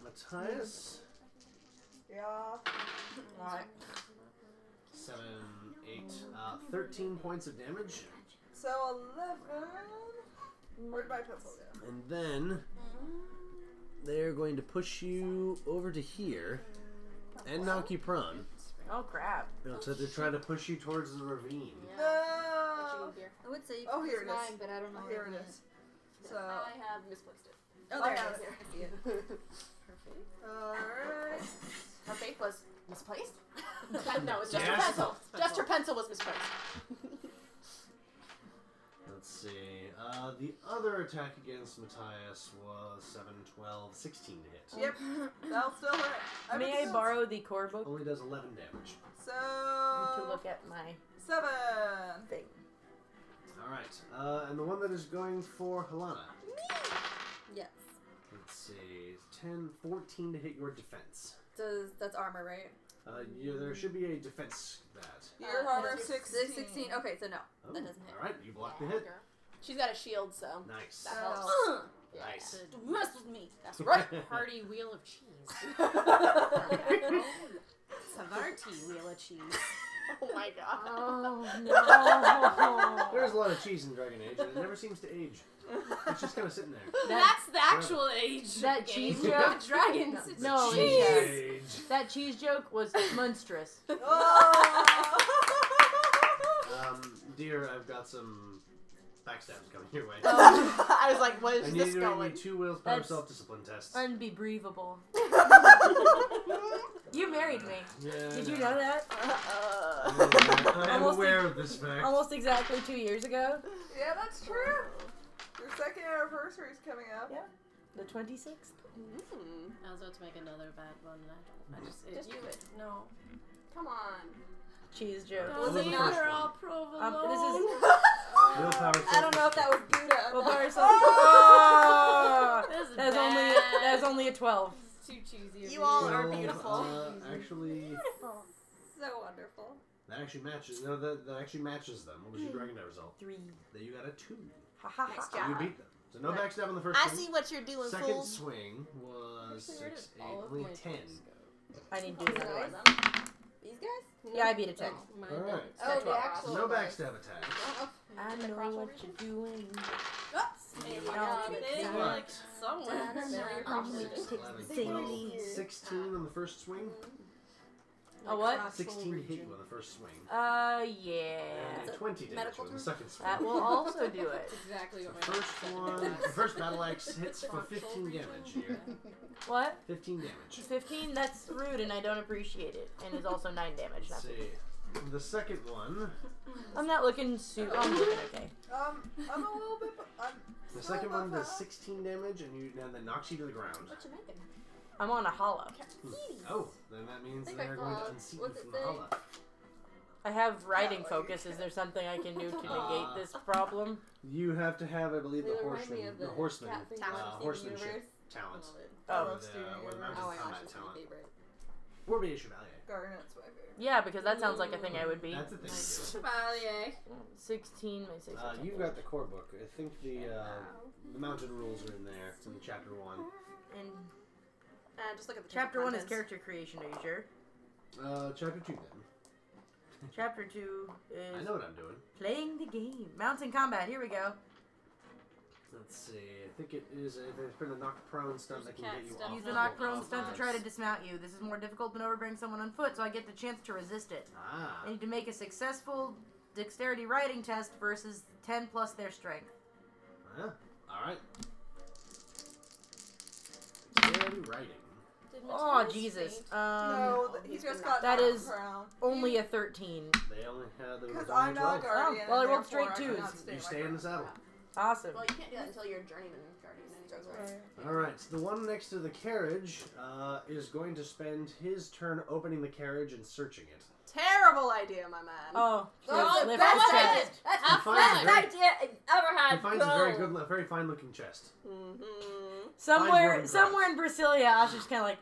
S3: Matthias,
S8: Yeah. Right.
S3: 7, 8, uh, 13 points of damage.
S8: So 11. Where'd my pencil go?
S3: And then they're going to push you over to here and knock you prone.
S6: Oh crap!
S3: So they're trying to push you towards the ravine.
S8: No.
S39: I would say you
S8: Oh,
S39: can
S8: here it
S39: use
S8: is.
S39: mine, but I don't know.
S8: Oh,
S39: where
S8: here it
S39: is.
S8: is. So.
S38: Oh, I have misplaced it.
S39: Oh,
S8: I
S39: there
S8: got
S39: it is.
S8: it.
S39: I see it. Perfect.
S8: Alright.
S38: Her faith was misplaced. no, it's just her
S3: Yes.
S38: pencil. Just her pencil was misplaced.
S3: Let's see. Uh, the other attack against Matthias was 7, 12, 16 to hit.
S8: Yep. That'll still hit. I'm
S6: May I
S8: still-
S6: borrow the core book
S3: Only does 11 damage.
S6: to
S8: So.
S6: look at my
S8: Seven.
S6: thing?
S3: Alright. Uh, and the one that is going for Helena.
S39: Yes.
S3: Let's see. 10, 14 to hit your defense.
S39: Does that's armor, right?
S3: Uh, you, there should be a defense that.
S8: Your
S39: Uh,
S8: armor
S39: that's-
S8: sixteen.
S39: that's Sixteen. Okay, so no,
S3: Oh,
S39: that doesn't hit.
S3: Alright, you blocked the hit.
S38: She's got a shield, so
S3: Nice.
S38: that
S8: Oh.
S38: helps.
S3: Nice.
S38: Don't mess with me. That's right.
S5: Party wheel of cheese. Savarti wheel of cheese.
S38: oh my god.
S6: Oh, no!
S3: There's a lot of cheese in Dragon Age, and it never seems to age. It's just kind of sitting there.
S6: That-
S5: That's the actual age.
S6: That
S5: of
S6: cheese
S5: game.
S6: joke?
S5: Dragons. It's
S6: No,
S5: cheese.
S3: Age.
S6: that cheese joke was monstrous.
S8: Oh.
S3: Um, dear, I've got some backstabs coming your way.
S38: I was like, what
S3: I
S38: is
S3: need
S38: this
S3: you to
S38: going?
S3: do two willpower
S6: That's-
S3: self-discipline tests.
S6: Unbebreathable. you married me.
S3: Yeah,
S6: Did you
S3: no.
S6: know that?
S3: I am
S6: Almost
S3: aware of this fact.
S6: Almost exactly two years ago.
S8: Yeah, that's true. Your second anniversary is coming up.
S6: Yeah. The 26th.
S38: Mm,
S5: I was about to make another bad one, and I don't. I just.
S38: Just
S5: you-
S38: do it.
S5: No.
S38: Come on.
S6: Cheese joke.
S3: was the
S5: Those
S3: first
S5: are all
S3: one.
S5: provolone.
S6: Um, this is.
S3: Willpower
S39: I don't know if
S3: self-discipline.
S39: that was Gouda.
S6: Well, bar some-
S5: Oh!
S6: Oh!
S5: This is
S6: That's only
S5: bad.
S6: that's only a twelve.
S5: It's too cheesy. of
S38: You
S5: me.
S38: all are
S3: Twelve,
S38: beautiful.
S3: Uh, actually,
S39: so wonderful.
S3: That actually matches. No, that, that actually matches them. What was
S39: Hmm.
S3: your
S38: Mm.
S3: dragon die result?
S38: Three.
S3: That you got a two.
S38: Ha ha
S3: So You beat them. So no
S38: Right.
S3: backstab on the first.
S38: I
S3: swing.
S38: see what you're doing,
S3: Second
S38: fools.
S3: swing was
S38: Actually, where
S3: six,
S38: did
S3: eight,
S38: all of
S3: only
S38: my
S3: ten.
S40: I didn't do that.
S39: Guys?
S40: one.
S39: These guys?
S40: Yeah, I beat a ten.
S3: All right.
S39: Oh, the actual.
S3: no backstab attack.
S40: I know what you're doing.
S39: Maybe
S40: Yeah,
S39: not.
S40: but
S39: They
S40: that-
S39: were like
S40: Da,
S39: somewhere.
S40: da, da,
S39: Very
S40: I'm
S39: probably.
S40: gonna take
S3: Eleven,
S40: the
S3: twelve,
S40: dailies.
S3: Sixteen on the first swing.
S6: A what?
S3: Sixteen hit you on the first swing.
S6: Uh, yeah.
S3: And a twenty damage on the second swing.
S6: That will also do it.
S5: exactly
S3: The first one, the first battle axe hits for 15 damage here.
S6: What?
S3: 15 damage.
S6: 15? That's rude and I don't appreciate it. And it's also 9 damage.
S3: Let's
S6: Not
S3: see.
S6: 15.
S3: The second one,
S6: I'm not looking super. I'm doing okay.
S8: Um, I'm a little bit. I'm
S3: the second one does 16 damage, and you and that knocks you to the ground.
S6: you making? I'm on a hollow.
S3: Hmm. Oh, then that means
S6: I think I
S3: they're going to
S6: followed.
S3: unseat you
S6: What's it
S3: from
S6: say?
S3: Hala.
S6: I have riding focus. Is there something I can do to negate this problem?
S3: You have to have, I believe, the
S6: They remind
S3: horseman,
S6: me of
S3: the,
S6: the
S3: horseman,
S6: cat thing
S3: uh,
S6: from Steven
S3: horsemanship
S6: Universe.
S3: talent.
S6: Oh.
S3: Or the, uh, or the mountain combat talent. Warby Chevalier.
S8: Garnet's my favorite.
S6: Yeah, because that sounds like a thing I would be.
S3: That's a thing.
S5: Chevalier.
S6: 16, my 16.
S3: Uh, you've got the core book. I think the uh, the mountain rules are in there in chapter one.
S6: And
S39: Uh, just look at the
S6: chapter
S39: table
S6: 1 is
S39: contents.
S6: character creation, are you sure?
S3: Uh, chapter two then.
S6: Chapter 2 is.
S3: I know what I'm doing.
S6: Playing the game. Mountain combat, here we go.
S3: Let's see. I think it is. A, there's been a knock prone stunt that can get you off.
S6: Use
S3: the
S6: the knock
S3: wall.
S6: prone stunt to try to dismount you. This is more difficult than overbearing someone on foot, so I get the chance to resist it.
S3: Ah.
S6: I need to make a successful dexterity riding test versus 10 plus their strength.
S3: Huh? All right. Dexterity writing.
S6: Oh, Jesus. Um,
S8: No, th- he just got
S6: That
S8: knocked
S6: is
S8: prone.
S6: only a 13.
S3: They only had. Because
S8: I'm not a guardian,
S6: well, I rolled
S8: and
S6: straight
S8: Oh, therefore I
S6: twos.
S8: cannot stay
S3: You stay in the saddle.
S6: Awesome.
S38: Well, you can't do that until you're journeyman guardian. Anyways, right?
S3: All right. So the one next to the carriage uh, is going to spend his turn opening the carriage and searching it.
S38: Terrible idea, my man.
S6: Oh,
S38: that's
S6: lift
S38: that's
S6: the
S38: it.
S6: chest.
S38: That's
S3: He
S38: the
S3: finds
S38: best
S3: a very-
S38: idea I ever
S3: He
S38: had.
S3: finds a very good, very fine looking chest. Find one
S6: Somewhere
S3: and
S6: somewhere in Brasilia, Ash is kind of like,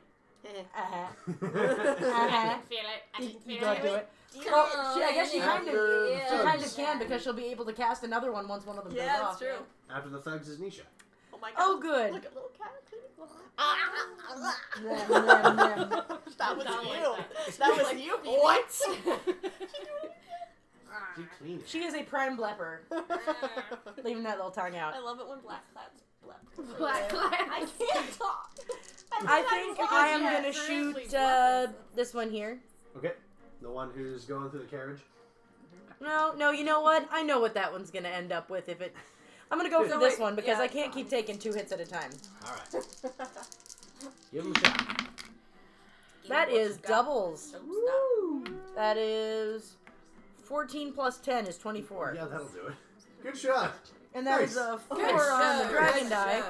S6: uh-huh. uh-huh.
S5: feel it. I
S6: You,
S5: can
S6: you
S5: feel
S6: gotta do
S5: it.
S6: it. Well,
S5: on,
S6: she, I guess she
S5: yeah.
S6: kind of, she kind of
S3: Thugs.
S6: can because she'll be able to cast another one once one of them goes
S38: Yeah, that's
S6: off.
S38: true.
S3: After the thugs is Nisha.
S38: Oh my god.
S6: Oh, good.
S38: Look at little cat. that was you. That was you. What?
S3: She clean it.
S6: She is a prime blepper. Leaving that little tongue out.
S38: I love it when black clads blep.
S6: Black
S38: I can't talk.
S6: I think I am
S38: lost
S6: gonna
S38: it.
S6: shoot uh, this one here.
S3: Okay. The one who's going through the carriage.
S6: No, no, you know what? I know what that one's gonna end up with if it. I'm gonna go for
S3: So
S6: this
S3: wait,
S6: one because
S3: yeah,
S6: I can't keep taking two hits at a time.
S3: All right. Give him a shot.
S6: That is doubles. That is 14 plus 10 is 24.
S3: Yeah, that'll do it. Good shot.
S6: And that
S3: Nice.
S6: is a four
S3: Good
S38: um,
S6: on the
S3: shows.
S6: dragon
S3: Good
S6: die.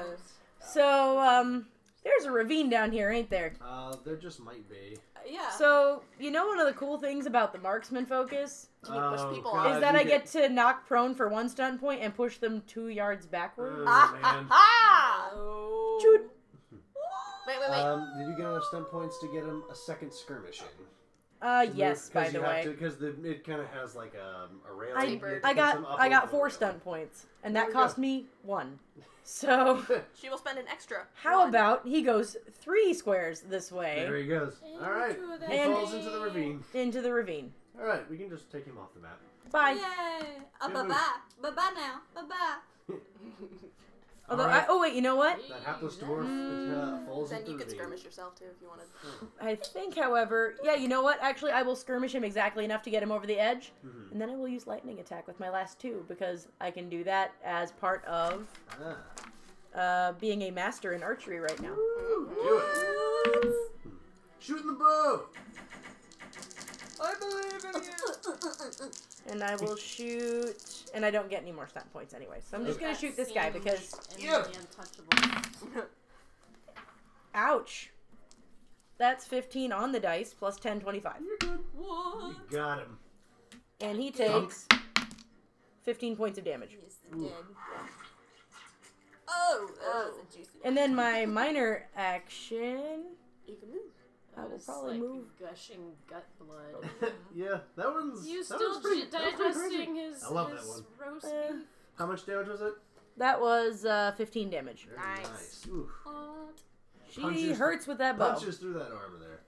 S6: So um, there's a ravine down here, ain't there?
S3: Uh, there just might be.
S38: Yeah.
S6: So you know one of the cool things about the marksman focus
S3: Can you push Oh, people God,
S6: is that
S3: you
S6: I get to knock prone for one stun point and push them two yards backward.
S3: Oh, man.
S38: Ah!
S6: Shoot.
S38: Wait, wait, wait.
S3: Um, did you get enough stun points to get him a second skirmish in?
S6: Uh, yes, by the way.
S3: Because it kind of has like a, a rail. you
S6: I,
S3: have to
S6: I
S3: put
S6: got
S3: some up
S6: I got
S3: over
S6: four
S3: it.
S6: stun points, and
S3: There
S6: that
S3: we
S6: cost
S3: go.
S6: me one. So
S38: She will spend an extra.
S6: how about he goes three squares this way?
S3: There he goes. All right. He
S6: And-
S3: falls into the ravine.
S6: Into the ravine.
S3: All right, we can just take him off the map.
S6: Bye.
S39: Yay! Uh,
S3: Good
S39: bye
S3: move.
S39: bye. Bye bye now. Bye bye.
S6: Although
S3: All right.
S6: I, oh wait, you know what?
S3: That hapless dwarf uh, falls
S38: Then
S3: into
S38: you
S3: the
S38: could
S3: ravine.
S38: skirmish yourself too if you wanted.
S6: I think, however, yeah, you know what? Actually, I will skirmish him exactly enough to get him over the edge,
S3: Mhm.
S6: and then I will use lightning attack with my last two because I can do that as part of
S3: Ah.
S6: uh, being a master in archery right now.
S3: Do it. Hmm. Shooting the bow.
S8: I believe in you.
S6: And I will shoot, and I don't get any more stun points anyway, so I'm just gonna
S5: That
S6: shoot this guy
S5: seems
S6: because
S5: and the untouchable.
S6: ouch. That's 15 on the dice plus 10, 25.
S3: You got him.
S6: And he
S3: Dunk.
S6: takes 15 points of damage.
S39: Oh, that was a juicy.
S6: And then my minor action.
S38: You can move.
S41: I will
S8: It's
S41: probably
S8: like
S41: move.
S8: gushing gut blood.
S3: yeah, that one's.
S8: you
S3: that
S8: still
S3: one's pretty,
S8: ju-
S3: that one's pretty crazy.
S8: digesting his,
S3: I love
S8: his
S3: that one.
S8: roast
S6: Eh.
S8: beef?
S3: How much damage was it?
S6: That was uh, 15 damage.
S3: Very nice. Ooh.
S6: She
S3: Punches-
S6: hurts with that bow.
S3: Punches through that armor there.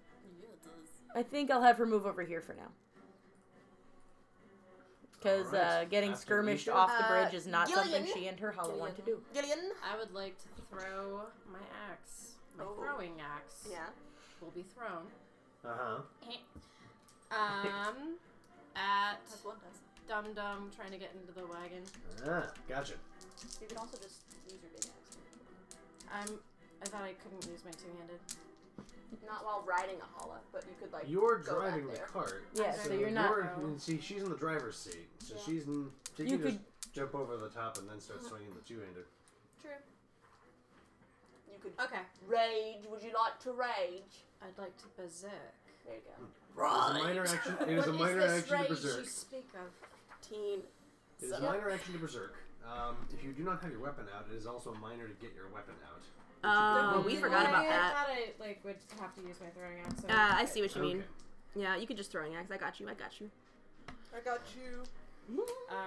S6: I think I'll have her move over here for now. Because
S3: All right.
S6: uh, getting
S3: After
S6: skirmished
S3: Alicia.
S6: off the
S8: Uh,
S6: bridge is not something
S8: Gillian?
S6: she and her hollow want to do.
S8: Gillian? I would like to throw my axe. My throwing axe. Oh. Yeah. Will be thrown.
S3: Uh huh.
S8: Um, at Dum Dum trying to get into the wagon.
S3: Ah, gotcha.
S42: You can also just use your big axe.
S8: I'm. I thought I couldn't use my two-handed.
S42: Not while riding a hala, but you could like.
S3: You're
S42: go back
S3: driving the
S42: there.
S3: cart.
S6: Yeah, so you're not-
S3: and see, she's in the driver's seat, so
S42: Yeah.
S3: she's in. She
S6: You
S3: can just jump over the top and then start swinging the two-hander.
S42: True. You could. Okay. Rage. Would you like to rage?
S8: I'd like to berserk.
S42: There you
S3: Hmm.
S42: go.
S3: It is a minor action. It is a minor action to berserk.
S8: you speak of?
S42: Teen.
S3: It is a minor action to berserk. Um, if you do not have your weapon out, it is also minor to get your weapon out.
S43: Oh, we forgot about
S8: I
S43: that.
S8: thought I like would have to use my throwing axe. so-
S43: Uh, I see what you mean.
S3: Okay.
S43: Yeah, you could just throwing axe. I got you. I got you.
S42: I got you.
S8: Um, yeah,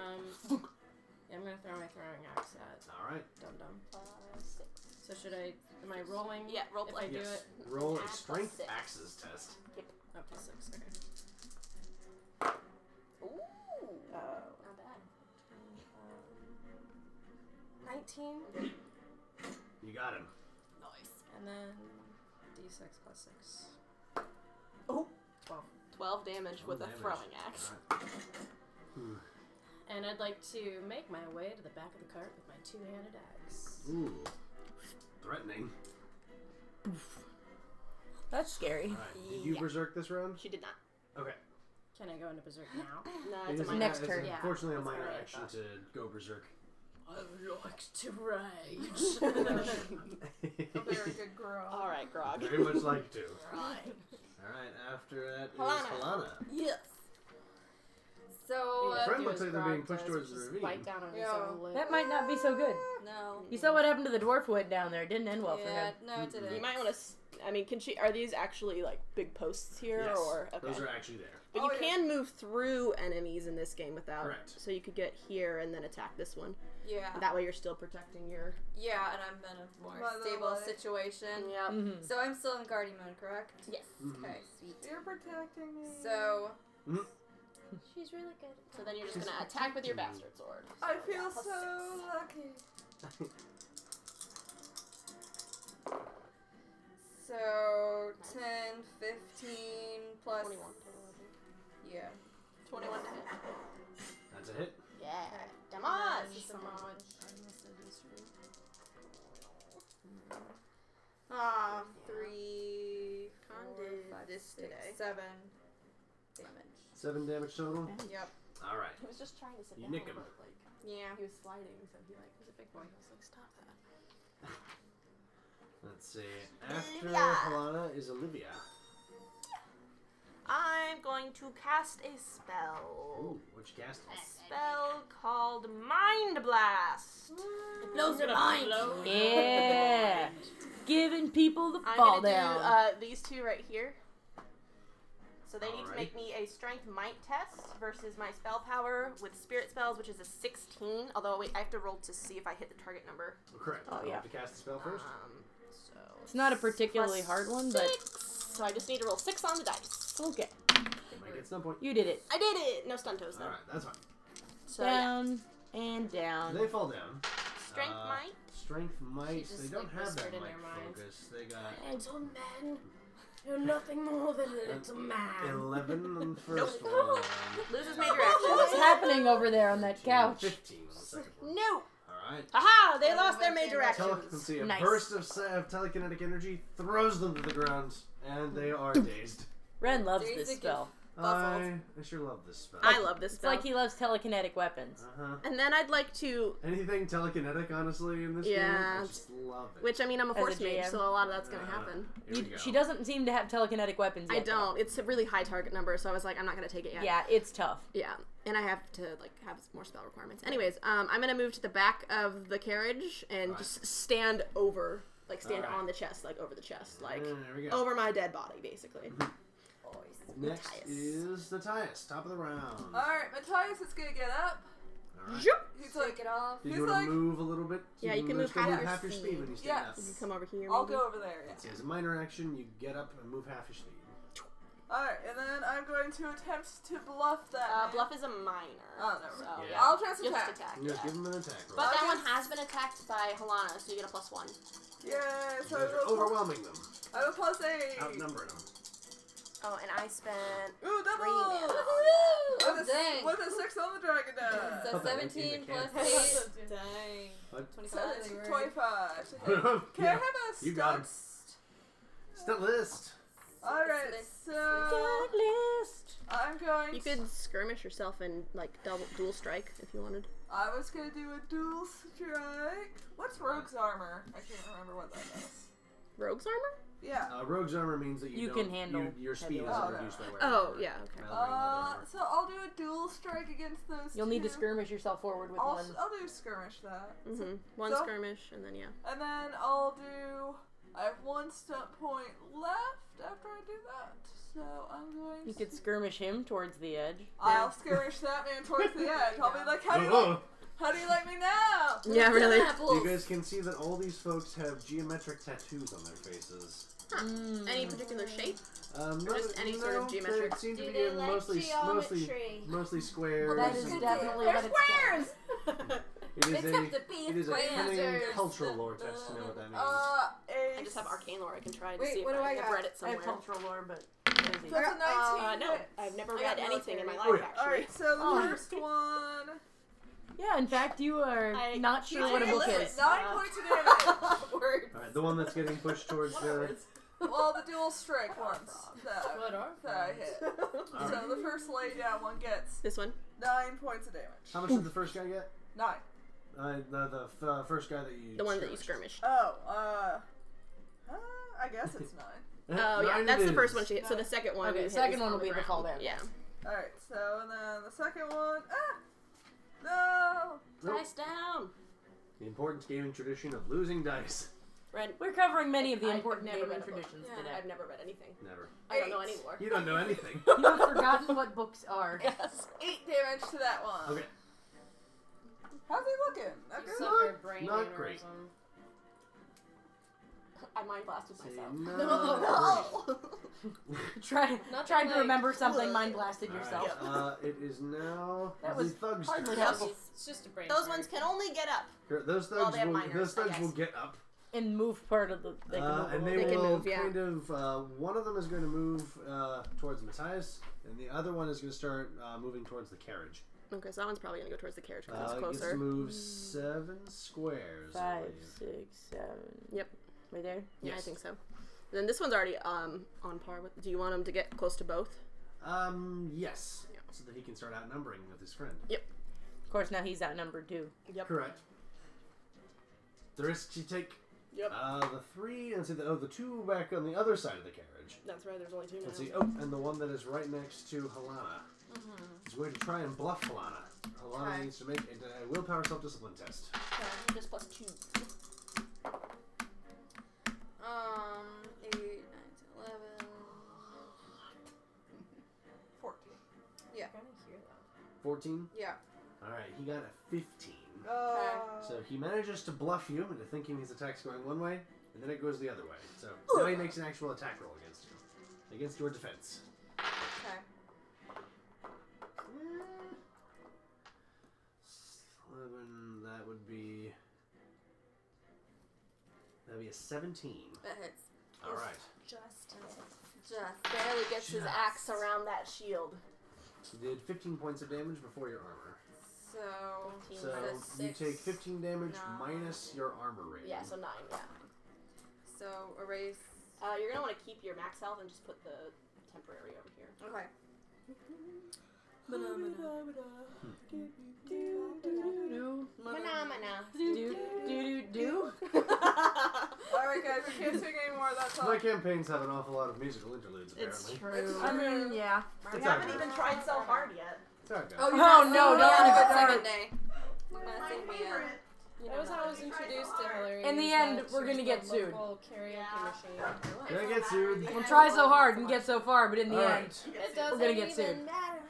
S8: I'm gonna throw my throwing axe at
S3: All right.
S8: Dum Dum. So should I? Am I rolling?
S42: Yeah, roll
S8: If
S42: play.
S8: I do
S3: Yes.
S8: it.
S3: Roll a
S42: Add plus
S3: strength
S42: six.
S3: axes test.
S8: Up to six. Okay.
S42: Ooh.
S8: Oh.
S42: Not bad.
S8: Nineteen.
S3: You got him.
S8: And then D6 plus six.
S42: Oh.
S8: Twelve.
S42: Twelve damage with a
S3: damage.
S42: throwing axe.
S3: Ooh.
S8: And I'd like to make my way to the back of the cart with my two-handed axe.
S3: Ooh. Threatening.
S6: That's scary.
S3: All right. Did you berserk this round?
S42: She did not.
S3: Okay.
S8: Can I go into berserk now?
S42: No,
S3: It
S42: it's a
S3: is
S42: minor.
S6: Next
S3: it's
S6: turn.
S8: Yeah,
S3: Unfortunately, a
S8: that's
S3: minor
S8: what I
S3: action to go berserk.
S8: I would like to rage.
S42: Very good girl. All right, Grog.
S3: Very much like to.
S42: Right.
S3: All right. After that is
S42: Halana.
S3: Halana.
S42: Yes.
S8: So
S3: Your
S8: uh,
S3: friend
S8: do
S3: looks
S8: as
S3: like they're being
S8: Grog
S3: pushed
S8: does,
S3: towards the
S8: just
S3: ravine.
S8: Bite down on his
S42: Yeah.
S8: own lip.
S6: That might not be so good.
S43: No.
S6: You saw what happened to the dwarf who went down there. It didn't end well
S43: Yeah,
S6: for him.
S3: Mm-hmm.
S43: no, it didn't.
S7: You might want to. I mean, can she? Are these actually like big posts here,
S3: Yes.
S7: or okay?
S3: Those are actually there.
S43: But
S44: Oh,
S43: you can move through enemies in this game without.
S3: Correct.
S43: So you could get here and then attack this one.
S44: Yeah.
S43: That way you're still protecting your.
S44: Yeah, and I'm in a more
S42: By the
S44: stable
S42: way.
S44: situation.
S43: Yep.
S8: Mm-hmm.
S43: Mhm.
S44: So I'm still in guardian mode, correct?
S42: Yes.
S3: Mhm.
S44: Okay, sweet.
S45: You're protecting me.
S44: So
S3: Mhm.
S44: she's really good.
S42: So then you're just gonna attack with your bastard sword.
S45: I
S42: So, yeah,
S45: feel
S42: plus
S45: so lucky.
S44: So 10, 15 plus.
S42: 21.
S44: Yeah.
S42: 21 to hit.
S3: That's a hit.
S42: Yeah.
S44: Damage.
S42: Damage.
S44: Mm-hmm. Ah, three, four,
S42: Condit
S44: five,
S42: this
S44: six,
S42: today.
S44: seven damage.
S3: Seven damage total.
S44: Yep.
S3: All right.
S42: He was just trying to sit
S3: You
S42: down,
S3: nick him.
S42: but like
S44: Yeah.
S42: he was sliding, so he like was a big boy. He was like, stop that.
S3: Let's see. After
S42: Olivia.
S3: Halana is Olivia.
S7: I'm going to cast a spell.
S3: Ooh, what you cast?
S7: Spell called Mind Blast.
S42: Blows your mind.
S6: Yeah. Giving people the
S7: I'm
S6: fall
S7: gonna
S6: down.
S7: do uh, these two right here. So they need
S3: Alrighty.
S7: to make me a strength might test versus my spell power with spirit spells, which is a 16. Although wait, I have to roll to see if I hit the target number.
S3: Correct.
S6: Oh,
S3: You
S6: yeah.
S3: have to cast the spell first.
S8: Ah.
S7: Um, so
S6: it's not a particularly hard one, but
S7: six. So I just need to roll six on the dice.
S6: okay.
S3: Might get stun point.
S6: You did it.
S7: I did it. No stun toes
S3: All
S7: though.
S3: right, that's fine.
S7: So yeah.
S6: Down and down.
S3: They fall down.
S7: Strength
S3: Uh,
S7: might.
S3: Strength might.
S8: just,
S3: They don't
S8: like,
S3: have
S8: whispered
S3: that
S8: in
S3: might
S8: their mind.
S3: focus. They got Hmm.
S8: Little man, you're nothing more than a little man.
S3: eleven on the first one.
S7: Loses major
S6: What's
S7: action.
S6: happening over there on that couch?
S3: Fifteen on the second one.
S7: no.
S3: All right.
S7: Haha! They lost their major
S3: Tele-
S7: actions.
S3: let's see, a
S6: Nice.
S3: burst of, sa- of telekinetic energy throws them to the ground, and they are dazed.
S6: Ren loves
S44: There's
S6: this
S44: a gift.
S6: spell.
S3: I, I sure love this spell.
S43: I love this
S6: It's
S43: spell.
S6: like he loves telekinetic weapons.
S3: uh-huh.
S43: and then I'd like to,
S3: Anything telekinetic, honestly, in this
S43: Yeah.
S3: game, I just love it.
S43: which I mean, I'm a
S6: As a
S43: force mage,
S6: GM.
S43: so a lot of that's gonna
S3: Uh,
S43: happen.
S3: Here we
S6: You,
S3: go.
S6: she doesn't seem to have telekinetic weapons.
S43: I
S6: Yet, though.
S43: don't. It's a really high target number, so I was like, I'm not gonna take it yet.
S6: Yeah, it's tough.
S43: Yeah, and I have to like have more spell requirements. Anyways, um, I'm gonna move to the back of the carriage and
S3: Alright.
S43: just stand over
S7: Like stand
S3: Alright.
S7: on the chest, like over the chest, like
S3: Yeah, there we go. Mm-hmm.
S7: over my dead body, basically.
S3: Next is Matthias, top of the round.
S8: Alright, Matthias is gonna get up.
S3: Alright.
S8: He's like,
S46: it off.
S3: Do
S8: He's
S3: you want
S8: like,
S3: to move a little bit?
S7: Yeah, you can move
S3: still
S7: half
S3: move
S7: your
S3: half your
S7: speed.
S3: speed when you stand
S8: Yes.
S7: You can
S3: up.
S7: come over here.
S47: Oh,
S8: I'll
S7: maybe?
S8: go over there.
S3: It's as a minor action, you get up and move half your speed.
S8: Alright, and then I'm going to attempt to bluff that.
S47: Uh,
S8: man.
S47: bluff is a minor.
S8: Oh, never
S47: so,
S8: mind.
S3: Yeah.
S8: I'll just
S47: Just
S8: attack.
S47: attack.
S3: Yeah, give him an attack roll.
S47: But that
S8: I'll
S47: one
S8: just-
S47: has been attacked by Helana, so you get a plus one.
S8: Yeah, so
S3: You
S8: I
S3: guys are
S8: have a plus-
S3: overwhelming them,
S8: I have a plus eight.
S3: outnumbering them.
S47: Oh, and I spent.
S8: Ooh, double!
S47: Three mana.
S8: With a,
S48: Dang.
S8: with a six on the dragon die.
S48: So
S3: Thought that would be the
S48: 17 plus
S3: case.
S48: 8. Dang.
S3: What?
S48: 25.
S8: Seven,
S48: they were-
S8: 25. Can I
S3: Yeah,
S8: have a
S3: you got him.
S8: stunts?
S3: Stat list.
S8: Alright,
S48: Slit-
S8: so
S7: list.
S8: I'm going
S7: You
S8: to.
S7: could skirmish yourself and like double dual strike if you wanted.
S8: I was gonna do a dual strike. What's Rogue's armor? I can't remember what that is.
S7: Rogue's armor?
S8: Yeah.
S3: Uh, rogue's armor means that you,
S6: You
S3: don't-
S6: can handle
S3: you- your speed
S6: heavy
S3: isn't
S8: armor.
S3: reduced by wearing.
S7: Oh,
S3: armor.
S7: yeah, okay.
S3: By wearing leather
S8: Uh,
S3: armor.
S8: so I'll do a dual strike against those.
S6: You'll need to
S8: two.
S6: skirmish yourself forward with
S8: I'll,
S6: one.
S8: I'll do skirmish that,
S7: Mm-hmm. One
S8: So-
S7: skirmish and then yeah.
S8: and then I'll do. I have one stunt point left after I do that, so I'm going.
S6: You
S8: to-
S6: could skirmish him towards the edge.
S8: I'll skirmish that man towards the edge. I'll be like, how do you like,
S3: Oh,
S8: how do you like me now?
S7: Yeah, really.
S3: oh. You guys can see that all these folks have geometric tattoos on their faces.
S6: Mm.
S7: Any particular shape?
S3: Um,
S7: Or
S3: no-
S7: just any sort of
S3: no,
S7: geometric-
S3: They seem to
S46: Do
S3: be
S46: they
S3: in
S46: like
S3: mostly, mostly,
S46: geometry?
S3: mostly squares.
S6: That is
S3: and-
S6: definitely what it's
S46: squares!
S3: it is
S46: It's
S3: a,
S46: got the beef
S3: it is a
S46: blazers,
S3: cunning
S46: the-
S3: cultural lore test to know what that means.
S6: Oh.
S8: Uh, a
S47: I just have arcane lore. I can try to
S46: Wait,
S47: see if
S46: what do
S47: I,
S46: I
S47: have
S46: got?
S47: read it
S6: I
S47: somewhere.
S6: have cultural lore, but
S8: So it's a 19.
S47: Uh, no,
S8: hits.
S47: I've never
S46: I
S47: read
S46: got
S47: anything in my life
S3: military. Oh,
S47: actually.
S8: Alright, so the
S6: Oh.
S8: first one.
S6: yeah. In fact, you are
S47: I-
S6: not sure
S47: I
S6: what a book
S47: listen.
S6: is.
S8: Nine points of damage.
S3: All right, the one that's getting pushed towards the.
S8: well, the dual strike ones that,
S6: What are?
S8: that I hit.
S3: All right.
S8: So the first lay down one gets
S7: This one.
S8: nine points of damage.
S3: How much did the first guy get?
S8: Nine.
S3: Uh, the the f- uh, first guy that you.
S7: The one that you
S3: skirmished.
S7: skirmished.
S8: Oh, uh, uh, I guess it's nine.
S7: Oh yeah,
S3: Nine
S7: that's
S3: it
S7: the first
S3: Uh, is.
S7: one she hit. So the second one.
S6: Okay,
S7: we hit
S6: second
S7: is
S6: one
S7: on
S6: will be the
S7: ground.
S6: fall damage.
S7: Yeah.
S8: All right, so and then the second one. Ah, no.
S3: Nope.
S47: Dice down.
S3: The important gaming tradition of losing dice.
S47: Red.
S6: We're covering many of the
S47: I've
S6: important
S47: never
S6: gaming
S47: read a book.
S6: traditions
S47: Yeah,
S6: today.
S47: I've never read anything.
S3: Never.
S47: I don't know
S8: Eight.
S47: any lore.
S3: You don't know anything.
S6: You have forgotten what books are.
S47: Yes.
S8: Eight damage to that one.
S3: Okay.
S8: How's he looking? Not good.
S6: Suffer brain
S3: not
S6: aneurysm.
S3: great.
S47: I mind blasted
S3: Say
S47: myself.
S3: no.
S6: Try,
S48: Not
S6: trying
S48: like-
S6: to remember something mind blasted
S3: All right,
S6: yourself.
S3: Uh, it is now
S6: That
S3: the
S6: was
S3: thugs.
S6: hardly
S3: turn.
S6: helpful.
S48: It's just a brain.
S47: Those
S48: fart.
S47: ones can only get up.
S3: Here, Those thugs
S47: Well, they have
S3: will.
S47: minors,
S3: those
S47: I
S3: thugs will
S47: guess.
S3: get up.
S6: And move part of the. They can
S3: Uh,
S6: move
S3: and
S6: a
S3: they,
S6: little bit.
S7: They can
S3: will
S7: move, yeah.
S3: kind of. Uh, one of them is going to move uh, towards Matthias, and the other one is going to start uh, moving towards the carriage.
S7: Okay, so that one's probably gonna go towards the carriage because
S3: Uh,
S7: it's
S3: it gets to
S7: closer.
S3: move seven squares. I
S6: Hmm. Five,
S3: believe.
S6: six, seven.
S7: Yep.
S6: Right there.
S7: Yeah, I
S3: Yes.
S7: think so. Then this one's already um on par with. Do you want him to get close to both?
S3: Um, yes.
S7: Yeah.
S3: So that he can start outnumbering with his friend.
S6: Of course, now he's outnumbered too.
S7: Yep.
S3: Correct. The risks you take.
S7: Yep.
S3: Uh, the three, and see the oh, the two back on the other side of the carriage.
S7: That's right. There's only two
S3: Let's see. Oh, and the one that is right next to Helana is going to try and bluff Helana. Helana needs to make a, a willpower self-discipline test.
S47: Just plus two.
S48: Um, 8, 9, 11.
S8: 14.
S3: Fourteen.
S48: Yeah.
S3: All right, he got a fifteen.
S8: Uh,
S3: So he manages to bluff you into thinking his attack's going one way, and then it goes the other way. So now he makes an actual attack roll against you, against your defense.
S8: okay.
S3: Eleven. That would be. That'd be a seventeen.
S48: That hits.
S3: All right.
S47: Just
S48: Just.
S47: barely gets his
S3: Just.
S47: axe around that shield.
S3: You did 15 points of damage before your armor.
S48: So.
S3: So
S48: that's
S3: you
S48: six.
S3: take 15 damage
S48: nine.
S3: minus your armor rating.
S47: Yeah, so nine. Yeah.
S48: So erase.
S47: Uh, you're gonna want to keep your max health and just put the temporary over here.
S48: Okay.
S3: Hmm.
S47: Phenomena.
S6: Do do do do.
S8: Alright, guys, we can't sing anymore. That's all.
S3: My campaigns have an awful lot of musical interludes, apparently. It's,
S6: True. I mean, yeah.
S47: We
S3: all
S47: haven't
S3: good.
S47: even tried so hard yet.
S3: It's all good.
S6: Oh no! Don't
S48: yeah,
S6: leave it
S48: it's
S6: there.
S48: second day.
S8: My favorite.
S6: You know,
S8: that was how I was introduced to Hillary.
S6: In the
S8: is
S6: end,
S8: that she
S6: we're
S8: was
S6: gonna
S8: the
S6: get sued.
S8: local Karaoke machine.
S3: Gonna get sued.
S6: We'll try so hard and get so far, but in the
S3: All
S6: end,
S3: right.
S8: It
S6: we're
S8: doesn't
S6: gonna get
S8: even
S6: sued.
S8: matter.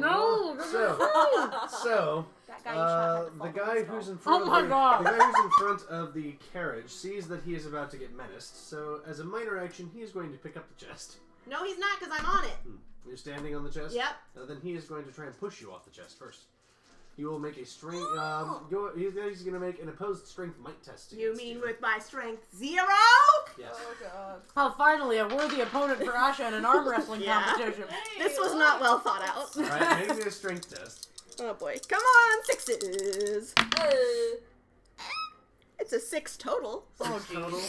S6: No,
S3: So, so
S8: That guy
S3: uh, the guy who's in front
S6: Oh
S3: of
S6: my
S3: the,
S6: God.
S3: the guy who's in front of the carriage sees that he is about to get menaced. So, as a minor action, he is going to pick up the chest. Hmm.
S7: No, he's not, because I'm on it.
S3: You're standing on the chest.
S7: Yep.
S3: Uh, then he is going to try and push you off the chest first. You will make a strength. Um, you he's, he's going to make an opposed strength might test.
S7: You
S3: against
S7: mean with my strength zero?
S3: Yes.
S49: God.
S6: Oh, finally, a worthy opponent for Asha in an arm wrestling
S7: Yeah.
S6: competition.
S7: This was not well thought out.
S3: All right, make me a strength test.
S50: Oh boy. Come on, sixes.
S7: Uh.
S50: It's a six total.
S3: Six total.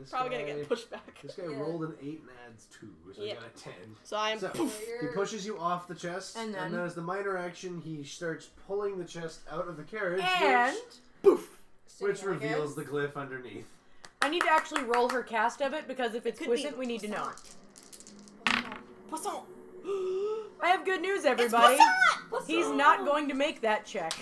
S3: This
S50: Probably gonna
S3: guy-
S50: get pushed back.
S3: This guy
S50: Yeah.
S3: rolled an eight and adds two, so he
S50: Yeah.
S3: got a ten.
S50: So I am-
S3: he pushes you off the chest,
S50: And
S3: and then,
S50: then-
S3: as the minor action, he starts pulling the chest out of the carriage,
S6: And-
S3: which, which
S6: Sitting on it.
S3: reveals the glyph underneath.
S6: I need to actually roll her cast of it because if it's
S7: could be
S6: Quisent, we need to know. Poisson. I have good news, everybody.
S7: Poisson!
S6: He's
S7: Poisson.
S6: not going to make that check.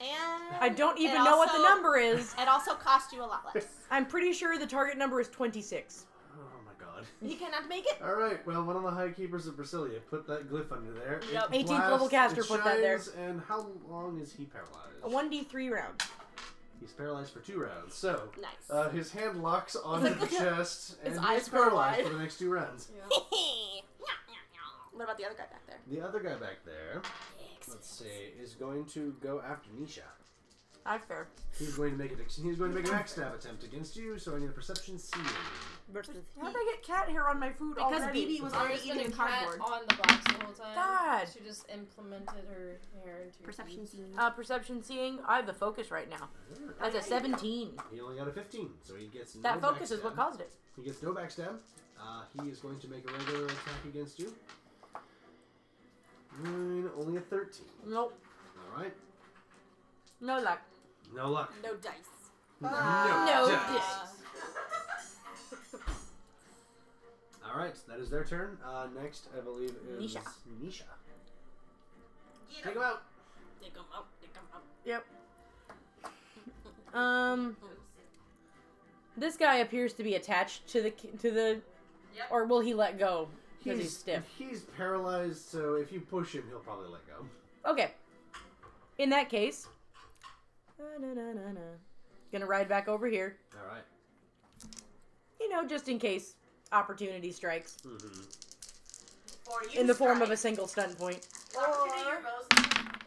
S7: And
S6: I don't even
S7: it
S6: know what the
S7: also-
S6: number is.
S7: It also cost you a lot less.
S6: I'm pretty sure the target number is 26.
S3: Oh my god.
S7: He cannot make it.
S3: All right, well, one of the high keepers of Brasilia put that glyph under there. It
S6: Yep. 18th
S3: blasts,
S6: level caster
S3: it
S6: put that there.
S3: shines, And how long is he paralyzed?
S6: A 1d3 round.
S3: He's paralyzed for two rounds. So,
S6: Nice.
S3: uh, his hand locks onto the chest,
S7: His
S3: and
S7: eyes
S3: he's paralyzed
S7: paralyzed.
S3: for the next two rounds.
S7: what about the other guy back there?
S3: The other guy back there, let's see, is going to go after Nisha.
S6: I fair.
S3: He's going to make it. He's going to make an backstab attempt against you. So I need a perception C.
S6: How did I get cat hair on my food
S7: Because
S6: already?
S7: BB was
S8: There's
S7: already
S8: been
S7: eating
S8: a cat
S7: cardboard.
S8: on the box the whole time.
S6: God.
S8: She just implemented her hair into
S7: Perception scene.
S6: Uh, perception seeing. I have the focus right now. That's a 17.
S3: He only got a 15, so he gets no
S6: That focus is
S3: backstab.
S6: what caused it.
S3: He gets no backstab. Uh, he is going to make a regular attack against you. Nine, only a 13.
S6: Nope.
S3: All right,
S6: No luck.
S3: no luck.
S7: No dice.
S3: No dice. All right, that is their turn. Uh, next, I believe is
S6: Nisha.
S3: Nisha. Take him out.
S7: Take him out. Take him out.
S6: Yep. Um. This guy appears to be attached to the to the, or will he let go because he's, stiff?
S3: He's paralyzed, so if you push him, he'll probably let go.
S6: Okay. In that case, na-na-na-na-na. gonna ride back over here.
S3: All right.
S6: You know, just in case opportunity strikes
S3: Mm-hmm.
S6: in the form of a single stun point.
S49: Or,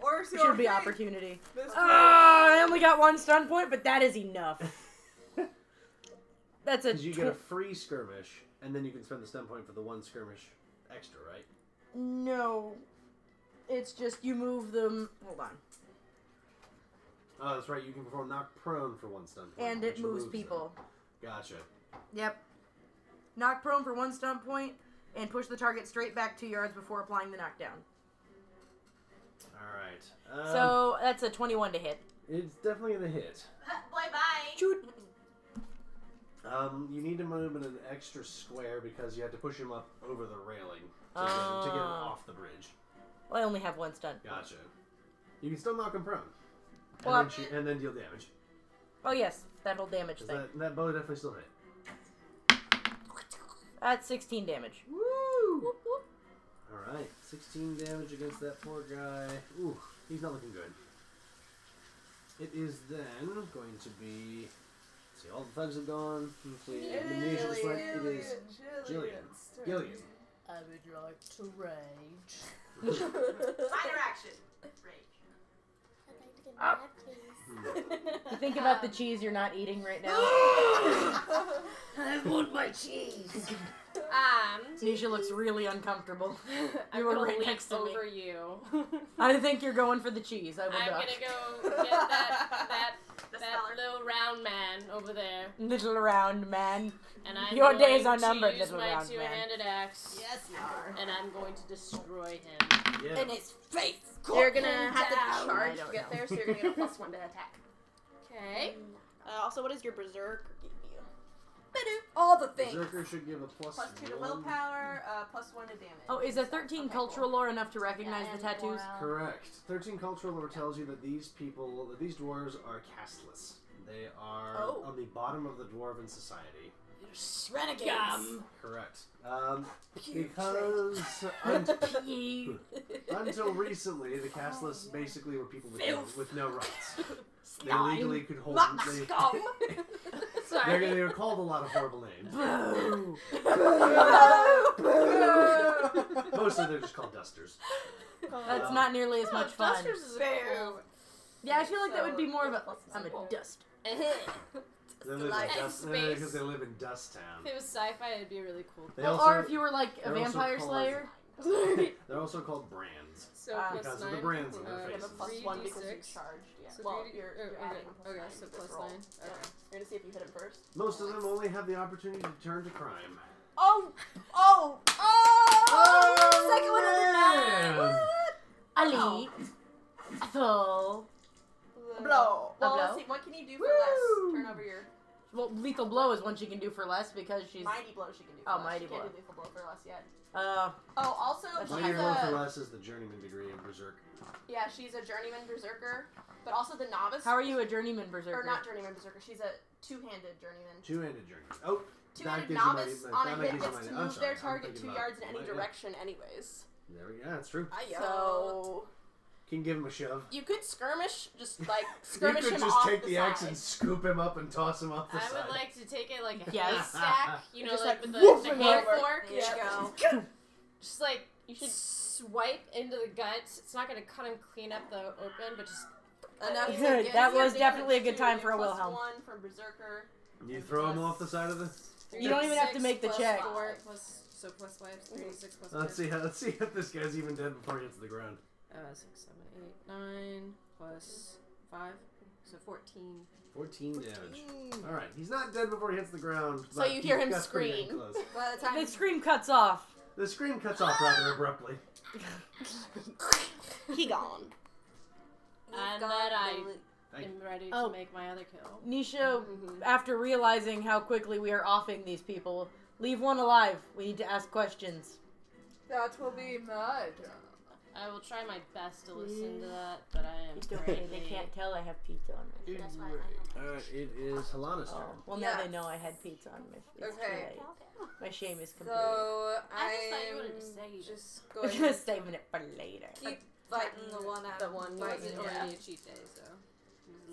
S49: or
S6: Should be opportunity.
S49: This
S6: Ah, I only got one stun point, but that is enough. That's a.
S3: Because you get a
S6: tw-
S3: free skirmish, and then you can spend the stun point for the one skirmish extra, right?
S6: No. It's just you move them. Hold on.
S3: Oh, that's right. You can perform knock prone for one stun point,
S6: And it
S3: which
S6: moves
S3: them.
S6: people.
S3: Gotcha.
S6: Yep. Knock prone for one stun point and push the target straight back two yards before applying the knockdown.
S3: All right. Um,
S6: so that's a 21 to hit.
S3: it's definitely gonna hit.
S7: Bye bye.
S3: Um, you need to move in an extra square because you had to push him up over the railing to, get, to get him
S6: Ah.
S3: off the bridge.
S6: Well, I only have one stun.
S3: Gotcha. You can still knock him prone. And,
S6: Well,
S3: then, she, and then deal damage.
S6: Oh, yes. That whole damage
S3: 'Cause
S6: thing.
S3: That, that bow definitely still hit.
S6: That's 16 damage.
S3: Woo! Alright, 16 damage against that poor guy. Ooh, he's not looking good. It is then going to be. See, all the thugs have gone. Hopefully,
S49: It
S3: the
S49: is
S3: nation is right. It
S49: Jillian.
S3: is
S49: Jillian's
S3: Jillian.
S49: turn.
S3: Gillian.
S6: I would like to
S3: Minor
S6: rage.
S7: action.
S6: You think about the
S8: Um,
S6: cheese you're not eating right now.
S51: I want my cheese.
S8: Um,
S6: Nisha looks really uncomfortable.
S8: I'm
S6: You were
S8: gonna
S6: right
S8: leap
S6: next to me.
S8: over you.
S6: I think you're going for the cheese. I will
S8: I'm
S6: duck.
S8: gonna go get that that that little round man over there,
S6: Little round man.
S8: and I'm
S6: Your
S8: going
S6: days are numbered,
S8: to use
S6: little
S8: my
S6: round man.
S8: two-handed axe. Yes,
S7: you are.
S8: And I'm going to destroy him.
S3: Yeah. In
S8: his face.
S7: You're gonna have to
S8: I
S7: charge
S8: don't
S7: to get
S8: know.
S7: there, so you're gonna get a plus one to attack.
S8: Okay.
S7: Uh, also, what is your berserk give you?
S9: all the things.
S3: Berserker should give a plus,
S7: Plus two to
S3: one.
S7: willpower, uh, plus one to damage.
S6: Oh, is a 13 cultural lore enough to recognize the tattoos?
S3: Correct. Thirteen cultural lore tells you that these people, that these dwarves are casteless. They are
S6: Oh.
S3: on the bottom of the dwarven society.
S40: renegades. Yum.
S3: Correct. Um, because un- until recently, the casteless basically were people with no,
S40: Oh. Filth.
S3: with no rights. They
S40: Slime.
S3: legally could hold.
S40: Rotten
S3: they,
S40: scum.
S3: Sorry. They, they were called a lot of horrible names.
S40: Boo.
S3: Mostly they're just called dusters.
S6: That's not nearly as much fun.
S5: Dusters is cool.
S6: Yeah, I feel like that would be more of a. I'm a duster.
S3: They live in
S5: Life
S3: dust-
S5: space.
S3: because they live in Dust Town.
S5: If it was sci-fi, it'd be really cool.
S3: They Well, or also-
S6: if you were, like, a
S3: they're also
S6: vampire
S3: called-
S6: slayer.
S3: they're also called brands.
S5: So
S7: uh,
S5: Ah. plus
S3: because of the
S5: nine,
S3: brands on
S5: uh,
S3: their faces.
S7: plus one because you
S5: 3d6.
S7: charged. Yeah.
S5: So
S7: well,
S5: three d-
S7: you're,
S5: oh,
S7: you're
S5: okay,
S7: adding plus
S5: okay,
S7: nine
S5: so
S7: to this
S5: plus
S7: roll.
S5: nine,
S7: Yeah.
S5: okay.
S7: You're gonna see if you hit him first.
S3: Most of them only have the opportunity to turn to crime.
S7: Oh! Oh! Oh!
S6: Second one of the night.
S3: Oh, Man!
S6: Ali. Ethel.
S7: Blow.
S6: A
S7: Well,
S6: blow?
S7: let's see. What can you do for less? Turn over your
S6: Well, lethal blow is one she can do for less because she's.
S7: mighty blow. She can do. For
S6: Oh,
S7: less.
S6: mighty
S7: she can't
S6: blow.
S7: do lethal blow for less yet.
S6: Uh,
S7: Oh, also
S3: Money
S7: she's
S3: Run for
S7: a
S3: Less is the journeyman degree of Berserk.
S7: yeah. She's a journeyman berserker, but also the novice.
S6: how are you a journeyman berserker?
S7: Or not journeyman berserker. She's a two-handed journeyman.
S3: Two-handed journey. Oh, that
S7: Two-handed
S3: gives you money-
S7: novice
S3: that
S7: on a
S3: gives
S7: hit
S3: you
S7: gets
S3: money.
S7: to
S3: I'm
S7: move
S3: sorry,
S7: their
S3: I'm
S7: target
S3: thinking
S7: two
S3: about
S7: yards in any
S3: money, yeah.
S7: direction, anyways.
S3: There we go. That's true.
S7: So
S3: Can give him a shove.
S7: you could skirmish, just like skirmish
S3: you could
S7: him
S3: just
S7: off
S3: take the,
S7: the
S3: axe
S7: side.
S3: and scoop him up and toss him off the
S52: I
S3: side.
S52: would like to take it like a
S3: Yes.
S52: haystack, stack, you know,
S7: Just,
S52: like,
S7: like,
S52: with
S3: woof
S52: the, the
S3: him
S52: hand
S3: over.
S52: fork. You
S7: Yeah.
S52: go. just like you should swipe into the guts. It's not gonna cut him clean up the open, but just
S7: Enough to
S6: Good,
S7: get-
S6: that
S7: you have
S6: was
S7: damage
S6: definitely a good
S7: two,
S6: time for
S7: you're
S6: a
S7: plus
S6: Wilhelm.
S7: One from berserker.
S3: you throw him off the side of the.
S6: You don't even have to make the
S52: plus
S6: check.
S52: Four, plus, so plus five, thirty-six plus.
S3: Let's Uh, see.
S52: five.
S3: How, let's see if this guy's even dead before he hits the ground.
S52: Uh, six, seven, eight, nine plus five, so fourteen.
S3: 14 damage.
S52: Fourteen.
S3: All right, he's not dead before he hits the ground.
S52: So
S3: but
S52: you hear
S3: he
S52: him
S3: got pretty
S52: scream.
S3: damn close.
S6: the scream cuts off.
S3: The scream cuts off rather abruptly.
S7: He gone.
S52: And then I
S3: Thank
S52: am ready to
S6: Oh.
S52: make my other kill.
S6: Nisha, after realizing how quickly we are offing these people, leave one alive. We need to ask questions.
S8: That will be my job.
S52: I will try my best to listen to that, but I am.
S6: It's okay, they can't tell I have pizza on my face.
S3: All right, it is Halana's
S52: Oh.
S3: turn.
S6: Well, now they know I had pizza on my face.
S9: Okay.
S6: tonight. My shame is complete.
S9: So
S52: I just thought you
S9: I'm
S52: wanted to say you
S9: just
S6: I'm
S9: going
S6: just
S9: to
S6: saving it for later.
S9: keep fighting the one out.
S7: mm, The one
S9: fighting.
S7: wasn't
S9: Yeah.
S7: already
S52: a cheat day, so.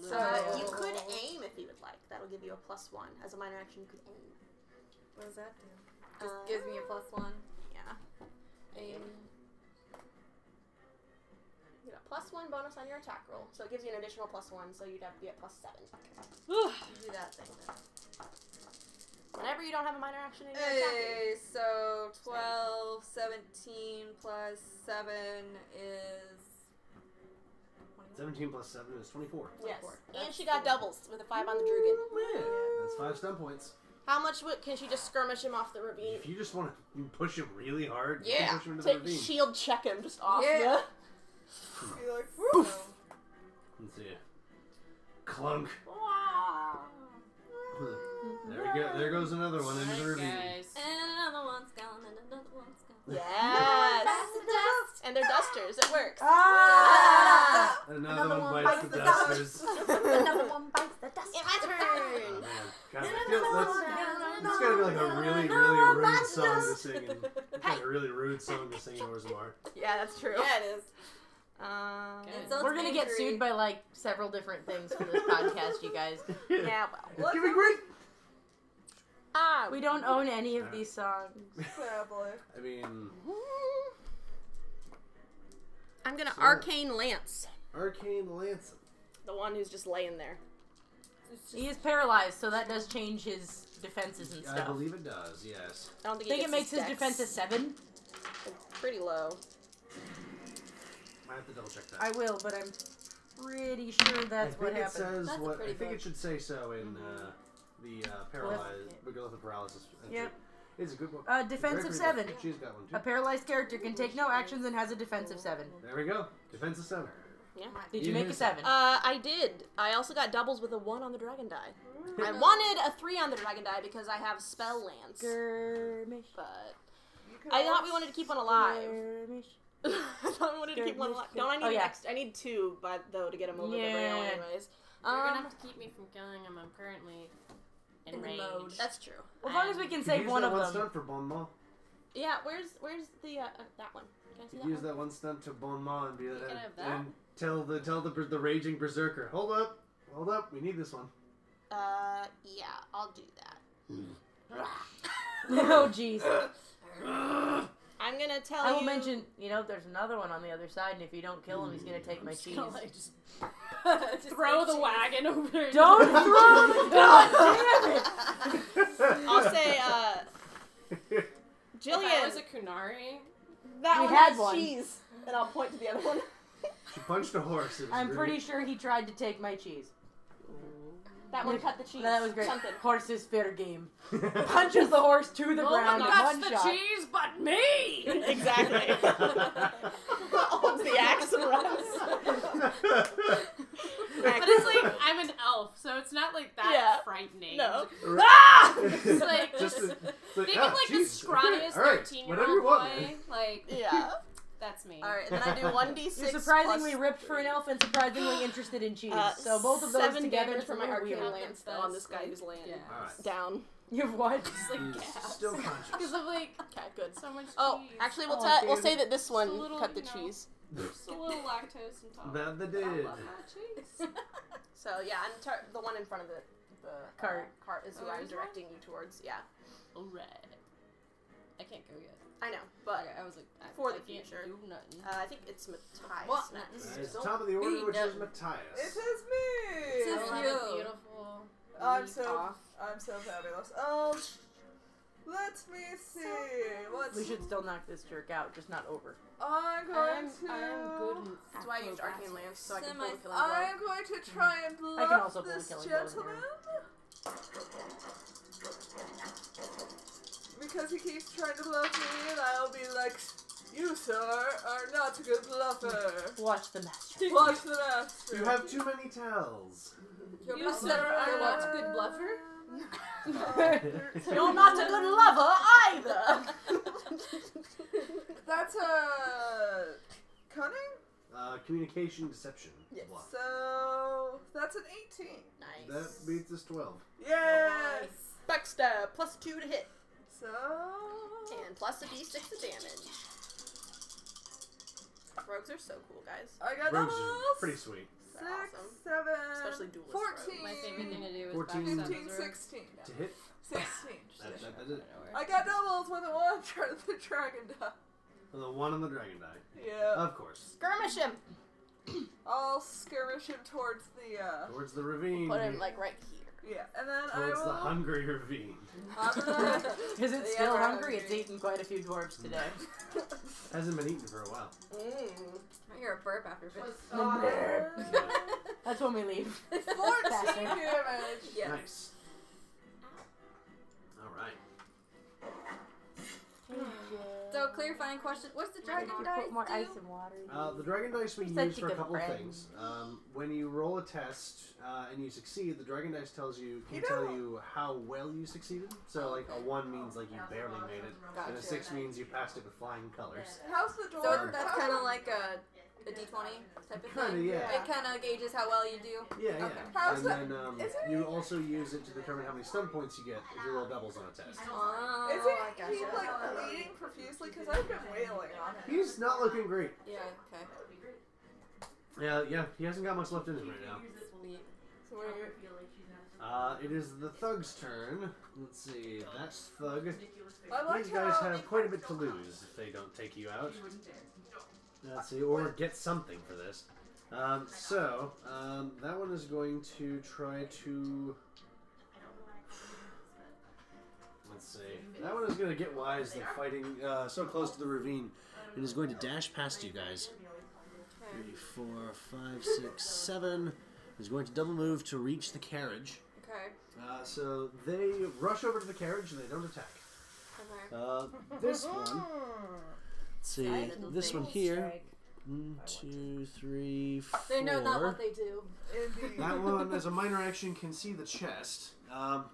S9: So-
S7: Uh, you could aim if you would like. That'll give you a plus one as a minor action. You could aim. Uh,
S9: What does that do? Just gives me a plus one.
S7: Yeah.
S9: Aim.
S7: You get a plus one bonus on your attack roll, so it gives you an additional plus one. So you'd have to be at plus seven. You do that thing. Then. Whenever you don't have a minor action in your attack.
S9: Hey, so 12, 17 plus 7 is.
S3: 17 plus 7 is 24.
S7: Yes. And she got doubles with a five on the Drugan.
S3: That's five stun points.
S7: How much would, can she just skirmish him off the ravine?
S3: If you just want to push him really hard, you can
S7: Yeah.
S3: push him into the
S7: Take
S3: ravine.
S7: shield check him just off.
S9: Yeah.
S8: Be like,
S3: Let's see. Clunk. There we go. There goes another one into the ravine.
S9: And another one's gone, and another one's gone.
S7: Yes. and
S6: Ah.
S7: they're dusters. It works.
S8: Ah!
S7: Ah.
S3: Another, one, bites, the dusters. Oh,
S7: Another one bites the dust. It's my turn.
S3: God, I feel that's, that's gotta be like a really, really rude song to sing. in- It's like a really rude song to sing in Orzammar.
S7: Yeah, that's true. Yeah, it is. Um,
S6: We're gonna get sued by like several different things for this podcast, you guys.
S7: Yeah, well.
S3: Give me great.
S7: Ah,
S6: We don't own any of these songs.
S8: Sadly.
S3: I mean,
S7: I'm gonna
S3: So-
S7: arcane lance
S3: Arcane Lance.
S7: the one who's just laying there.
S6: He is paralyzed, so that does change his defenses and
S3: I
S6: stuff.
S3: believe it does. Yes.
S7: I don't
S6: I
S7: think,
S6: think
S7: he
S6: it makes his
S7: dex.
S6: defense a seven.
S7: pretty low.
S3: I have to double check that.
S6: I will, but I'm pretty sure that's
S3: I
S6: what
S3: think it
S6: happened.
S3: says
S6: that's Mm-hmm.
S3: what. I think it should say so in uh, the uh, paralyzed. We go with the paralysis. entry.
S6: Yep.
S3: It's a good one.
S6: Uh, defense of
S3: Gregory,
S6: seven.
S3: She's got one too.
S6: A paralyzed character can take no actions and has a defense of seven.
S3: There we go. Defense of seven.
S7: Yeah.
S6: Did you You make a miss. seven?
S7: Uh, I did. I also got doubles with a one on the dragon die.
S6: Mm.
S7: I wanted a three on the dragon die because I have spell lands. But I thought we wanted to keep one alive. I thought we wanted to keep one alive. Don't I need
S6: Oh, yeah.
S7: an extra? I need two, by though, to get them over the rail,
S53: Yeah.
S7: anyways.
S53: You're
S7: Um,
S53: gonna have to keep me from killing him. I'm currently
S7: in the
S53: enraged.
S7: mode. That's true.
S6: As long as we
S3: You
S6: can
S3: could
S6: save
S3: use
S6: one
S3: that
S6: of
S3: one
S6: them.
S3: stunt for bon mot.
S7: Yeah, where's where's the uh, uh, that one? Can I see
S3: You
S7: that
S3: could use
S7: one?
S3: that one stunt to bon mot and be like,
S7: can have that.
S3: and tell the tell the the raging berserker, hold up, hold up, we need this one.
S7: Uh, yeah, I'll do that.
S6: oh jeez.
S7: I'm gonna tell
S6: I will
S7: you-
S6: mention, you know, there's another one on the other side, and if you don't kill him, he's gonna take my
S53: just
S6: cheese.
S53: gonna, like, just Throw the wagon over.
S6: Don't throw the god damn it!
S7: I'll say, uh, Jillian.
S53: If I was a Kunari.
S7: That
S6: We
S7: one
S6: had
S7: has
S6: one.
S7: cheese, and I'll point to the other one.
S3: She punched a horse. It was
S6: I'm
S3: great.
S6: pretty sure he tried to take my cheese.
S7: That one cut the cheese.
S6: That was great.
S7: Something.
S6: Horses fair game. Punches the horse to the
S53: No one
S6: ground in
S53: cuts
S6: one
S53: the
S6: shot.
S53: cheese but me!
S7: Exactly. Holds the axe and runs.
S53: But it's like I'm an elf, so it's not like that
S7: Yeah.
S53: frightening.
S7: No.
S53: Ah! It's like
S3: Just the- like,
S53: think
S3: ah,
S53: of like
S3: Jesus.
S53: the scrawniest
S3: All right,
S53: thirteen year
S3: whatever you
S53: old
S3: want,
S53: boy.
S3: man.
S53: Like
S7: Yeah.
S53: That's me.
S7: All right, and then I do one d
S6: You're
S7: six.
S6: surprisingly ripped for an elf and surprisingly interested in cheese.
S7: Uh,
S6: so both of those
S7: seven
S6: together
S7: damage
S6: is a
S7: for my
S6: little
S7: arcane
S6: weird.
S7: lance on this guy who's laying
S3: Alright.
S7: down.
S6: You have what?
S3: Still conscious.
S53: Because I'm like
S7: okay, good.
S53: so much cheese.
S7: Oh, actually, we'll
S53: Oh,
S7: ta- we'll
S53: dude.
S7: say that this
S53: Just a
S7: one
S53: little,
S7: cut the
S53: you know,
S7: cheese.
S53: Just a little lactose intolerant.
S3: That they
S53: but I
S3: did.
S53: love my cheese.
S7: So yeah, I'm tar- the one in front of the the
S6: Cart.
S7: uh, cart is who
S53: Oh,
S7: I'm
S53: there's
S7: directing you towards. Yeah,
S53: All right. I can't go yet.
S7: I know, but
S53: Okay, I was like I,
S7: for
S53: I
S7: the
S53: can't
S7: future,
S53: do nothing.
S7: uh, I think it's Matthias.
S53: What?
S7: next.
S3: It's
S53: Don't
S3: top of the order,
S53: be
S3: which is
S53: dumb.
S8: It
S3: Matthias.
S8: is me.
S54: It
S53: I
S54: is
S53: love
S54: you.
S53: a beautiful.
S8: I'm
S53: week
S8: so
S53: off.
S8: I'm so fabulous. Um, let me see. Let's.
S6: We should still knock this jerk out, just not over.
S8: I'm going
S53: I'm,
S8: to.
S53: I'm good. in
S7: So I used Arcane
S53: acrobatics.
S7: Lance so I can
S54: Semi-
S7: pull the killing blow.
S8: I'm going to try and
S6: I
S8: bluff
S6: can also pull a
S8: this
S6: killing blow in
S8: gentleman. Because he keeps trying to bluff me, and I'll be like, "You, sir, are not a good bluffer.
S6: Watch the master.
S8: Watch the master."
S3: You have too many tells.
S53: You sir are not a good bluffer.
S6: You're not a good lover either!
S8: That's a cunning.
S3: Uh, communication, deception. Yes.
S8: So that's an 18.
S3: That
S7: Nice.
S3: beats us twelve.
S8: Yes.
S7: Backstab plus two to hit
S8: So
S7: and plus a d6 of damage. Rogues are so cool, guys.
S8: I got
S3: Rogues
S8: doubles.
S3: is pretty sweet.
S8: Six,
S7: They're awesome.
S8: seven,
S7: Especially duelist
S8: fourteen,
S53: My favorite thing to do is
S3: 14.
S53: backstab
S8: 15,
S53: those rogues.
S8: 16.
S3: To hit.
S8: 16.
S3: That, that, that is it.
S8: I got doubles with a one turn of the dragon die.
S3: And the one on the dragon die.
S8: Yeah.
S3: Of course.
S7: Skirmish him.
S8: I'll skirmish him towards the, uh,
S3: Towards the ravine.
S7: Put him like right here.
S8: yeah, and then I
S3: towards the
S8: will.
S3: hungry ravine.
S6: Is it
S8: Yeah,
S6: still
S8: we're
S6: hungry?
S8: hungry.
S6: It's eaten quite a few dwarves today.
S3: Hasn't been eaten for a while.
S54: I hear a burp after this.
S6: That's when we leave.
S8: 14
S6: Bastard.
S8: damage.
S54: Yes.
S3: Nice. All right.
S54: So clarifying question: What's the dragon dice
S6: Put more
S54: do?
S6: ice and water.
S3: Uh, the dragon dice we
S6: He said
S3: use
S6: she
S3: for a
S6: could
S3: couple of
S6: brag.
S3: things. Um, when you roll a test uh, and you succeed, the dragon dice tells you can
S8: You
S3: tell
S8: know-
S3: you how well you succeeded. So like a one means like you barely made it, and a
S54: Gotcha.
S3: six means you passed it with flying colors.
S8: How's the
S54: So
S8: dwarf?
S54: it- that's kind of like a, a d20 type of
S3: Kinda,
S54: thing.
S3: yeah.
S54: It kind of gauges how well you do.
S3: Yeah, yeah.
S54: Okay.
S8: How's
S3: And
S8: the-
S3: then um,
S8: is it-
S3: you also use it to determine how many stun points you get if you roll doubles on a test.
S54: Oh,
S8: Is
S54: I
S8: it
S54: gotcha.
S8: he like bleeding profusely? Because I've been wailing on him.
S3: He's not looking great.
S54: Yeah. Okay.
S3: Yeah, yeah. He hasn't got much left in him right now.
S8: So what are you-
S3: Uh, it is the thug's turn. Let's see. That's thug.
S8: I like
S3: These guys
S8: how-
S3: have quite a bit to lose if they don't take you out. Let's see, or get something for this. Um, so um, that one is going to try to. Let's see. That one is going to get wise. They're fighting uh, so close to the ravine, and is going to dash past you guys. Three, four, five, six, seven. Is going to double move to reach the carriage.
S54: Okay.
S3: Uh, so they rush over to the carriage and they don't attack. Uh, this one. let's see, this one here
S55: One, two, three, four.
S56: They know not what they do.
S3: That one, as a minor action, can see the chest, um,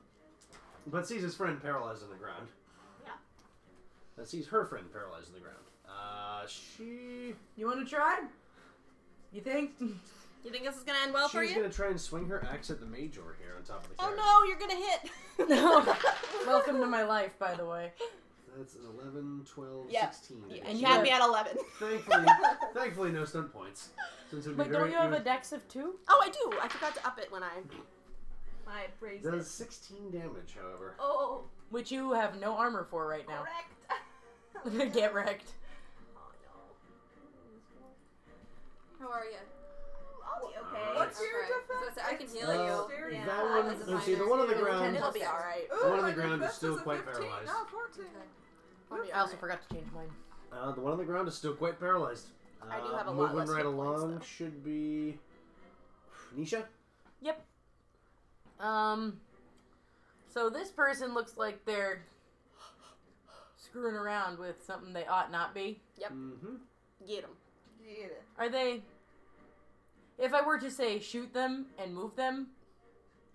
S3: but sees his friend paralyzed on the ground.
S56: Yeah.
S3: That sees her friend paralyzed on the ground. Uh, she.
S56: You want to try?
S3: You think?
S7: You think this is gonna end well Oh, for
S3: She's
S7: you?
S3: gonna try and swing her axe at the major here on top of the.
S7: Oh no, you're gonna hit.
S6: No. Welcome to my life, by the way.
S3: That's an 11, 12,
S7: Yeah.
S3: 16.
S7: Yeah,
S3: damage.
S7: and you had me at 11.
S3: Thankfully, thankfully, no stun points. Since it would be
S7: Wait, don't
S3: very-
S7: you
S3: it
S7: have
S3: would-
S7: a
S6: Dex of two?
S7: Oh, I do. I forgot to up it when I
S6: My praise.
S3: Does 16 damage, however.
S6: Oh. Which you have no armor for right now. Get wrecked.
S8: How are you?
S56: I'll be okay.
S8: What's your
S56: defense? I can heal
S3: Uh,
S56: you. Yeah.
S3: that one,
S56: That's a
S3: let's see, the one on the
S56: minor.
S3: ground.
S56: It'll be alright.
S3: The one on the ground is still quite paralyzed.
S6: I also forgot to change mine.
S3: Uh, the one on the ground is still quite paralyzed. Uh,
S6: I do have a lot
S3: moving
S6: less
S3: right
S6: hit
S3: along should be Nisha.
S6: Yep. Um. So this person looks like they're screwing around with something they ought not be.
S7: Yep.
S3: Mm-hmm.
S7: get him.
S6: Are they? If I were to say shoot them and move them,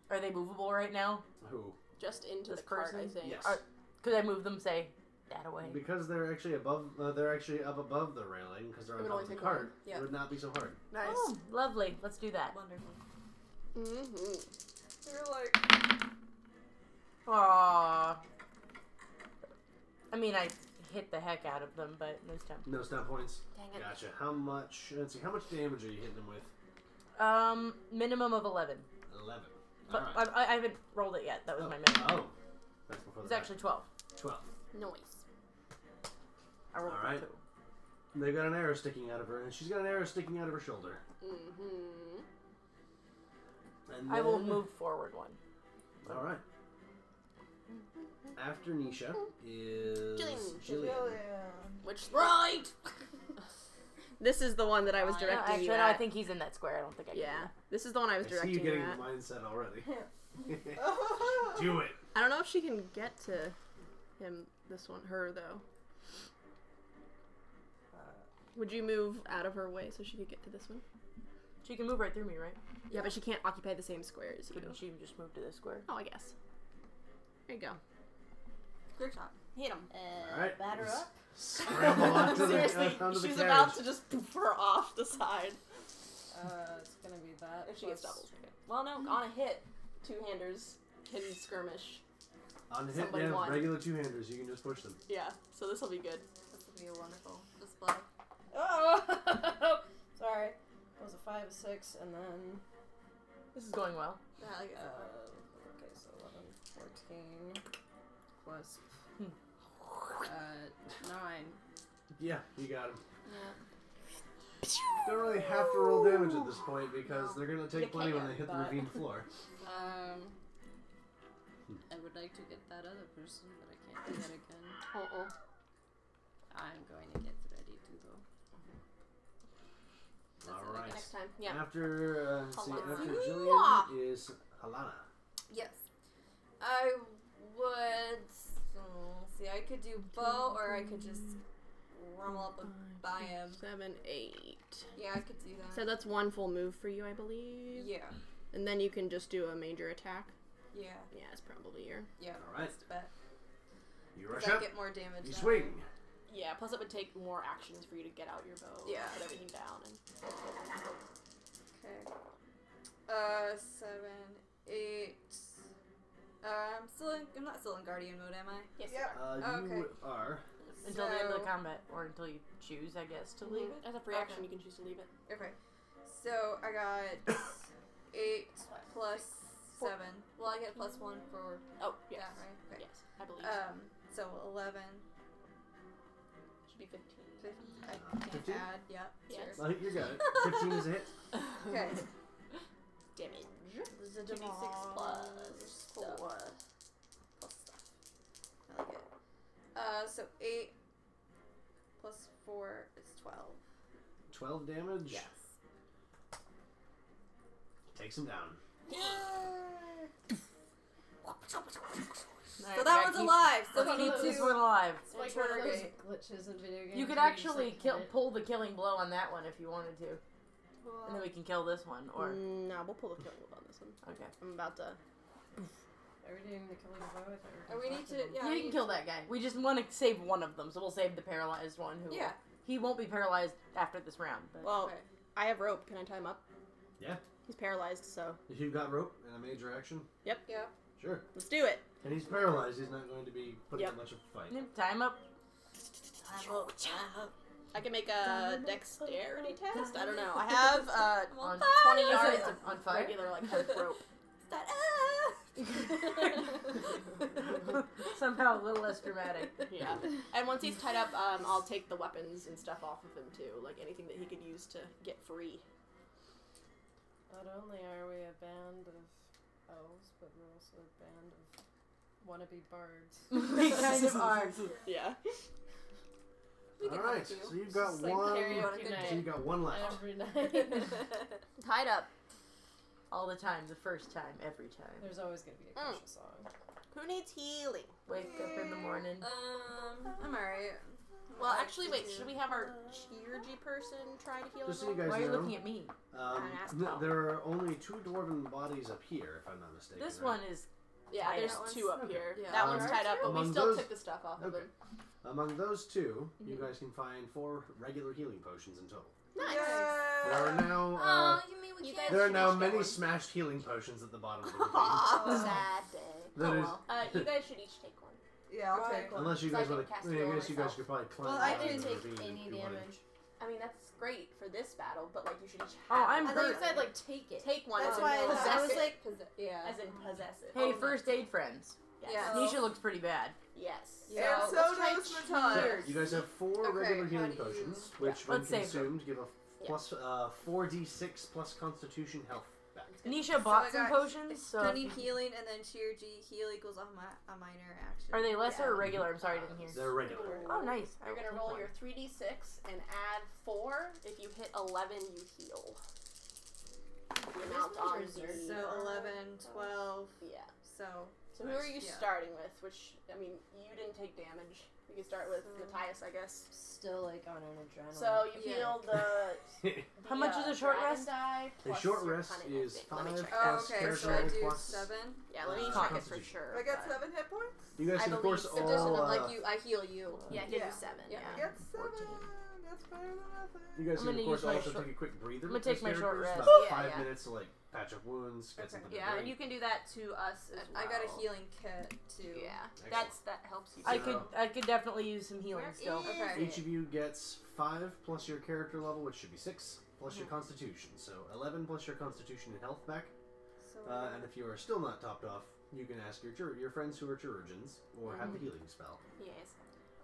S6: are they movable right now?
S3: Who?
S7: Just into
S6: This
S7: the cart,
S6: person?
S7: I think.
S3: Yes.
S6: Are, could I move them? Say that away.
S3: Because they're actually above, uh, they're actually up above the railing because they're
S6: It
S3: on
S6: would
S3: top
S6: only
S3: of the
S6: take
S3: cart.
S6: one. Yeah.
S3: It would not be so hard.
S6: Nice. Oh, lovely. Let's do that. Wonderful.
S7: Mm-hmm.
S57: You're like,
S6: Aww. I mean, I hit the heck out of them, but no stump.
S3: No stun points.
S6: Dang it.
S3: Gotcha. How much? Let's see. How much damage are you hitting them with?
S6: Um, minimum of 11.
S3: Eleven.
S6: But
S3: Alright.
S6: I, I haven't rolled it yet. That was my minimum.
S3: Oh, that's before
S6: It's
S3: the
S6: actually 12.
S3: twelve.
S7: Noise.
S6: I rolled
S3: All right. They've got an arrow sticking out of her, and she's got an arrow sticking out of her shoulder.
S7: Mm-hmm.
S3: And
S6: I will
S3: then-
S6: move forward one.
S3: All right. After Nisha is
S7: Jillian.
S3: Jillian.
S7: Which right?
S58: This is the one that I was
S6: Uh,
S58: directing
S6: actually,
S58: you
S6: no,
S58: at.
S6: I think he's in that square. I don't think I can.
S58: Yeah, this is the one I was
S3: I see
S58: directing
S3: you getting
S58: at.
S3: the mindset already. Do it.
S58: I don't know if she can get to him. This one, her though. Would you move out of her way so she could get to this one?
S6: She can move right through me, right?
S58: Yeah, but she can't occupy the same square as you.
S6: Couldn't she just move to this square?
S58: Oh, I guess. There you go.
S7: Great shot. Hit him. Uh,
S3: All right.
S7: Batter
S3: S-
S7: up.
S3: Scramble onto the-
S7: Seriously,
S3: uh, onto the
S7: she's
S3: carriage.
S7: about to just poof her off the side.
S59: Uh, it's gonna be that.
S7: If she gets
S59: plus-
S7: doubles. Well, no, on a hit, two-handers can skirmish.
S3: On hit,
S7: Somebody
S3: yeah,
S7: won.
S3: regular two handers. You can just push them.
S7: Yeah, so this will be good.
S59: This will be a wonderful display. Oh, sorry. It was a five, a six, and then.
S6: This is going well.
S59: Uh, okay, so 11, 14, plus
S8: hmm,
S59: uh, 9.
S3: Yeah, you got him.
S59: Yeah.
S3: Don't really have to roll damage at this point because they're gonna take
S59: You
S3: plenty when
S59: can't,
S3: they hit the
S59: but-
S3: ravine floor.
S59: Um, I would like to get that other person, but I can't do that again.
S7: Uh-oh.
S59: I'm going to get ready to, though.
S3: All
S7: it, like,
S3: right.
S7: next time. Yeah.
S3: After uh, let's see,
S7: Halana.
S3: after
S8: Mwah!
S3: Jillian is Halana.
S8: Yes. I would. mm, see, I could do bow or I could just rumble up a- by him.
S58: Seven, eight.
S8: Yeah, I could do that.
S58: So that's one full move for you, I believe.
S8: Yeah.
S58: And then you can just do a major attack.
S8: Yeah.
S58: Yeah, it's probably your.
S8: Yeah.
S3: All right.
S8: That's bet.
S3: You
S8: Does
S3: rush
S8: that
S3: up.
S8: get more damage
S3: You
S8: that
S3: swing.
S7: Yeah, plus it would take more actions for you to get out your bow.
S8: Yeah.
S7: Put everything down. And...
S8: Okay. Uh, seven, eight. Uh, I'm still in. I'm not still in guardian mode, am I?
S7: Yes.
S3: Uh, you
S8: okay.
S3: are.
S6: Until the end of
S8: So-
S6: the combat, or until you choose, I guess, to leave it.
S7: As a free
S8: Okay.
S7: action, you can choose to leave it.
S8: Okay. So I got eight plus seven. Well, I get plus one for.
S7: Oh, yes.
S8: that, right? Okay.
S7: Yes, I believe.
S8: Um. So eleven.
S7: Should be 15.
S8: Fifteen. I can't
S3: 15?
S8: add. Yeah.
S7: Yes.
S8: Sure.
S3: I think you got it. Fifteen is a hit.
S8: Okay.
S7: Damage.
S8: This is a
S7: 2d6
S8: demon.
S7: plus
S8: Stuff.
S7: four.
S8: Plus stuff. I like it. Uh. So eight plus four is twelve.
S3: Twelve damage. Yes. Takes him down.
S5: Alright,
S8: so
S5: we
S8: that
S5: gotta
S8: one's
S5: keep-
S8: alive. So
S5: One
S8: we need
S5: of
S8: to.
S5: those- one alive.
S8: It's
S5: It's like one of those
S8: interrogate.
S5: glitches in video games.
S6: You
S5: where
S6: could
S5: just,
S6: actually
S5: like,
S6: kill,
S5: hit it.
S6: pull the killing blow on that one if you wanted to, and then we can kill this one. Or
S7: Mm.
S60: no, we'll pull the kill on this one.
S6: Okay.
S60: I'm about to.
S5: Are we doing the killing blow? I thought we
S6: Oh,
S5: were
S6: we
S5: doing
S6: need
S5: both of
S6: to-
S5: them.
S6: you can kill that guy. We just want to save one of them, so we'll save the paralyzed one. Who?
S60: Yeah.
S6: He won't be paralyzed after this round. But
S60: Well, I have rope. Can I tie him up?
S3: Yeah.
S60: He's paralyzed, so.
S3: If you've got rope and a major action,
S60: Yep.
S8: Yeah.
S3: sure.
S60: Let's do it.
S3: And he's paralyzed. He's not going to be putting
S60: Yep.
S3: up much of a fight.
S6: Yep, Tie him up.
S60: I can make a dexterity
S8: test. I don't know.
S60: I have,
S8: uh,
S6: on
S8: twenty
S6: fire.
S8: yards
S6: It's
S8: of
S6: on fire.
S8: regular like hemp rope.
S6: Somehow a little less dramatic.
S60: Yeah. And once he's tied up, um, I'll take the weapons and stuff off of him too, like anything that he could use to get free.
S5: Not only are we a band of elves, but we're also a band of wannabe bards.
S6: we kind of are.
S60: Yeah.
S3: All right. So you've got
S5: like
S3: one.
S5: karaoke
S3: so you
S5: night.
S3: got one left.
S5: Every
S8: Um,
S5: night.
S6: Tied up. All the time, the first time, every time.
S5: There's always gonna be a casual song.
S6: Who needs healing? Wake up in the morning.
S8: Um, I'm alright.
S7: Well, actually, wait. Should we have our cheergy person try to heal?
S3: Just so you
S7: everyone?
S3: guys
S6: Why are you
S3: know,
S6: looking at me?
S3: Um,
S7: An ass
S3: n-
S7: pal.
S3: there are only two dwarven bodies up here, if I'm not mistaken.
S6: This
S3: right?
S6: one is.
S60: Yeah,
S6: tied
S60: there's
S6: up.
S60: two up here.
S6: Yeah.
S60: That
S3: Um,
S60: one's tied up, but we
S3: among
S60: still
S3: those-
S60: took the stuff off of
S3: okay.
S60: him.
S3: Among those 2 you
S8: Mm-hmm.
S3: guys can find four regular healing potions in total.
S60: Nice.
S3: There are now uh,
S8: oh, you mean we
S60: you
S8: can't?
S3: there are now many smashed healing potions at the bottom of the ravine.
S8: Sad day.
S3: That
S8: oh
S3: is-
S8: well. Uh, you guys should each take one.
S61: Yeah, I'll
S8: Alright,
S61: take
S8: cool.
S61: one.
S3: Unless you
S8: 'Cause
S3: guys
S8: I
S3: want to,
S8: can cast
S3: I, mean, I
S8: heal
S3: guess you guys
S8: myself.
S3: could probably climb.
S8: Well,
S3: the
S8: I
S3: bottom
S8: didn't
S3: of the
S8: take
S3: ravine
S8: any
S3: if you wanted.
S8: damage. I mean, that's great for this battle, but like you should each have.
S6: Oh, I'm
S8: one.
S6: hurt.
S5: like take it.
S8: Take one.
S6: That's
S8: as in
S6: why I- I
S8: possess
S6: was
S8: it.
S6: like-
S8: Posse- yeah. As in possess it.
S6: Hey,
S8: Oh,
S6: first aid friends.
S8: Yes.
S6: Yeah.
S8: Yeah.
S6: Nisha looks pretty bad.
S8: Yes.
S61: And so
S8: let's try
S61: does
S8: cheers.
S61: Matthias.
S3: You guys have four
S8: Okay,
S3: regular
S8: how
S3: healing
S8: do you-
S3: potions, which, when
S6: Let's save them.
S3: consumed, give a plus uh, 4d6 plus Constitution health back.
S6: Nisha bought
S8: I
S6: some
S8: got
S6: potions, so.
S8: I need healing, and then cheer G heal equals a, mi- a minor action.
S6: Are they lesser or
S8: Yeah.
S6: regular? I'm sorry, I didn't hear.
S3: They're regular.
S6: Oh, nice. I
S7: You're
S6: will
S7: gonna
S6: take
S7: roll
S6: one.
S7: your 3d6 and add four. If you hit 11, you heal. The amount on the-
S8: So 11, 12.
S7: Yeah.
S8: So.
S7: So who are you
S8: Yeah.
S7: starting with? Which I mean, you didn't take damage. We can start with Matthias, I guess.
S5: Still like on an adrenaline.
S7: So you
S8: Yeah.
S7: heal the. uh,
S6: How much is a short
S7: dragon
S6: rest?
S7: Die
S3: A
S7: plus
S3: short
S7: your
S3: rest
S7: cunning, I
S3: is
S7: think. Let me
S3: five
S7: check.
S8: Oh,
S3: plus
S8: okay, so I
S3: charisma
S8: do
S3: plus.
S8: seven.
S7: Yeah, let
S3: uh,
S7: me check it for
S3: Constitution.
S7: sure.
S61: I got
S7: but-
S61: seven hit points?
S3: You guys
S7: I
S3: can, of course,
S7: believe
S3: all.
S7: so.
S8: Addition of
S3: Uh,
S8: like you, I heal you.
S7: Yeah, it gives
S61: Yeah.
S7: you seven.
S8: Yeah.
S61: I
S7: Yeah.
S61: got seven. That's better than nothing.
S3: You guys can,
S6: I'm
S3: of
S6: gonna
S3: course,
S6: use my
S3: also
S6: short-
S3: take a quick breather.
S6: I'm gonna
S3: with those
S6: take my short
S3: characters,
S6: rest.
S3: about
S8: Yeah,
S3: five
S8: yeah.
S3: minutes to like patch up wounds, get something. to
S7: Yeah, and
S3: drink.
S7: you can do that to us as well.
S8: I got a healing kit too.
S7: Yeah,
S3: Excellent.
S7: that's that helps you.
S6: I
S3: So-
S6: could, I could definitely use some healing still.
S8: Okay.
S3: Each of you gets five plus your character level, which should be six, plus
S6: Mm-hmm.
S3: your Constitution. So eleven plus your Constitution and health back.
S8: So
S3: Uh, and if you are still not topped off, you can ask your chir- your friends who are chirurgeons or have
S6: Mm-hmm.
S3: the healing spell.
S7: Yes.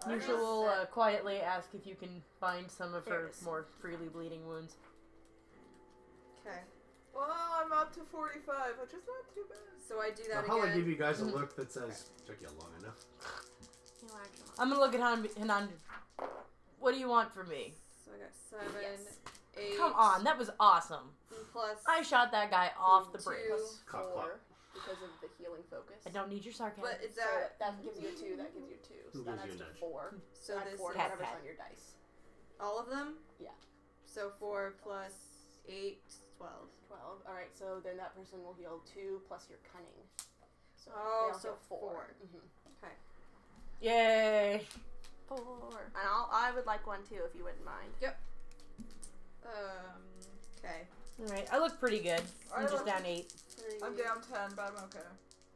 S6: Nisha will uh, quietly ask if you can find some of her more freely bleeding wounds.
S8: okay,
S61: Well, I'm up to 45, which is not too bad.
S8: so I do
S3: Now,
S8: that
S3: Hala
S8: again.
S3: give you guys a
S6: Mm-hmm.
S3: look that says, "Took you long enough."
S6: I'm gonna look at Han. Hanan. What do you want from me?
S8: So I got seven,
S7: Yes.
S8: eight.
S6: Come on, that was awesome.
S8: Plus
S6: I shot that guy off the
S8: two.
S6: bridge.
S3: Clock,
S7: four
S3: clock.
S7: because of the healing focus.
S6: I don't need your sarcasm.
S8: But is
S7: So
S8: that
S7: that gives you a two. That gives you a two. So
S3: Who
S7: that
S3: gives you
S7: adds
S3: a
S7: to
S3: nudge?
S7: four.
S8: So
S7: So
S8: this
S7: four
S8: is-
S7: to whatever's
S6: Pat,
S7: on your dice.
S8: all of them?
S7: Yeah.
S8: So four plus eight, twelve.
S7: Twelve. All right. So then that person will heal two plus your cunning. So
S8: Oh,
S7: they'll
S8: so
S7: heal 4
S8: four.
S7: Mm-hmm.
S8: Okay.
S6: Yay!
S7: Four. And I'll, I would like one too if you wouldn't mind.
S8: Um. Okay.
S6: All right, I look pretty good.
S61: I
S6: I'm just
S61: look-
S6: down eight.
S7: Three.
S61: I'm down 10, but I'm okay.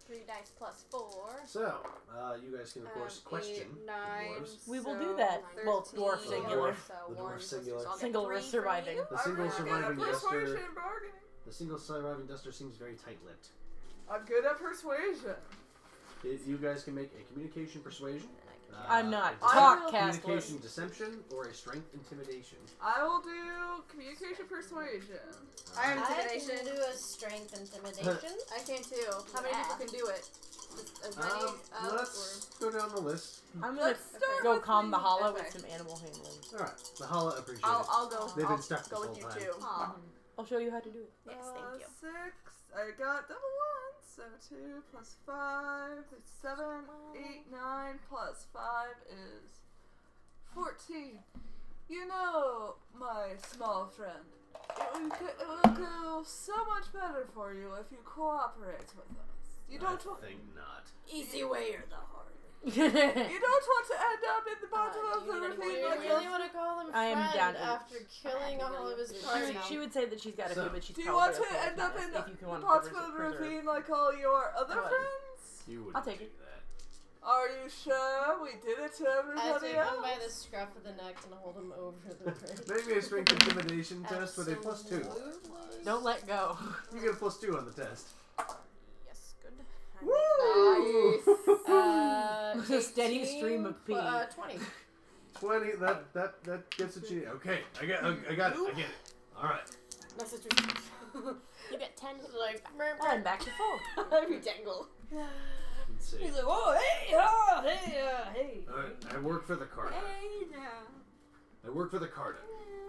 S7: Three dice plus four.
S3: So uh, you guys can of course
S8: Um, eight,
S3: question
S8: nine,
S3: the dwarves.
S6: We will do
S8: so
S6: that. Well, dwarf
S8: 13.
S6: singular.
S3: The
S7: So
S3: dwarf
S7: one plus two,
S3: singular.
S7: So I'll get
S6: Single
S7: three
S6: risk
S7: from
S6: surviving.
S7: you.
S3: The single
S61: I'm really
S3: surviving
S61: good at persuasion
S3: duster.
S61: and bargaining.
S3: The single surviving duster seems very tight-lipped.
S61: I'm good at persuasion.
S3: It, you guys can make a communication persuasion. Uh,
S6: I'm not.
S3: a
S6: Talk,
S3: decep-
S6: Cass,
S3: Communication deception or a strength intimidation.
S61: I will do communication persuasion.
S8: I have
S5: I
S8: intimidation.
S5: can do a strength intimidation.
S8: I can too. How many
S7: Yeah.
S8: people can do it? As many. uh,
S3: Um,
S8: of,
S3: let's go down the list.
S6: I'm gonna
S8: Let's start
S6: go
S8: with
S6: calm the
S8: me.
S6: hollow
S8: Okay.
S6: with some animal handling.
S3: All right, the Hala appreciates.
S7: I'll,
S3: it.
S7: I'll go.
S3: They've
S7: I'll
S3: been stuck this
S7: go
S3: whole
S7: with you
S3: time.
S7: too.
S8: or- Aw.
S6: I'll show you how to do it.
S7: Yes,
S61: Uh,
S7: thank you.
S61: Six. I got double ones,
S8: So two plus five is seven, eight, nine plus five is fourteen. You know, my small friend, it will, go, it will go so much better for you if you cooperate with us. You don't want.
S3: think not.
S8: Easy way or the hard.
S3: you
S8: you don't want to end up in the bottom
S7: Uh,
S8: of the
S5: Do
S8: ravine
S5: you
S8: like
S5: really
S8: us.
S5: want to call him
S6: I am
S5: friend
S6: down to-
S5: after killing all of his
S6: She
S5: party?
S6: would, she would say that she's got a
S5: So-
S6: few, but she's
S8: Do you
S6: probably
S8: want
S6: okay
S8: to end
S6: with
S8: up
S6: us
S8: in
S6: if you
S8: the,
S6: can
S8: the
S6: want
S8: bottom
S6: preserve-
S8: of the
S6: preserve-
S8: ravine like all your other
S6: I would.
S8: friends?
S6: I'll take it.
S8: Are you sure we did it to
S5: I take
S8: everybody
S5: him by
S8: else?
S5: the scruff of the neck and hold him over the bridge.
S3: Maybe a strength intimidation test with a plus two.
S5: Don't let go.
S3: You get a plus two on the test.
S5: Yes, good.
S3: Woo!
S5: Uh,
S6: It's a steady stream of
S5: 18, Uh, twenty.
S3: Twenty. That that that gets it. You. Okay, I got I, I got it. I get it. All right.
S7: My sister's. you get ten hit points back.
S6: And back to full.
S7: Every dangle.
S3: Let's see.
S7: He's like, oh, hey, oh, hey, uh, hey.
S3: All right. I work for the Carter.
S5: Hey now.
S3: I work for the Carter.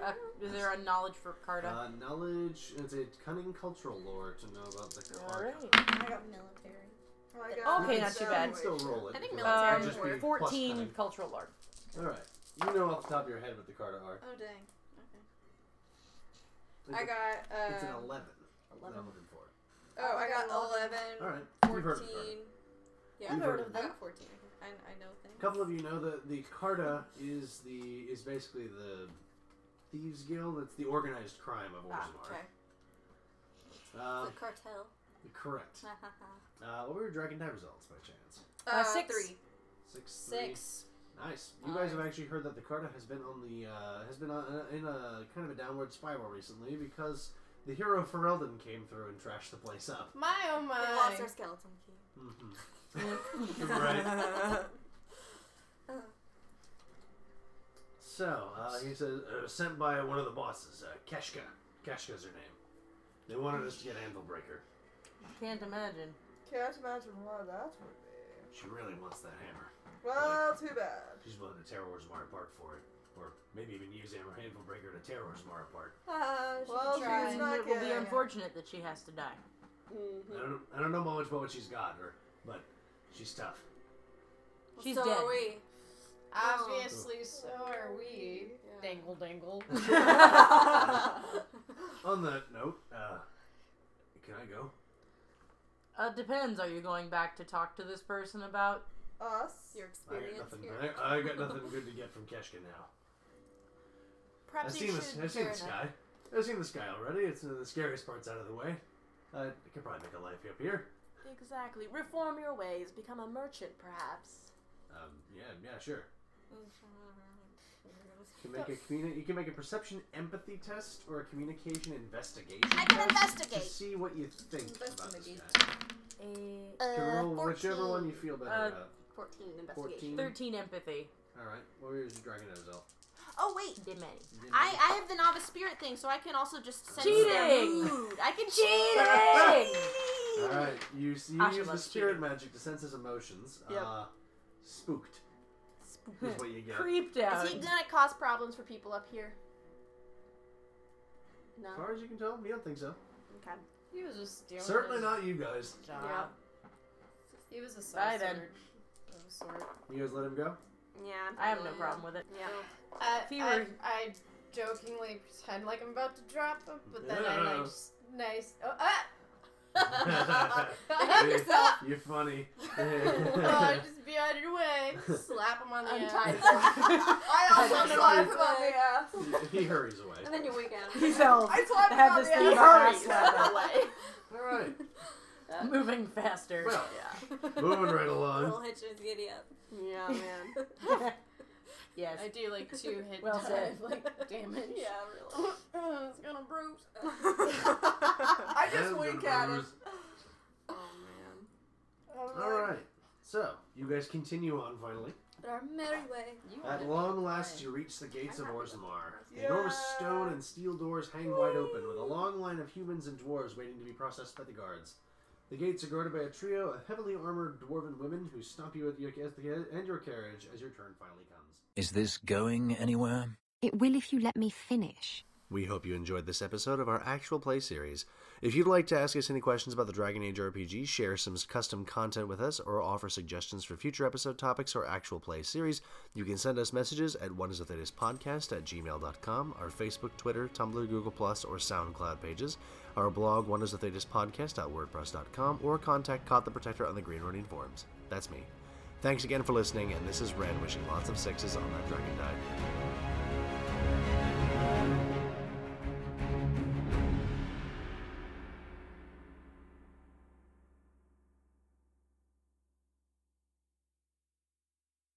S5: Uh, is there a knowledge for Carta?
S3: Uh, knowledge is a cunning cultural lore to know about the Carter.
S5: I got military.
S6: Okay,
S3: You
S6: not
S3: can
S6: too
S3: still-
S6: bad.
S3: you can still roll it.
S6: I think
S3: It'll
S6: military
S3: just be
S6: is
S3: plus
S6: fourteen
S3: nine.
S6: cultural lore.
S3: All right. You know off the top of your head what the Carter are.
S62: Oh dang. Okay.
S3: It's
S62: I
S3: a-
S62: got,
S8: uh,
S3: it's an
S62: um,
S3: eleven. That I'm looking for.
S62: Oh, I got eleven.
S3: All right. You've heard of Carter.
S62: 14. Yeah,
S3: You've
S62: I've
S3: heard
S62: heard
S3: of
S62: of them. I got 14. I, I know things.
S3: A couple of you know that the Carta is the is basically the thieves guild. It's the organized crime of
S62: Ah,
S3: Orzammar.
S62: okay.
S3: Uh,
S62: the cartel.
S3: correct. Uh, what were your Dragon Dive results by chance?
S62: Uh, six.
S3: Six. three.
S62: Six.
S3: Nice. You guys have actually heard that the Carta has been on the uh, has been on, in a kind of a downward spiral recently because the hero Ferelden came through and trashed the place up.
S5: My oh my.
S62: We lost our skeleton key.
S3: Mhm. right. So uh, he says, uh, sent by one of the bosses, uh, Keshka. Keshka's her name. They wanted us to get Anvilbreaker.
S6: Can't imagine.
S8: Can't imagine why that would be.
S3: She really wants that hammer.
S8: Well, too bad.
S3: She's willing to tear Orzammar apart for it, or maybe even use Hammer Anvilbreaker to tear Orzammar apart.
S6: Uh,
S62: Ah,
S8: she Well, can try. she's not
S6: it will be
S8: gonna-
S6: unfortunate that she has to die.
S3: I don't, I don't know much about what she's got, or but she's tough.
S6: She's dead.
S5: Obviously, so are we. Dangle, dangle.
S3: On that note, uh, can I go?
S6: Uh, depends. Are you going back to talk to this person about
S8: us?
S6: Your
S3: I got nothing. I, I got nothing good to get from Keshka now. I've seen this. I've seen this guy. I've seen this guy already. It's uh, the scariest part's out of the way. I could probably make a life up here.
S7: Exactly. Reform your ways. Become a merchant, perhaps.
S3: Um, yeah, yeah, sure. You can make a communi- You can make a perception empathy test or a communication investigation. I can investigate to see what you think about this guy. You can roll whichever one you feel better
S6: Uh,
S3: about.
S7: 14
S3: Uh, investigation. 14.
S6: 13 empathy.
S3: All right. What was your dragon result?
S7: Oh, wait.
S6: Did
S7: I, I have the novice spirit thing, so I can also just sense their
S6: Cheating!
S7: mood. I can
S6: Cheating!
S3: All right. You, s- you
S6: Asha
S3: use the
S6: loves
S3: spirit magic to sense his emotions.
S7: Yep.
S3: Uh, spooked. Spooked is what you get.
S7: Is he gonna cause problems for people up here? No.
S3: As far as you can tell, you don't think so.
S7: Okay.
S5: He was just doing
S3: Certainly
S5: his
S3: not you guys.
S5: Job. He was a
S6: Bye,
S5: sorcerer
S6: then.
S5: of a sort.
S3: You guys let him go.
S7: Yeah.
S6: I have no problem with it.
S7: Yeah.
S5: I,
S6: If he
S5: I,
S6: were-
S5: I jokingly pretend like I'm about to drop him, but then I
S3: Yeah.
S5: like just nice. Oh, ah!
S3: You-
S5: yourself.
S3: You're funny.
S5: oh, just be out of your way. Slap him on the
S62: Untie
S5: ass.
S62: him. I also
S5: Untie
S62: slap
S5: him.
S62: him on the ass.
S3: He- he hurries away.
S62: And then you wink at him.
S6: He's all,
S62: I slapped him
S6: have
S62: on
S6: this
S62: the
S6: thing
S62: ass.
S6: hurry, slap
S62: away.
S3: All right.
S6: Moving faster.
S3: Well, moving right along.
S62: Hitchens, giddy up.
S7: Yeah,
S6: man. yes.
S5: I do like two hit
S6: Well
S5: dive,
S6: said.
S5: like damage.
S62: Yeah,
S5: really. it's gonna bruise.
S8: I just
S3: That's
S8: wink
S3: good
S8: at him.
S3: news.
S62: Oh man.
S3: All right. So you guys continue on finally.
S62: But our merry way.
S3: At long last, you reach the gates of Orzammar. The enormous
S62: Yeah.
S3: stone and steel doors hang wide open, with a long line of humans and dwarves waiting to be processed by the guards. The gates are guarded by a trio of heavily armored dwarven women who stop you at your, at the, and your carriage as your turn finally comes.
S4: Is this going anywhere?
S1: It will if you let me finish.
S3: We hope you enjoyed this episode of our actual play series. If you'd like to ask us any questions about the Dragon Age RPG, share some custom content with us, or offer suggestions for future episode topics or actual play series, you can send us messages at whatisthelatestpodcast at gmail.com, our Facebook, Twitter, Tumblr, Google, Plus, or SoundCloud pages, our blog, whatisthelatestpodcast.wordpress.com, or contact Caught the Protector on the Green Running forums. That's me. Thanks again for listening, and this is Ren wishing lots of sixes on that Dragon Die.